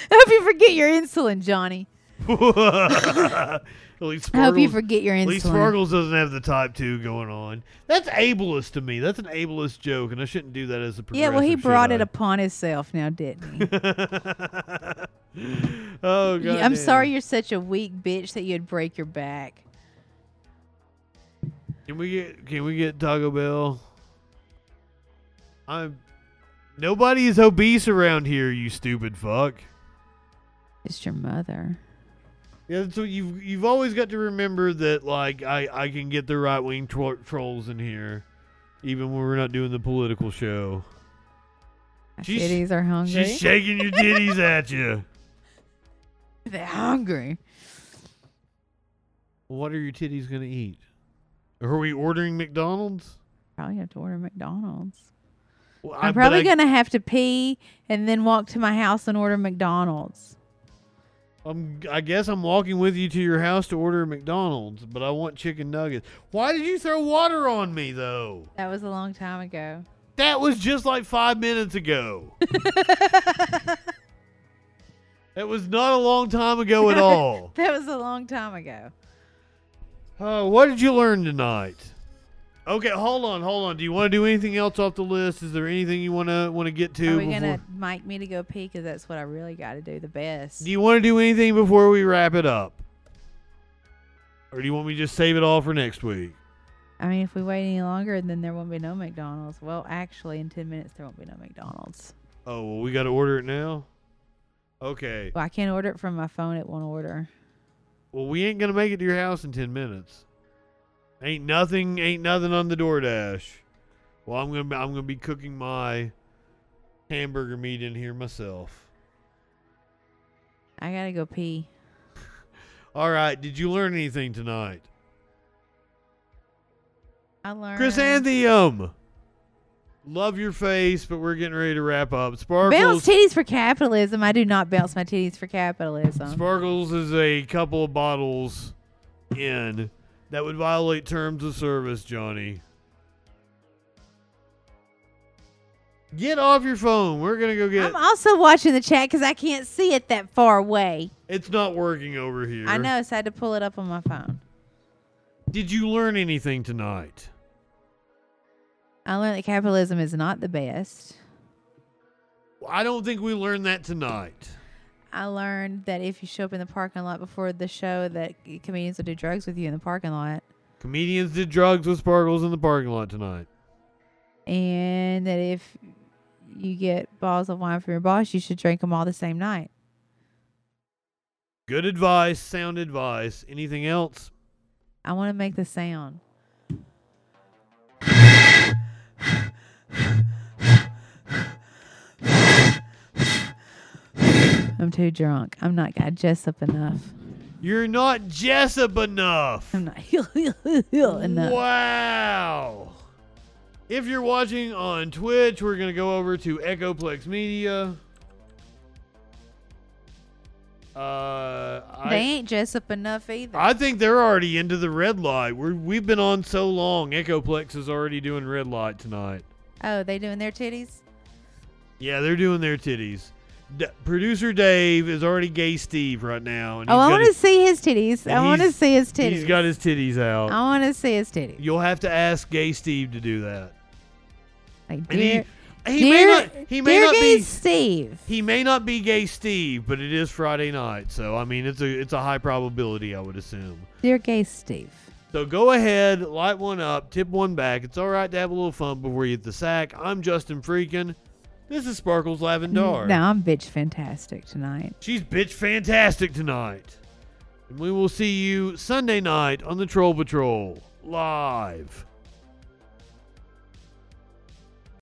Speaker 3: I hope you forget your insulin, Johnny.
Speaker 2: at least
Speaker 3: I hope you
Speaker 2: Sparkles-
Speaker 3: forget your
Speaker 2: At least
Speaker 3: insulin.
Speaker 2: Sparkles doesn't have the type two going on. That's ableist to me. That's an ableist joke, and I shouldn't do that as a.
Speaker 3: Yeah, well,
Speaker 2: progressive,
Speaker 3: he
Speaker 2: Oh,
Speaker 3: brought
Speaker 2: should
Speaker 3: it upon himself now, didn't he?
Speaker 2: I? oh god.
Speaker 3: Yeah, I'm sorry you're such a weak bitch that you'd break your back.
Speaker 2: Can we get can we get Taco Bell? I'm nobody is obese around here, you stupid fuck.
Speaker 3: It's your mother.
Speaker 2: Yeah, so you've you've always got to remember that like I, I can get the right wing tro- trolls in here, even when we're not doing the political show.
Speaker 3: My
Speaker 2: She's-
Speaker 3: titties are hungry.
Speaker 2: She's shaking your titties at you.
Speaker 3: They're hungry.
Speaker 2: What are your titties gonna eat? Are we ordering McDonald's?
Speaker 3: Probably have to order McDonald's.
Speaker 2: Well,
Speaker 3: I'm
Speaker 2: but
Speaker 3: probably
Speaker 2: I-
Speaker 3: gonna have to pee and then walk to my house and order McDonald's.
Speaker 2: I'm, I guess I'm walking with you to your house to order McDonald's, but I want chicken nuggets. Why did you throw water on me though?
Speaker 3: That was a long time ago.
Speaker 2: That was just like five minutes ago. that was not a long time ago at all.
Speaker 3: That was a long time ago.
Speaker 2: Uh, what did you learn tonight? Okay, hold on, hold on. Do you want to do anything else off the list? Is there anything you want to want to get to?
Speaker 3: Are we gonna
Speaker 2: before-
Speaker 3: mic me to go pee? Cause that's what I really got to do the best.
Speaker 2: Do you want to do anything before we wrap it up, or do you want me to just save it all for next week?
Speaker 3: I mean, if we wait any longer, then there won't be no McDonald's. Well, actually, in ten minutes there won't be no McDonald's.
Speaker 2: Oh, well, we got to order it now? Okay.
Speaker 3: Well, I can't order it from my phone. It won't order.
Speaker 2: Well, we ain't going to make it to your house in 10 minutes. Ain't nothing, ain't nothing on the DoorDash. Well, I'm going to I'm going to be cooking my hamburger meat in here myself.
Speaker 3: I gotta go pee.
Speaker 2: All right, did you learn anything tonight?
Speaker 3: I learned.
Speaker 2: Chrysanthemum. Love your face, but we're getting ready to wrap up. Sparkles
Speaker 3: Bounce titties for capitalism. I do not bounce my titties for capitalism.
Speaker 2: Sparkles is a couple of bottles in that would violate terms of service, Johnny. Get off your phone. We're gonna go get.
Speaker 3: I'm also watching the chat because I can't see it that far away.
Speaker 2: it's not working over here.
Speaker 3: I know, so I had to pull it up on my phone.
Speaker 2: Did you learn anything tonight?
Speaker 3: I learned that capitalism is not the best.
Speaker 2: I don't think we learned that tonight.
Speaker 3: I learned that if you show up in the parking lot before the show, that comedians will do drugs with you in the parking lot,
Speaker 2: Comedians did drugs with Sparkles in the parking lot tonight.
Speaker 3: and that if you get bottles of wine from your boss, you should drink them all the same night.
Speaker 2: Good advice, sound advice. Anything else?
Speaker 3: I want to make the sound. I'm too drunk. I'm not got Jessup enough.
Speaker 2: You're not Jessup enough.
Speaker 3: I'm not enough.
Speaker 2: Wow. If you're watching on Twitch, we're going to go over to Echoplex Media. Uh,
Speaker 3: They
Speaker 2: I,
Speaker 3: ain't Jessup enough either.
Speaker 2: I think they're already into the red light. We're, we've been on so long. Echoplex is already doing red light tonight.
Speaker 3: oh, they doing their titties?
Speaker 2: Yeah, they're doing their titties. D- Producer Dave is already gay Steve right now. And
Speaker 3: Oh,
Speaker 2: he's
Speaker 3: I
Speaker 2: got
Speaker 3: want to
Speaker 2: his-
Speaker 3: see his titties. I
Speaker 2: and
Speaker 3: want to
Speaker 2: he's-
Speaker 3: see his titties.
Speaker 2: He's got his titties out.
Speaker 3: I want to see his titties.
Speaker 2: You'll have to ask gay Steve to do that.
Speaker 3: Like,
Speaker 2: And he,
Speaker 3: dear,
Speaker 2: He
Speaker 3: dear,
Speaker 2: may not. He may
Speaker 3: dear
Speaker 2: not
Speaker 3: gay
Speaker 2: be.
Speaker 3: Steve.
Speaker 2: He may not be gay Steve, but it is Friday night, so I mean it's a it's a high probability I would assume.
Speaker 3: Dear gay Steve.
Speaker 2: So go ahead, light one up, tip one back. It's all right to have a little fun before you hit the sack. I'm Justin Freakin. This is Sparkles Lavendar.
Speaker 3: Now I'm bitch fantastic tonight.
Speaker 2: She's bitch fantastic tonight. And we will see you Sunday night on the Troll Patrol live.